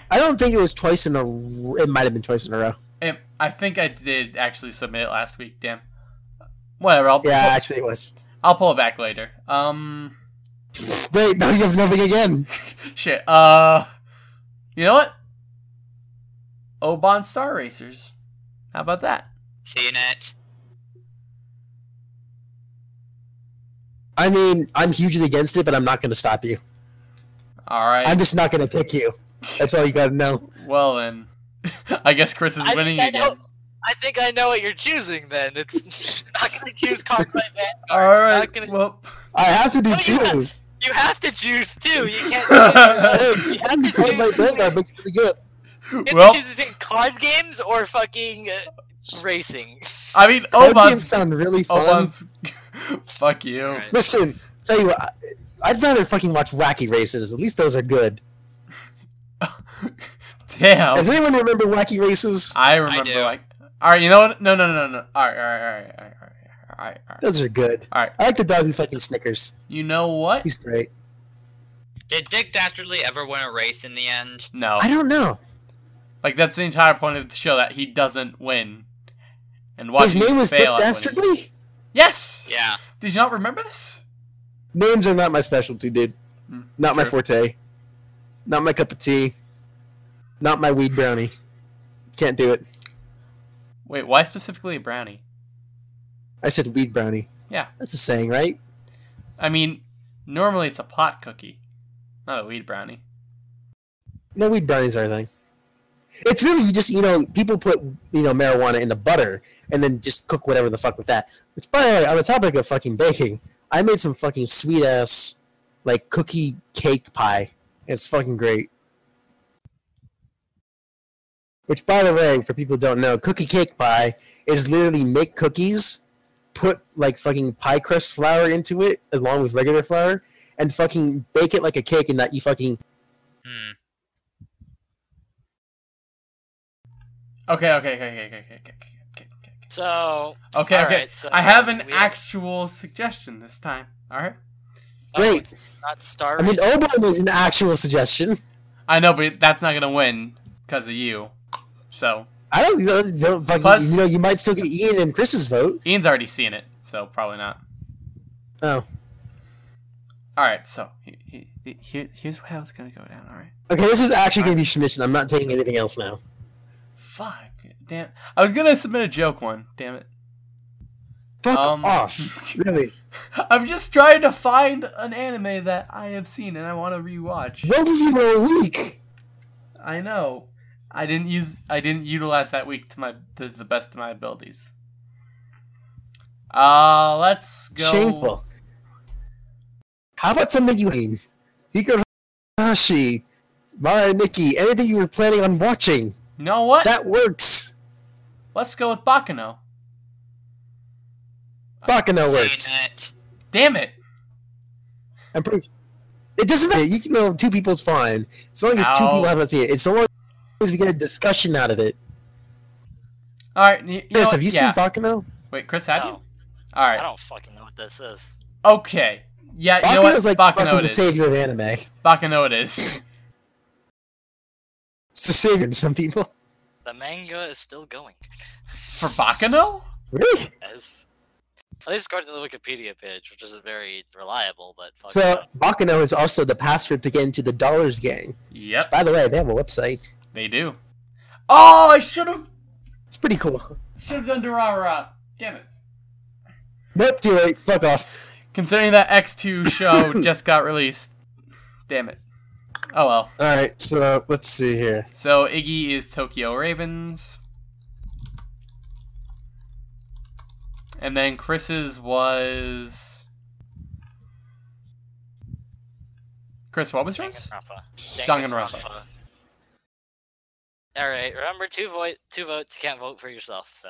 I don't think it was twice in a. r- It might have been twice in a row. It, I think I did actually submit it last week. Damn. Whatever. I'll. Yeah, Pull, actually it was. I'll pull it back later. Um. Wait, now you have nothing again. Shit. Uh. You know what? Oban Star Racers. How about that? Seeing it. I mean, I'm hugely against it, but I'm not going to stop you. All right. I'm just not going to pick you. That's all you got to know. Well then. I guess Chris is I think winning I again. know- I think I know what you're choosing. Then it's you're not gonna choose card by Vanguard. All You're not right. gonna- Well. I have to do What do you two. You have to choose too. You can't. you have to Point blank choose between, Vanguard looks pretty good. you have well. to choose between card games or fucking uh, racing. I mean, Card games Oban's. sound really fun. Oban's. Fuck you. All right. Listen, tell you what, I- I'd rather fucking watch wacky races. At least those are good. Damn. Does anyone remember Wacky Races? I remember do. like. All right, you know what? No, no, no, no. All right, all right, all right, all right, all right, all right, all right. Those are good. All right. I like the dog who fucking Snickers. You know what? He's great. Did Dick Dastardly ever win a race in the end? No. I don't know. Like that's the entire point of the show that he doesn't win, and watch His name was Dick fail at winning. Dastardly. Yes. Yeah. Did you not remember this? Names are not my specialty, dude. Hmm, Not my true. forte. Not my cup of tea. Not my weed brownie. Can't do it. Wait, why specifically a brownie? I said weed brownie. Yeah. That's a saying, right? I mean, normally it's a pot cookie, not a weed brownie. No weed brownies are a thing. It's really you just you know people put you know marijuana into butter and then just cook whatever the fuck with that. Which by the way, on the topic of fucking baking, I made some fucking sweet ass like cookie cake pie. It's fucking great. Which by the way, for people who don't know, cookie cake pie is literally make cookies, put like fucking pie crust flour into it along with regular flour, and fucking bake it like a cake and that you fucking Hmm. Okay, okay, okay, okay, okay, okay, okay, okay, okay. So Okay, all okay. right, so I have an we actual suggestion this time. All right. oh, Wait. it's Not Star I mean, Race. Obon was an actual suggestion. I know, but that's not gonna win because of you. So I don't, you know, don't fucking, Plus- you know, you might still get Ian and Chris's vote. Ian's already seen it, so probably not. Oh. All right. So he, he, he, here- here's how it's gonna go down. All right. Okay, this is actually going to be Schmidt. I'm not taking anything else now. Fuck. Damn. I was gonna submit a joke one. Damn it. Fuck Um, off. Really? I'm just trying to find an anime that I have seen and I want to rewatch. What did you know a week? I know. I didn't use. I didn't utilize that week to my to the best of my abilities. Uh, let's go. Shameful. How about something you mean? Higurashi, Mara Nikki, anything you were planning on watching. You know what? That works. Let's go with Bakano. Fucking that works. Seen it. Damn it. I'm pretty. It doesn't matter. You can know two people's fine. As long as two Ow. people haven't seen it. It's so long as we get a discussion out of it. All right. You, you know Chris, what? have you Yeah. seen Bakano? Wait, Chris, have you? No. All I right. don't fucking know what this is. Okay. Yeah. Uh, You know Bakano what? is like Bakano fucking it the is. savior of anime. Bakano it is. It's the savior to some people. The manga is still going. For Bakano? Really? As, at least according to the Wikipedia page, which isn't very reliable, but fuck So it. Bakano is also the password to get into the Dollars Gang. Yep, By the way, they have a website. they do. Oh, I should have It's pretty cool. should have done Durarara. Damn it. Nope, too late. Fuck off. Considering that X2 show just got released. Damn it. Oh well. All right, so let's see here. So Iggy is Tokyo Ravens. And then Chris's was Chris, what was yours? Danganronpa. Danganronpa. All right, remember two vote, two votes. You can't vote for yourself, so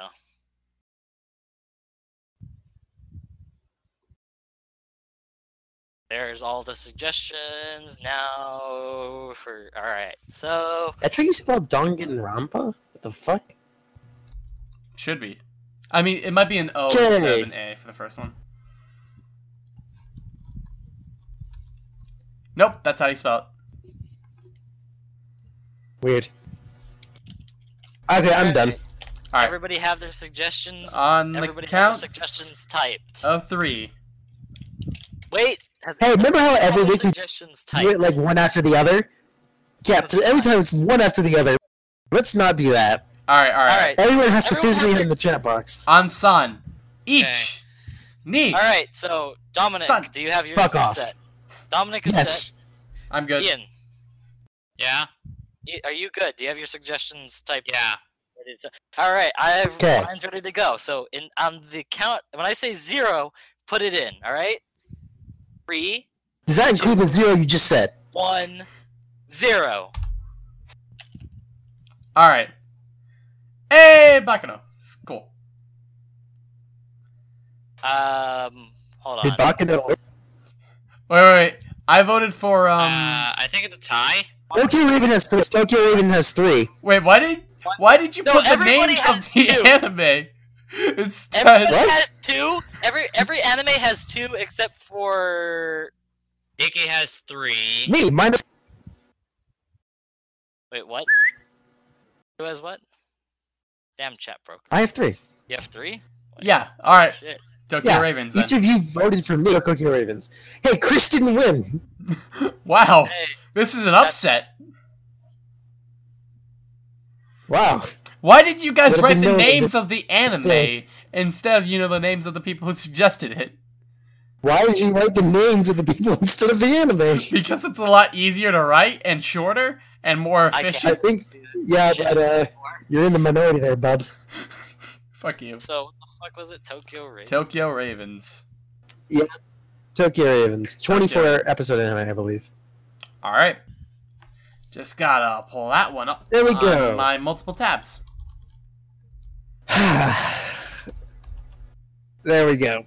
there's all the suggestions now. For all right, so That's how you spell Danganronpa? What the fuck? Should be. I mean, it might be an O Okay. instead of an A for the first one. Nope, that's how you spell it. Weird. Okay, I'm done. All right. everybody have their suggestions. On Um, the Uh, everybody count have their suggestions typed. of three. Wait, has Hey, remember how everybody every all their week we suggestions do typed? it like one after the other? Yeah, so every time it's one after the other. Let's not do that. All right, all right. All right. Everyone has to Everyone has physically to- in the chat box. On San, each, Okay. Neat. All right, so Dominic, Son- do you have yours Fuck off. set? Dominic is Yes. I'm set. good. Ian, Yeah. you, are you good? Do you have your suggestions typed? Yeah. ready to- All right, I have Okay. mine's ready to go. So in on the count, when I say zero, put it in. All right, three, Does that include the zero you just said? one, zero. All right. Hey, Bakano. It's Cool. Um, hold Uh, Did on. Bakano Wait, wait, wait. I voted for um. Uh, uh, I think it's a tie. Tokyo Raven has three. Tokyo Raven has three. Wait, why did why did you No, put the everybody names of has the two. anime instead? Everybody What? has two. Every every anime has two except for Nikki has three. Me, minus. wait what? Who has what? Damn, chat broke. I have three. You have three. Yeah. All right. Shit. Tokyo Yeah, Ravens. Each Then. of you voted for me or Tokyo Ravens. Hey, Chris didn't win. Wow, Hey, this is an upset. Wow. Why did you guys Would've write been the no- names of the anime still. instead of you know the names of the people who suggested it? Why did you write the names of the people instead of the anime? Because it's a lot easier to write and shorter and more I can't- I efficient. think, yeah, but uh, you're in the minority there, bud. Fuck you. so what the fuck was it? Tokyo Raid. Tokyo Ravens. Tokyo Ravens, 24 episode anime, I believe. All right. Just gotta pull that one up. There we on go. My multiple tabs. there we go.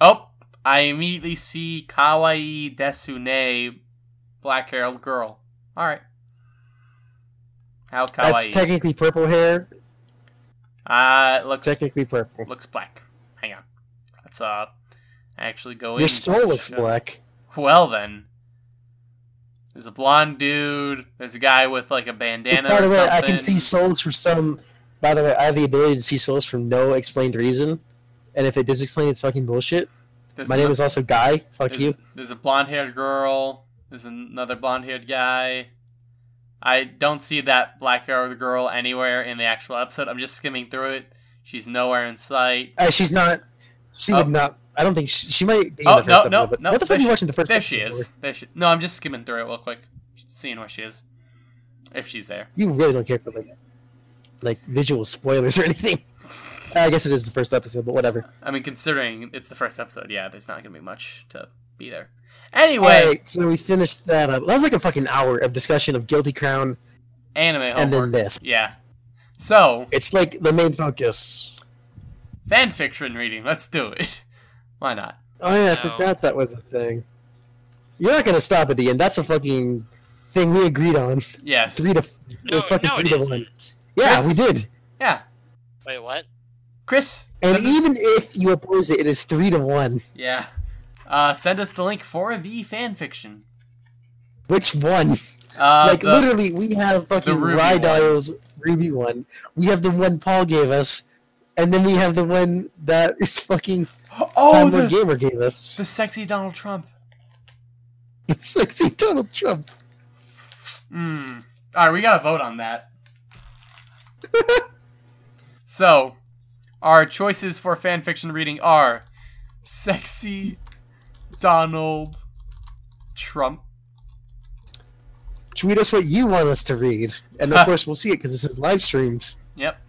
Oh, I immediately see Kawaii Desune, black haired girl. All right. How kawaii? That's technically purple hair. uh, it looks Technically purple. looks black. Hang on. Let's uh actually go in. Your soul looks Shut- black. Well then. There's a blonde dude. There's a guy with like a bandana. Which, by the or way, something. I can see souls from some. By the way, I have the ability to see souls from no explained reason, and if it does explain, it's fucking bullshit. There's My name ano- is also Guy. Fuck there's, you. There's a blonde haired girl. There's another blonde haired guy. I don't see that black haired girl anywhere in the actual episode. I'm just skimming through it. She's nowhere in sight. Uh, she's not. She Oh. would not. I don't think she, she might be in Oh, the first no, episode. no, but no, what the fuck there are you she- watching the first There episode she is. for? There she. No, I'm just skimming through it real quick, seeing where she is, if she's there. You really don't care for like, like visual spoilers or anything. Uh, I guess it is the first episode, but whatever. I mean, considering it's the first episode, yeah, there's not gonna be much to be there. Anyway, Alright, so we finished that up. That was like a fucking hour of discussion of Guilty Crown anime and homework. then this. Yeah. So, It's like the main focus. fan fiction reading. Let's do it. Why not? Oh yeah, I No. forgot that was a thing. You're not gonna stop at the end. That's a fucking thing we agreed on. Yes. Three to No, fucking no, it three to isn't. one. Yeah, Yes. we did. Yeah. Wait, what? Chris. And send- even if you oppose it, it is three to one. yeah. Uh, send us the link for the fan fiction. Which one? Uh, like the- literally, we have fucking Ruby Rydell's Ruby one. We have the one Paul gave us, and then we have the one that fucking Oh, Time Lord the, Gamer gave us. the sexy Donald Trump. It's sexy Donald Trump. Mm. All right, we gotta vote on that. so, our choices for fan fiction reading are sexy Donald Trump. Tweet us what you want us to read, and of course we'll see it because this is live streamed. Yep.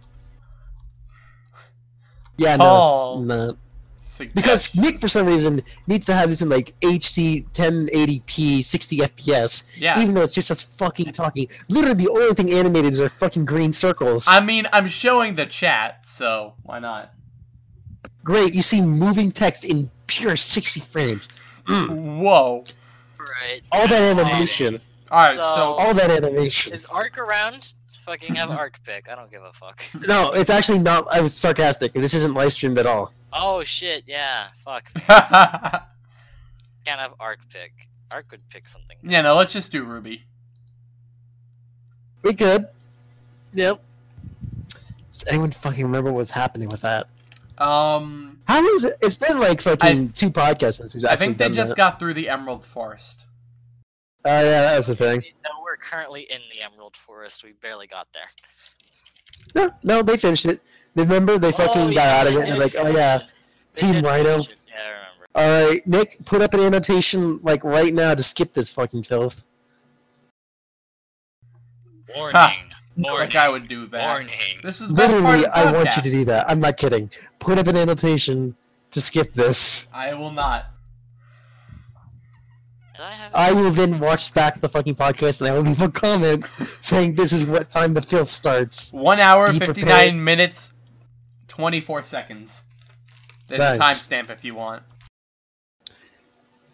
Yeah, Paul. no, it's not. Sug- Because Nick, for some reason, needs to have this in like HD 1080p 60 FPS, yeah. even though it's just us fucking talking. Literally, the only thing animated is our fucking green circles. I mean, I'm showing the chat, so why not? Great, you see moving text in pure 60 frames. Whoa. Right. All that animation. All right, So- so All that animation. Is Arc around? Fucking have Arc pick. I don't give a fuck. No, it's actually not. I was sarcastic. This isn't live streamed at all. Oh shit, yeah. Fuck. Can't have Arc pick. Arc would pick something. yeah, no, let's just do Ruby. We could. Yep. Does anyone fucking remember what's happening with that? Um, How is it? It's been like fucking two podcasts since we've actually I think they done just that. got through the Emerald Forest. Oh yeah, that was the thing. No, we're currently in the Emerald Forest. We barely got there. No, no, they finished it. Remember, they fucking Oh, got yeah, out of they it. and They're did like, oh finish yeah. it. They Team did Rhino. finish it. Yeah, I All remember. right, Nick, put up an annotation like right now to skip this fucking filth. Warning. Like Warning. I would do that. Warning. This is the best part of Literally, the I want you to podcast. do that. I'm not kidding. Put up an annotation to skip this. I will not. Did I have I will then watch back the fucking podcast and I will leave a comment saying this is what time the filth starts. One hour, Be 59 prepared. minutes, 24 seconds. There's a Thanks. timestamp if you want.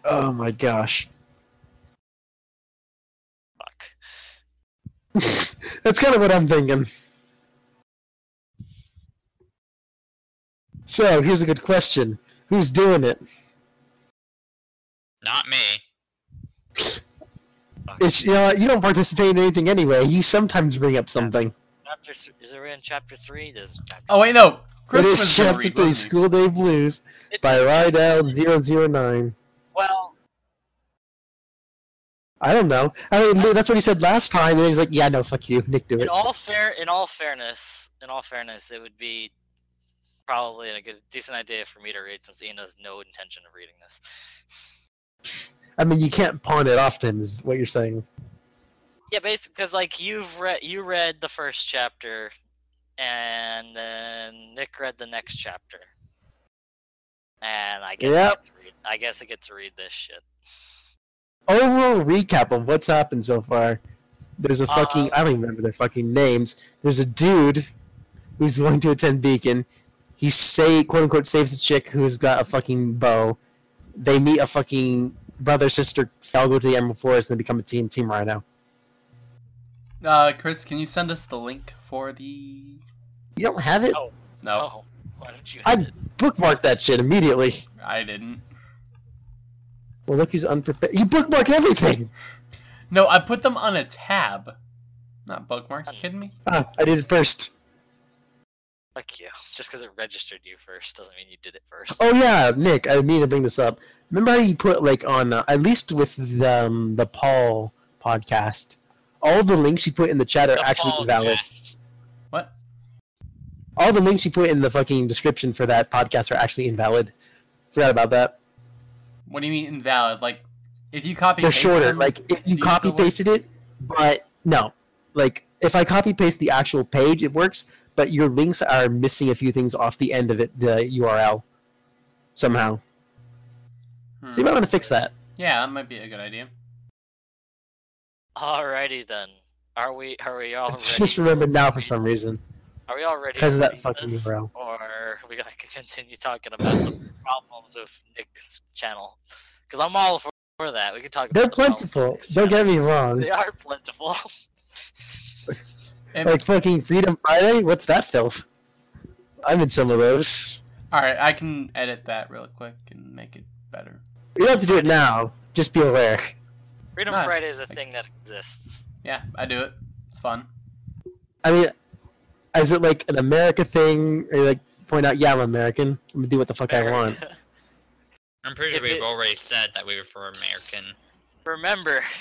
Oh my gosh. That's kind of what I'm thinking. So here's a good question: Who's doing it? Not me. Fuck. It's you know you don't participate in anything anyway. You sometimes bring up something. Chapter th- is it in chapter three? This chapter Oh wait, no. It Chris is was gonna chapter read, three, wasn't he? School Day Blues It's- by Rydell 9 well, I don't know. I mean, Lou, that's what he said last time, and then he's like, "Yeah, no, fuck you, Nick, do in it." all fair, in all fairness, in all fairness, it would be probably a good, decent idea for me to read since Ian has no intention of reading this. I mean, you can't pawn it off to him, is what you're saying. Yeah, basically, because like you've read, you read the first chapter, and then Nick read the next chapter, and I guess I, Yep. get to read, I guess I get to read this shit. Overall recap of what's happened so far. There's a fucking Um, I don't even remember their fucking names. There's a dude who's going to attend Beacon. He say quote unquote saves a chick who's got a fucking bow. They meet a fucking brother sister. They all go to the Emerald Forest and they become a team. Team Rhino. Uh, Chris, can you send us the link for the? You don't have it. Oh. No, Oh, why don't you? I hit it? bookmarked that shit immediately. I didn't. Well, look who's unprepared. You bookmark everything. No, I put them on a tab. Not bookmark. You kidding me? Ah, I did it first. Fuck you. Just because it registered you first doesn't mean you did it first. Oh yeah, Nick, I mean to bring this up. Remember how you put like on uh, at least with the, um, the Paul podcast, all the links you put in the chat are The actually Paul valid. cast. What? All the links you put in the fucking description for that podcast are actually invalid. Forgot about that. What do you mean invalid? Like, if you copy. They're paste shorter. them- Like if you these copy the ones- pasted it, but no, like if I copy paste the actual page, it works. But your links are missing a few things off the end of it, the URL, somehow. Hmm. So you might want to fix that. Yeah, that might be a good idea. Alrighty then. Are we are we I all ready? just remembered now for some reason. Are we all ready? because of to that read fucking this, URL. Or are we gonna continue talking about the problems with Nick's channel? Because I'm all for for that. We can talk. They're about the problems with plentiful. Nick's Don't channel. get me wrong. They are plentiful. It- Like fucking Freedom Friday. What's that filth? I'm in some of those. all right, I can edit that real quick and make it better. You don't have to do it now. Just be aware. Freedom No, Friday is a thing that exists. Yeah, I do it. It's fun. I mean, is it like an America thing? Or like point out, yeah, I'm American. I'm gonna do what the fuck I want. I'm pretty If sure we've it- already said that we were for American. Remember,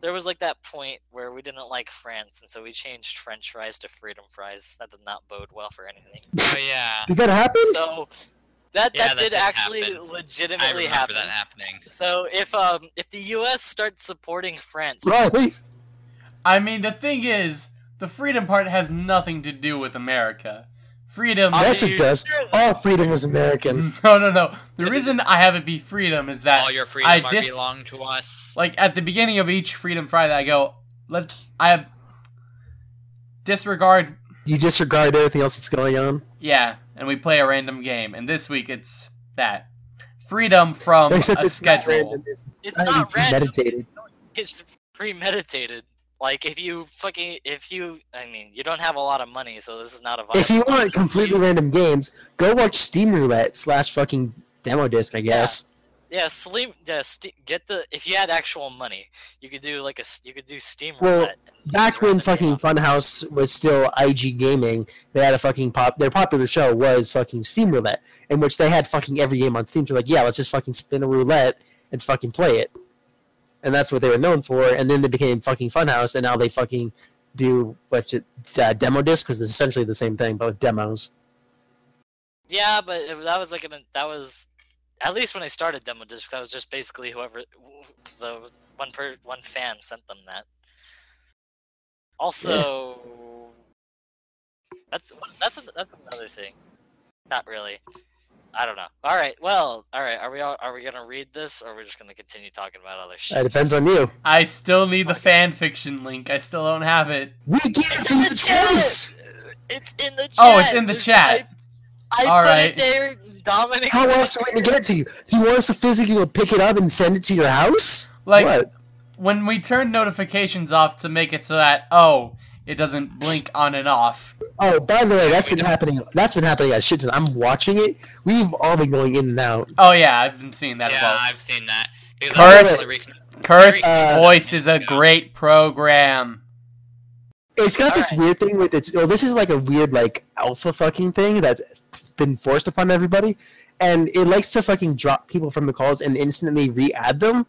there was like that point where we didn't like France, and so we changed French fries to Freedom fries. That did not bode well for anything. Oh yeah, Did that happen? So that Yeah, that, that did did actually happen. I legitimately remember happen. that happening. So if um if the U.S. starts supporting France, Really? I mean, the thing is, the freedom part has nothing to do with America. Freedom. Yes, you it does. sure that- All freedom is American. No, no, no. The reason I have it be freedom is that All your freedom are Uh, dis- belong to us. like at the beginning of each Freedom Friday, I go, let I disregard, You disregard everything else that's going on. yeah, and we play a random game. And this week it's that freedom from Except a it's not schedule. random. It's it's not even not random. premeditated. It's premeditated. Like if you fucking if you I mean you don't have a lot of money, so this is not a. If you viable want option. completely random games, go watch Steam Roulette slash fucking demo disc, I guess. yeah, sleep. Yeah, st- get the if you had actual money, you could do like a s- you could do Steam Well, roulette. and Back just when run the game fucking off. Funhouse was still IG Gaming, they had a fucking pop. Their popular show was fucking Steam Roulette, in which they had fucking every game on Steam. So like, yeah, let's just fucking spin a roulette and fucking play it, and that's what they were known for. And then they became fucking Funhouse, and now they fucking do what's it uh, demo disc, because it's essentially the same thing but with demos. Yeah, but it- that was like an that was at least when I started demo disc. That was just basically whoever the one per one fan sent them that. Also, that's that's a, that's another thing. Not really. I don't know. All right. Well, all right. Are we all, are we gonna read this, or we are just gonna continue talking about other shit? It depends on you. I still need the fan fiction link. I still don't have it. We give you the choice. It's in the chat. Oh, it's in the There's- chat. I, I All put right. it there, Dominic. How else are we gonna get it to you? Do you want us to physically go pick it up and send it to your house? Like what? when we turn notifications off to make it so that oh, it doesn't blink on and off. Oh, by the way, that's been happening. That's been happening at shit ton. I'm watching it. We've all been going in and out. Oh yeah, I've been seeing that yeah, as well. I've seen that. Because I was Curse. able to recon- Curse Uh, Voice is a Yeah. great program. It's got this Alright. weird thing with it's. Oh, this is like a weird like alpha fucking thing that's been forced upon everybody, and it likes to fucking drop people from the calls and instantly re-add them.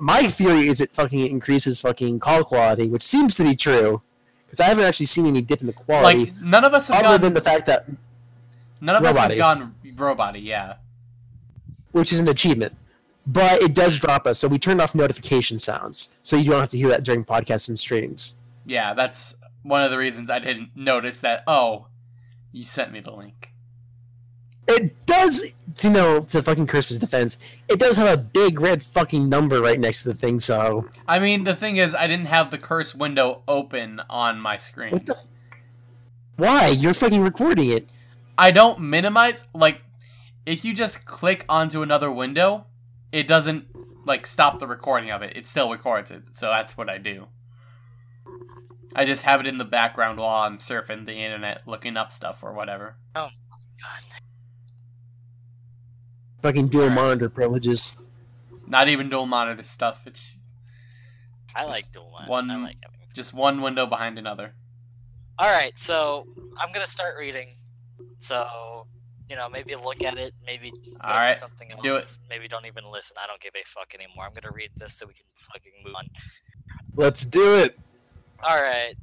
My theory is it fucking increases fucking call quality, which seems to be true, because I haven't actually seen any dip in the quality Like none of us have Um, other gone. than the fact that none of us have Roboty. gone roboty. Yeah. which is an achievement. But it does drop us, so we turned off notification sounds, so you don't have to hear that during podcasts and streams. Yeah, that's one of the reasons I didn't notice that. Oh, you sent me the link. It does, you know, to fucking Curse's defense, it does have a big red fucking number right next to the thing. So I mean, the thing is, I didn't have the curse window open on my screen. what the? Why you're fucking recording it? I don't minimize. Like, if you just click onto another window, it doesn't like stop the recording of it. It still records it. So that's what I do. I just have it in the background while I'm surfing the internet, looking up stuff or whatever. Fucking dual monitor privileges. Not even dual monitor stuff. It's just, I Just like dual one. one- I like having. just one window behind another. All right, so I'm gonna start reading. So, you know, maybe look at it. Maybe go All do right, something else. do it. Maybe don't even listen. I don't give a fuck anymore. I'm gonna read this so we can fucking move on. Let's do it. All right,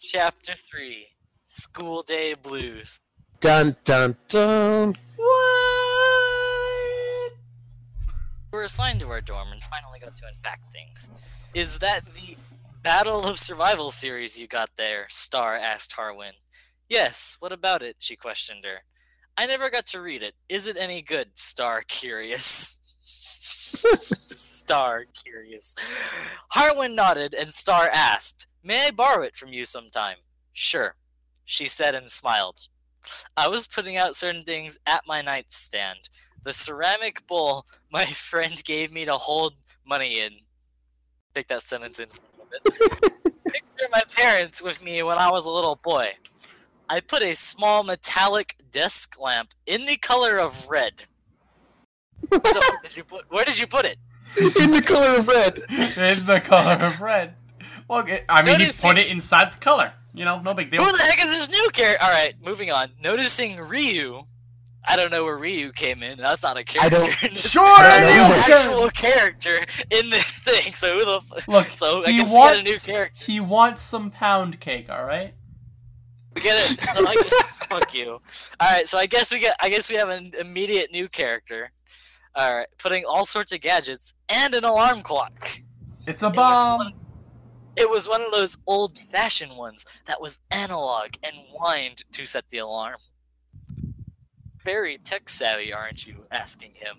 chapter three, school day blues. Dun dun dun. What? We were assigned to our dorm and finally got to unpack things. Is that the Battle of Survival series you got there? Star asked Harwin. Yes, what about it? she questioned her. I never got to read it. Is it any good? Star curious. Star curious. Harwin nodded and Star asked, May I borrow it from you sometime? Sure, she said and smiled. I was putting out certain things at my nightstand. The ceramic bowl my friend gave me to hold money in. Take that sentence in. from it. Picture my parents with me when I was a little boy. I put a small metallic desk lamp in the color of red. Where the fuck did you put, where did you put it? In the color of red. It's the color of red. Well, g- I mean, he Notice put you- it inside the color. You know, no big deal. Who the heck is this new character? All right, moving on. Noticing Ryu. I don't know where Ryu came in. That's not a I character. don't- It's Sure, an I you don't can. actual character in this thing. So who the f- Look, so I he guess we wants get a new character. he wants some pound cake. All right. We get it. So I guess, fuck you. All right. So I guess we get. I guess we have an immediate new character. All right, putting all sorts of gadgets and an alarm clock. It's a It was bomb. one- It was one of those old-fashioned ones that was analog and whined to set the alarm. Very tech-savvy, aren't you? Asking him.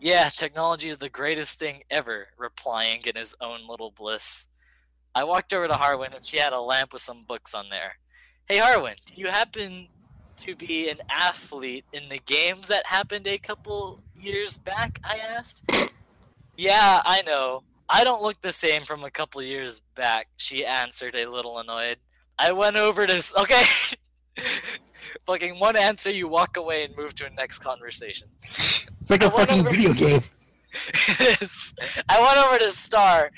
Yeah, technology is the greatest thing ever. Replying in his own little bliss. I walked over to Harwin, and she had a lamp with some books on there. Hey Harwin, do you happen to be an athlete in the games that happened a couple years back? I asked. Yeah, I know. I don't look the same from a couple years back, she answered a little annoyed. I went over to. s- Okay! Fucking one answer, you walk away and move to a next conversation. It's like I a went fucking over- video game. I went over to Star,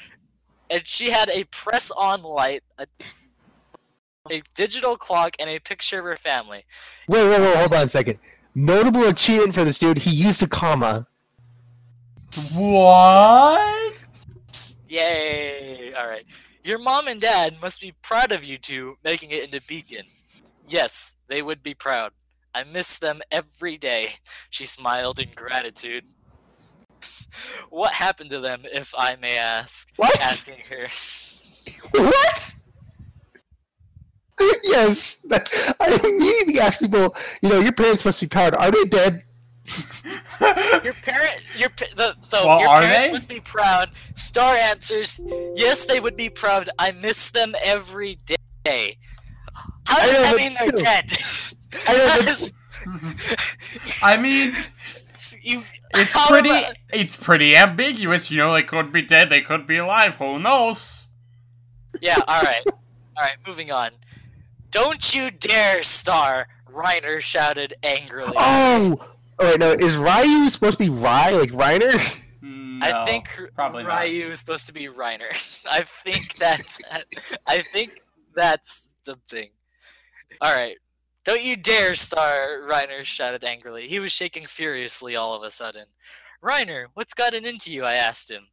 and she had a press-on light, a, a digital clock, and a picture of her family. Wait, wait, wait. Hold on a second. Notable achievement for this dude. He used a comma. What? Yay! All right. Your mom and dad must be proud of you two making it into Beacon. Yes, they would be proud. I miss them every day. She smiled in gratitude. What happened to them, if I may ask? What? Asking her. What? yes. That, I immediately ask people, you know, your parents must be proud. Are they dead? Your parent, your pa- the, so Well, your are parents they? must be proud. Star answers, yes, they would be proud. I miss them every day. How I does know, that but mean they're still. dead? I know, How but does- s- I mean, That's you. It's how pretty. am I- It's pretty ambiguous. You know, they could be dead. They could be alive. Who knows? yeah. All right. All right. Moving on. Don't you dare, Star! Reiner shouted angrily. Oh, all right. Now is Ryu supposed to be Ry like Reiner? I No. think probably not. Ryu is supposed to be Reiner. I think that's. I think that's something. All right. Don't you dare, Star! Reiner shouted angrily. He was shaking furiously all of a sudden. Reiner, what's gotten into you? I asked him.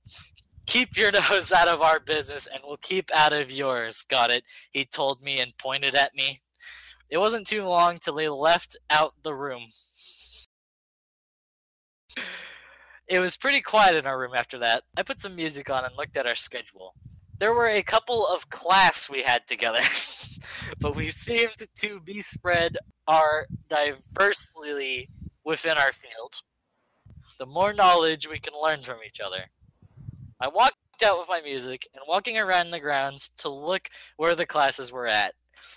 Keep your nose out of our business, and we'll keep out of yours. Got it? He told me and pointed at me. It wasn't too long till he left out the room. It was pretty quiet in our room after that. I put some music on and looked at our schedule. There were a couple of class we had together, but we seemed to be spread are diversely within our field. The more knowledge we can learn from each other. I walked out with my music and walking around the grounds to look where the classes were at.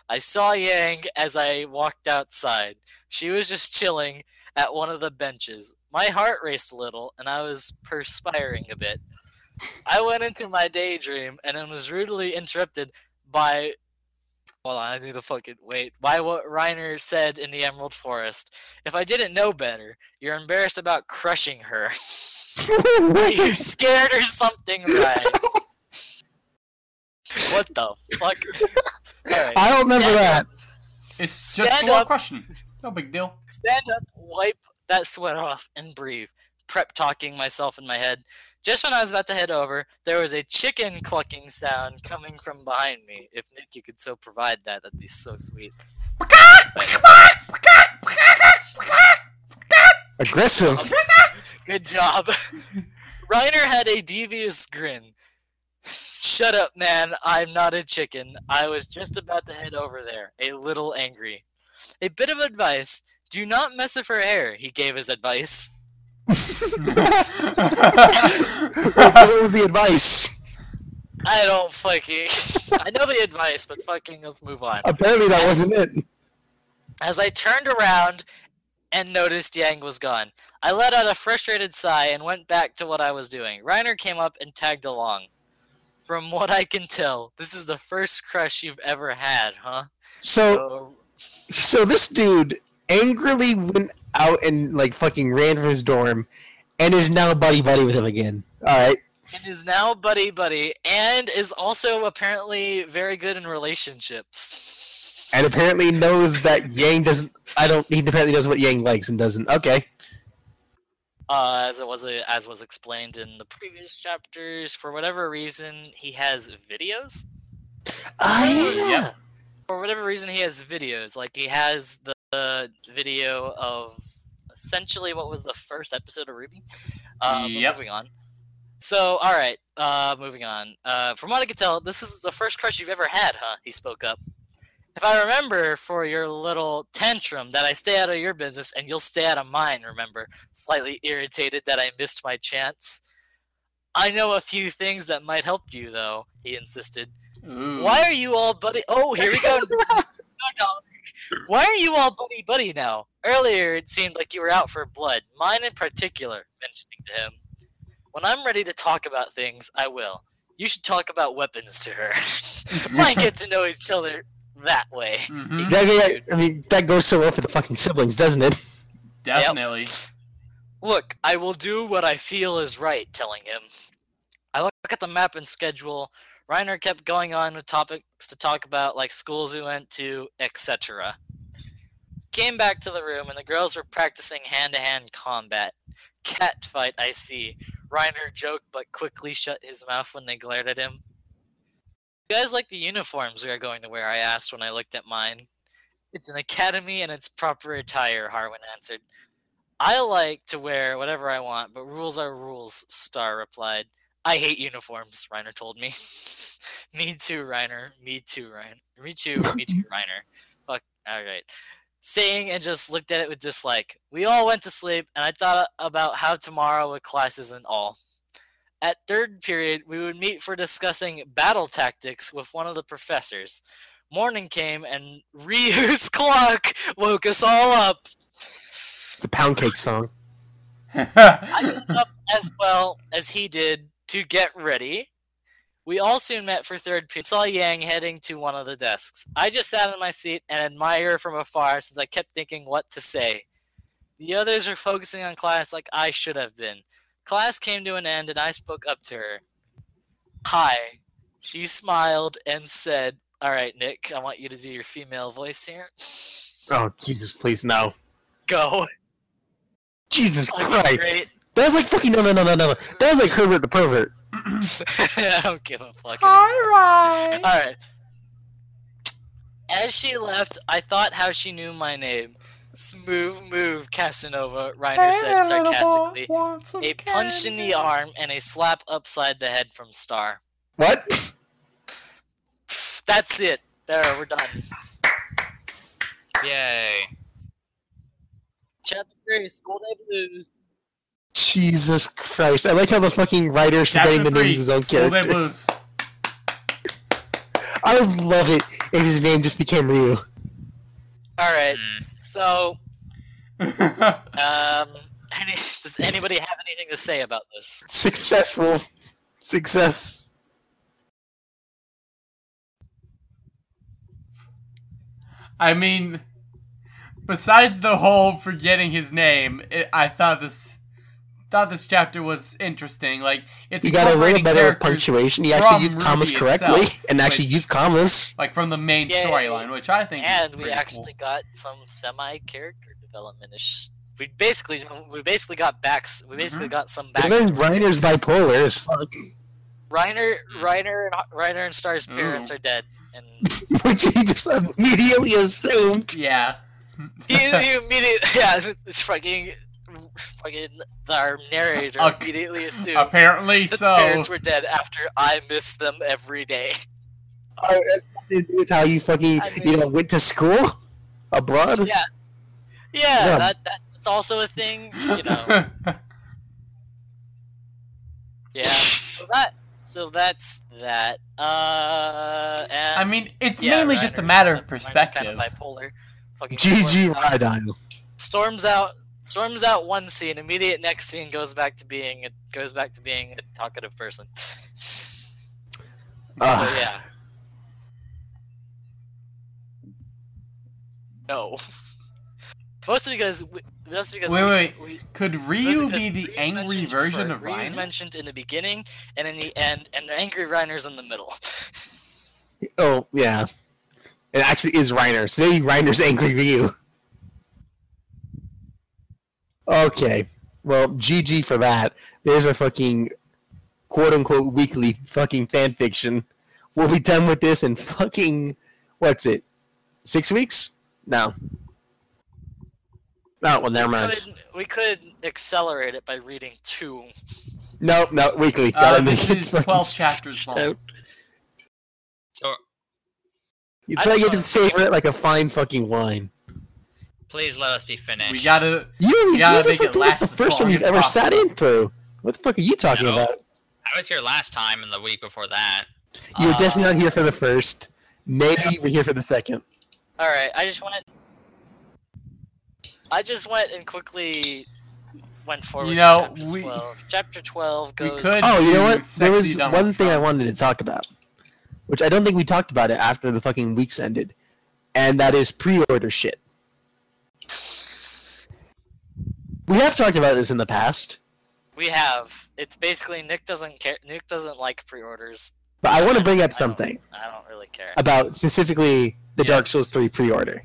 I saw Yang as I walked outside. She was just chilling at one of the benches. My heart raced a little, and I was perspiring a bit. I went into my daydream, and then was rudely interrupted by. Hold on, I need to fucking wait. By what Reiner said in the Emerald Forest. If I didn't know better, you're embarrassed about crushing her. Are you scared or something, Ryan? what the fuck? Alright. I don't remember that. It's Stand just a little up. question. No big deal. Stand up, wipe that sweat off, and breathe. Prep talking myself in my head. Just when I was about to head over, there was a chicken clucking sound coming from behind me. If Nick, you could so provide that, that'd be so sweet. Aggressive. Good job. Reiner had a devious grin. Shut up, man. I'm not a chicken. I was just about to head over there, a little angry. A bit of advice do not mess with her hair, he gave his advice. That's what was the advice. I don't fucking. I know the advice, but fucking let's move on. Apparently that wasn't it. As I turned around and noticed Yang was gone, I let out a frustrated sigh and went back to what I was doing. Reiner came up and tagged along. From what I can tell, this is the first crush you've ever had, huh? So, So, so this dude angrily went out and like fucking ran from his dorm, and is now buddy buddy with him again. All right. and is now buddy buddy, and is also apparently very good in relationships. and apparently knows that Yang doesn't. I don't. He apparently knows what Yang likes and doesn't. Okay. Uh, as it was as was explained in the previous chapters, for whatever reason, he has videos. Oh, Ah, yeah. For whatever reason, he has videos. Like he has the, the video of essentially what was the first episode of Ruby. Uh, but Yep. Moving on. So, all right. Uh, moving on. Uh, from what I can tell, this is the first crush you've ever had, huh? He spoke up. If I remember for your little tantrum that I stay out of your business and you'll stay out of mine, remember? Slightly irritated that I missed my chance. I know a few things that might help you, though, he insisted. Ooh. Why are you all buddy? Oh, here we go. no, no. Why are you all buddy buddy now? Earlier, it seemed like you were out for blood. Mine in particular. Mentioning to him, when I'm ready to talk about things, I will. You should talk about weapons to her. Might get to know each other that way. Mhm, That- that- I mean, that goes so well for the fucking siblings, doesn't it? Definitely. Look, I will do what I feel is right, telling him. I look at the map and schedule. Reiner kept going on with topics to talk about, like schools we went to, etc. Came back to the room, and the girls were practicing hand to hand combat. Cat fight, I see. Reiner joked, but quickly shut his mouth when they glared at him. You guys like the uniforms we are going to wear? I asked when I looked at mine. It's an academy and it's proper attire, Harwin answered. I like to wear whatever I want, but rules are rules, Star replied. I hate uniforms, Reiner told me. me too, Reiner. Me too, Reiner. Me too, me too, Reiner. Fuck, alright. Saying and just looked at it with dislike. We all went to sleep, and I thought about how tomorrow with classes and all. At third period, we would meet for discussing battle tactics with one of the professors. Morning came, and Ryu's clock woke us all up. The pound cake song. I looked up as well as he did to get ready. We all soon met for third period. Saw Yang heading to one of the desks. I just sat in my seat and admired her from afar since I kept thinking what to say. The others were focusing on class like I should have been. Class came to an end and I spoke up to her. Hi. She smiled and said, All right, Nick, I want you to do your female voice here. Oh Jesus, please no. Go. Jesus Fucking Christ. Great. That was like fucking no no no no no. That was like Herbert the pervert. I don't give a fuck. anymore. All right. Alright. As she left, I thought how she knew my name. Smooth move, Casanova, Reiner said sarcastically. A punch in the arm and a slap upside the head from Star. What? Pff, That's it. There, we're done. Yay. Chapter 3, School Day Blues. Jesus Christ. I like how the fucking writer's forgetting the Chapter name three. of his own School Day character. Blues. I would love it if his name just became Ryu. Alright, Hmm. Mm. so, I um, any, does anybody have anything to say about this? Successful. Success. mean, besides the whole forgetting his name, it, I thought this thought this chapter was interesting. Like it's He got a little incorporating better with characters, punctuation. He from actually used commas Ruby correctly itself, and like- actually used commas. like from the main Yeah. storyline, which I think is And we pretty actually got some semi character development ish. We basically, we basically got backs. We basically Mhm. got some And backs. then Reiner's bipolar as fuck. Reiner, Hmm. Reiner, and Reiner and Star's parents Ooh. are dead, and Which he just immediately assumed. cool. yeah. you, you immediately, yeah, it's fucking, fucking our narrator Okay. immediately assumed Apparently that so. the parents were dead after I miss them every day. Uh, that's nothing to do With how you fucking, I mean- you know, went to school abroad. Yeah. Yeah, Yeah. That, that that's also a thing, you know. yeah. So that, so that's that. Uh, and I mean, it's yeah, mainly just a Reiner's matter of kind Reiner's kind of perspective. bipolar. Fucking GG storms out- Rydile. storms out. Storms out one scene. Immediate next scene goes back to being a, goes back to being a talkative person. Ah. Ugh. So yeah. No. Mostly because w- mostly because Wait, we, wait. we, Could mostly Ryu because be the Ryu's angry mentioned version fir- of Ryu's Ryan? mentioned in the beginning and in the end, and the angry Reiner's in the middle. Oh yeah, it actually is Reiner. So maybe Reiner's angry with you. Okay, well, GG for that. There's a fucking quote unquote weekly fucking fan fiction. We'll be done with this in fucking what's it? Six weeks? No. No, well, never we, mind. could, we could accelerate it by reading two. No, no, weekly. Uh, Gotta this make it is fucking 12 chapters out. long. So It's I like you have just to savor it like a fine fucking wine. please let us be finished. We gotta. You, Yeah, you doesn't they could think it's last the as first one long you've as ever sat possible. into. What the fuck are you talking No. about? I was here last time and the week before that. You were Uh, definitely not here for the first. Maybe you were here for the second. All right, I just went. I just went and quickly went forward. You know, to chapter we- 12. chapter twelve We goes. could Oh, you know do what? There sexy was Donald one thing I Trump. wanted to talk about, which I don't think we talked about it after the fucking weeks ended, and that is pre-order shit. We have talked about this in the past, We have. It's basically Nick doesn't care. Nick doesn't like pre-orders. but I want to bring I up don't- something I don't really care. about specifically the Dark Yes. Souls 3 pre-order.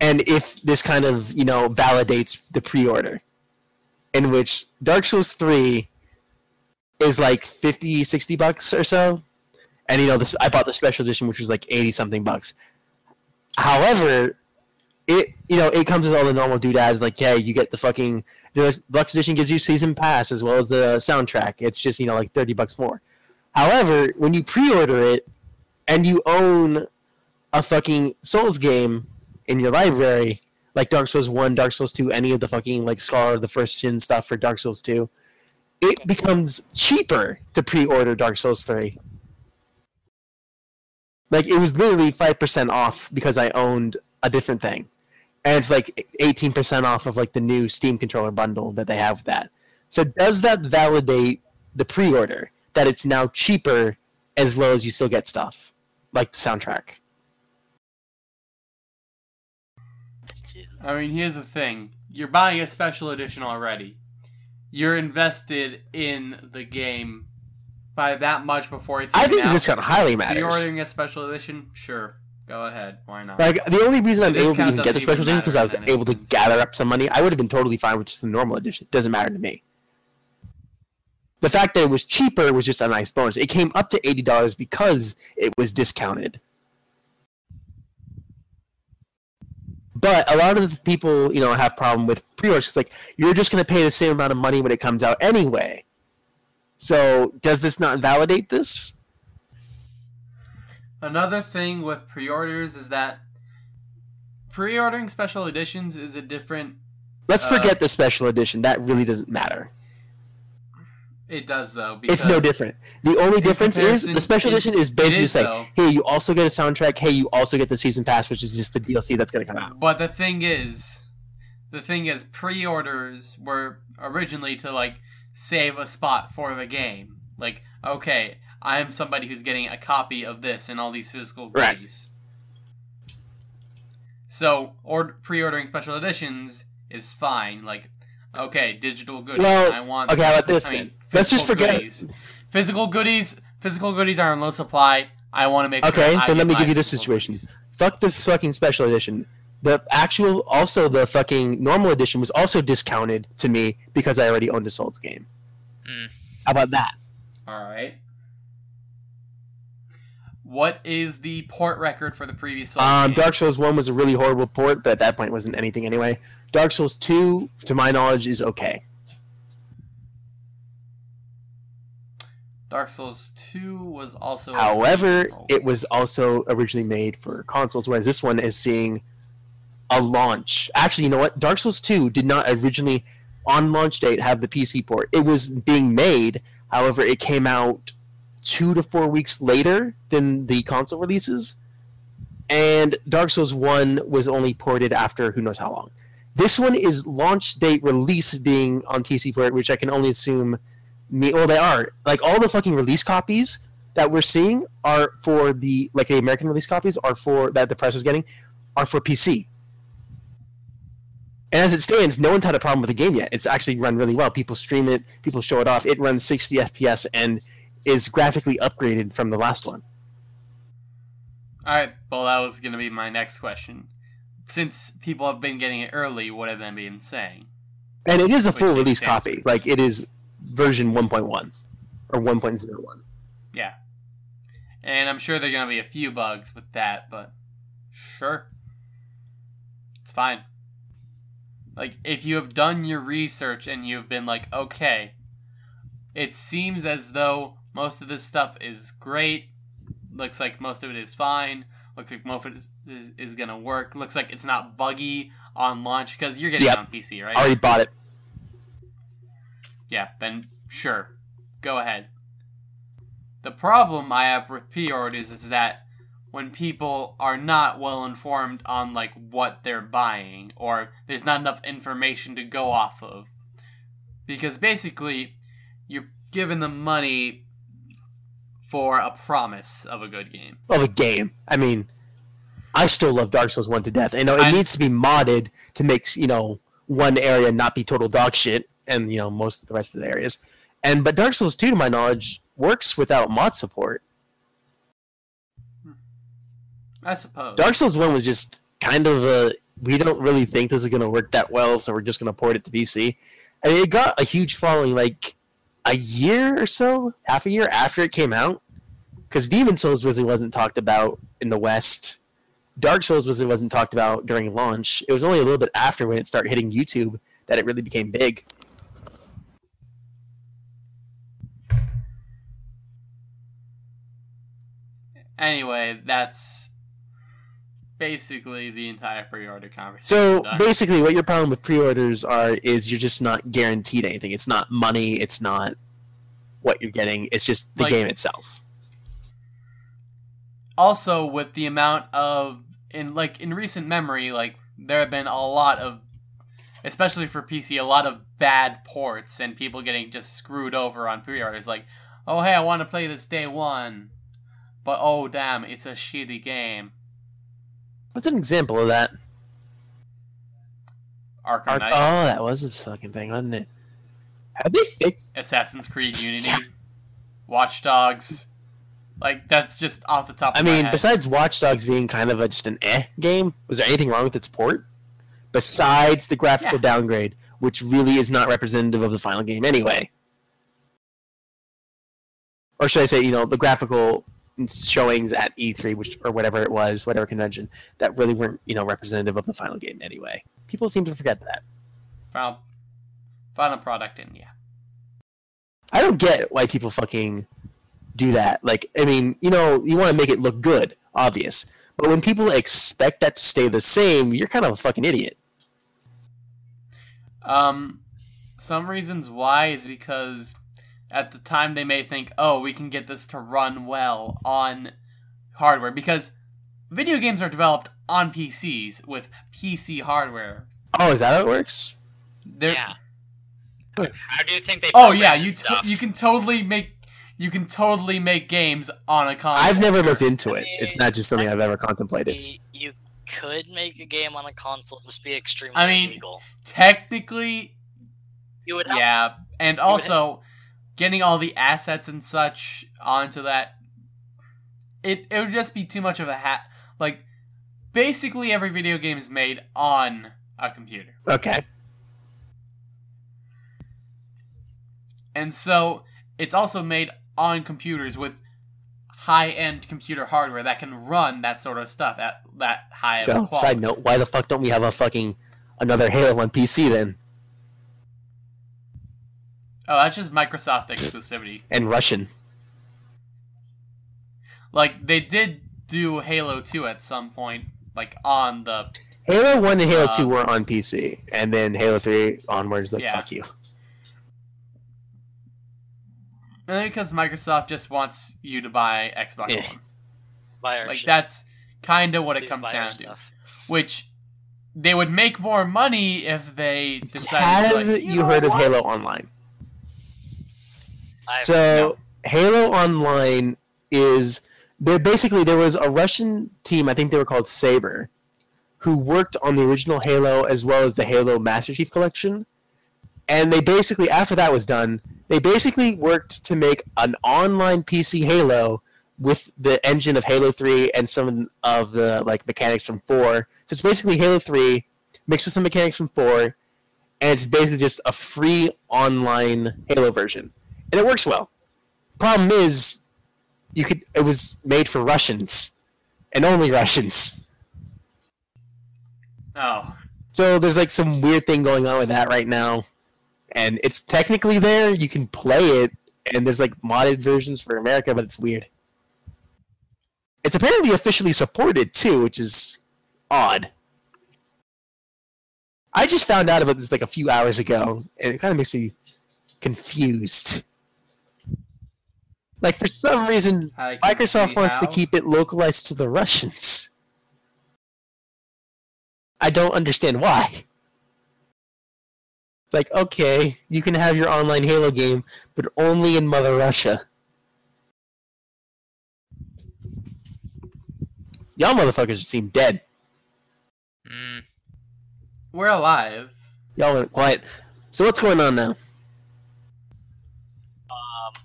And if this kind of, you know, validates the pre-order in which Dark Souls 3 is like 50 60 bucks or so. And you know, this I bought the special edition which was like 80 something bucks. However, it you know, it comes with all the normal doodads like, hey, you get the fucking the Lux edition gives you season pass as well as the soundtrack. It's just, you know, like 30 bucks more. However, when you pre-order it and you own a fucking Souls game in your library, like Dark Souls 1, Dark Souls 2, any of the fucking like Scholar of the First Sin stuff for Dark Souls 2, it becomes cheaper to pre-order Dark Souls 3. Like it was literally 5% off because I owned a different thing. and it's like 18% off of like the new Steam controller bundle that they have with that. So does that validate the pre-order that it's now cheaper as well as you still get stuff like the soundtrack? I mean, here's the thing: you're buying a special edition already. You're invested in the game by that much before it's. I even think the out. discount highly If You're matters. ordering a special edition? Sure, go ahead. Why not? Like the only reason I'm The able to discount even get the doesn't special even edition because I was matter in that able to instance. gather up some money. I would have been totally fine with just the normal edition. It doesn't matter to me. The fact that it was cheaper was just a nice bonus. It came up to eighty dollars because it was discounted. But a lot of the people, you know, have problem with pre-orders. 'cause, like you're just going to pay the same amount of money when it comes out anyway. So does this not validate this? Another thing with pre-orders is that pre-ordering special editions is a different. Let's Uh, forget the special edition. That really doesn't matter. It does though. Because It's no different. The only in difference is comparison- the special it- edition is it basically is, just like, though. hey, you also get a soundtrack. Hey, you also get the season pass, which is just the DLC that's going to come out. But the thing is, the thing is, pre-orders were originally to like save a spot for the game. Like, okay, I am somebody who's getting a copy of this and all these physical Right. goodies. So, or pre-ordering special editions is fine. Like, okay, digital goodies. Well, I want. okay, how about this I mean, then? Let's just physical forget- goodies. physical goodies. Physical goodies are in low supply. I want to make. Okay, sure I then let get me my give you this physical situation. goodies. Fuck the fucking special edition. The actual, also the fucking normal edition was also discounted to me because I already owned a Souls game. Hmm. How about that? All right. What is the port record for the previous Souls Um, game? Dark Souls 1 was a really horrible port, but at that point wasn't anything anyway. Dark Souls 2, to my knowledge, is okay. Dark Souls Two was also. However, it was also originally made for consoles, whereas this one is seeing a launch. Actually, you know what? Dark Souls 2 did not originally, on launch date, have the PC port. It was being made, however, it came out two to four weeks later than the console releases. And Dark Souls 1 was only ported after who knows how long. This one is launch date release being on PC port, which I can only assume me well they are. Like all the fucking release copies that we're seeing are for the like the American release copies are for that the press is getting are for PC. And as it stands, no one's had a problem with the game yet. It's actually run really well. People stream it, people show it off. It runs 60 FPS and is graphically upgraded from the last one. All right. Well, that was going to be my next question. Since people have been getting it early, what have they been saying? And it is a Which full makes release sense. copy. Like it is version 1.1 or 1.01. Yeah. And I'm sure there are going to be a few bugs with that, but sure. It's fine. Like, if you have done your research and you've been like, okay, it seems as though most of this stuff is great. Looks like most of it is fine. Looks like most of it is, is, is going to work. Looks like it's not buggy on launch because you're getting Yep. it on PC, right? I already bought it. Yeah, then sure. Go ahead. The problem I have with pre-orders is that when people are not well informed on like what they're buying or there's not enough information to go off of. Because basically you're giving them money for a promise of a good game. of a game. I mean, I still love Dark Souls One to death. You know, it I- needs to be modded to make you know one area not be total dog shit, and you know most of the rest of the areas. And but Dark Souls Two, to my knowledge, works without mod support. I suppose. Dark Souls One was just kind of a we don't really think this is going to work that well, so we're just going to port it to PC. And it got a huge following, like a year or so, half a year after it came out, because Demon Souls really wasn't talked about in the West. Dark Souls was it wasn't talked about during launch. It was only a little bit after when it started hitting YouTube that it really became big. Anyway, that's basically the entire pre-order conversation. So Dark- basically, what your problem with pre-orders are is you're just not guaranteed anything. It's not money. It's not what you're getting. It's just the Like- game itself. also with the amount of in like in recent memory like there have been a lot of, especially for PC, a lot of bad ports and people getting just screwed over on pre-orders. Like, oh hey, I want to play this day one, but oh damn, it's a shitty game. What's an example of that? Arkham Knight, Oh, that was a fucking thing, wasn't it? Have they fixed? Assassin's Creed Unity, Watch Dogs. Like that's just off the top. Of I my mean, head. besides Watch Dogs being kind of a, just an eh game, was there anything wrong with its port? Besides the graphical Yeah. downgrade, which really is not representative of the final game anyway. Or should I say, you know, the graphical showings at E3, which or whatever it was, whatever convention, that really weren't, you know, representative of the final game anyway. People seem to forget that. final, final product, and yeah, I don't get why people fucking do that. Like, I mean, you know, you want to make it look good, obvious. But when people expect that to stay the same, you're kind of a fucking idiot. Um, some reasons why is because at the time they may think, oh, we can get this to run well on hardware because video games are developed on PCs with PC hardware. Oh, is that how it works? There, yeah. How do you think they? Oh yeah, program you this t- stuff? you can totally make you can totally make games on a console. I've never looked into it. It's not just something I've ever contemplated. You, you could make a game on a console, just be extremely I mean- illegal. technically You would have Yeah, and would also getting all the assets and such onto that, it it would just be too much of a hat. Like, basically, every video game is made on a computer, Okay. and so it's also made on computers with high-end computer hardware that can run that sort of stuff at that high of a So, quality. side note, why the fuck don't we have a fucking another Halo on PC then? Oh, that's just Microsoft exclusivity. And Russian. Like they did do Halo 2 at some point, like on the Halo 1 and Halo Uh, 2 were on PC, and then Halo 3 onwards, like, Yeah. fuck you. Mainly because Microsoft just wants you to buy Xbox Yeah. One. buy our Like shit. that's kind of what it Please comes buy our down to. stuff. Which they would make more money if they decided. Have to, like, you, know heard of what? Halo Online? I, So Halo Online is there basically there was a Russian team, I think they were called Saber, who worked on the original Halo as well as the Halo Master Chief collection. And they basically after that was done, they basically worked to make an online PC Halo with the engine of Halo 3 and some of the like mechanics from 4. So it's basically Halo 3 mixed with some mechanics from 4 and it's basically just a free online Halo version. And it works well problem is you could it was made for russians and only russians Oh, so there's like some weird thing going on with that right now and it's technically there you can play it and there's like modded versions for america but it's weird it's apparently officially supported too which is odd i just found out about this like a few hours ago and it kind of makes me confused like for some reason I can see Microsoft wants to how. keep it localized to the Russians. I don't understand why. It's like, okay, you can have your online Halo game, but only in Mother Russia. Y'all motherfuckers seem dead. Mm, We're alive. Y'all went quiet. So what's going on now? um,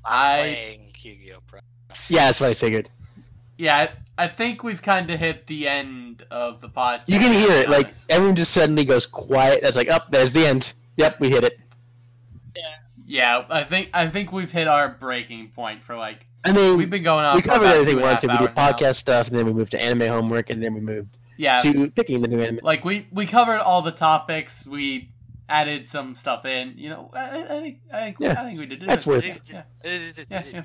I- I'm playing Yu-Gi-Oh! Pro. Yeah, that's what I figured. Yeah, I I think we've kind of hit the end of the podcast. You can hear to it. be Like honest. everyone just suddenly goes quiet. That's like, up there's the end. Yep, we hit it. yeah, I think I think we've hit our breaking point for like I mean, we've been going on. we for covered Um, about everything two we and a wanted to. We half did hours now. Uh, podcast stuff, and then we moved to anime homework, and then we moved Yeah, to picking the new anime. like we we covered all the topics we added some stuff in you know i, I I think i think, Yeah. I think we did it. That's worth it. Yeah. yeah.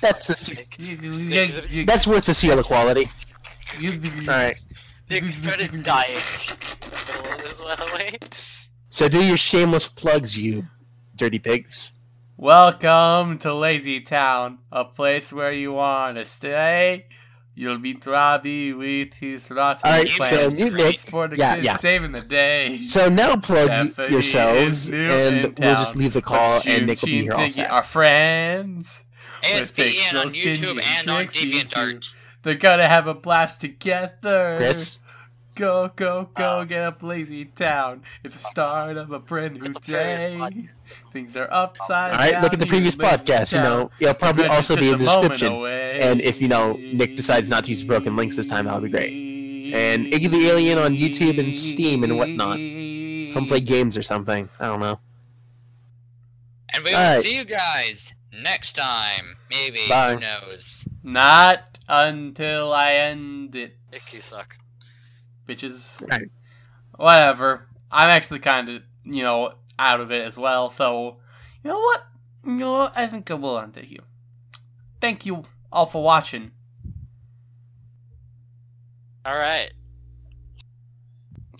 That's the, You- you- you- you- that's worth the seal of quality. you- All right. Nick started dying. in the middle of this, by the way. So do your shameless plugs, you dirty pigs. welcome to lazy town a place where you want to stay You'll be throbby with his rotten All right, You so win. you Nick. for the yeah, kiss, yeah. saving the day. So now plug y- Stephanie is yourselves, new and in we'll just town. leave the call, Let's and shoot Nick will be Gene here all Siggy, set. Our friends, ASPN E on those YouTube stingy and on tricks you DeviantArt. they're gonna have a blast together. Chris, Go, go, go, Uh, get up, lazy town. It's the start of a brand new It's a previous day. podcast. Things are upside all down. right, look at the previous podcast. You know, it'll probably also be in the description. And if, you know, Nick decides not to use broken links this time, that would be great. And Iggy the Alien on YouTube and Steam and whatnot. Come play games or something. I don't know. And we will Alright. see you guys next time. Maybe. Bye. Who knows? Not until I end it. Ick, you suck. bitches. Right. Whatever. I'm actually kind of, you know, out of it as well. So, you know what? You know what? I think I will end it here. Thank you all for watching. All right.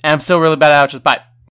And I'm still really bad at outros. Bye.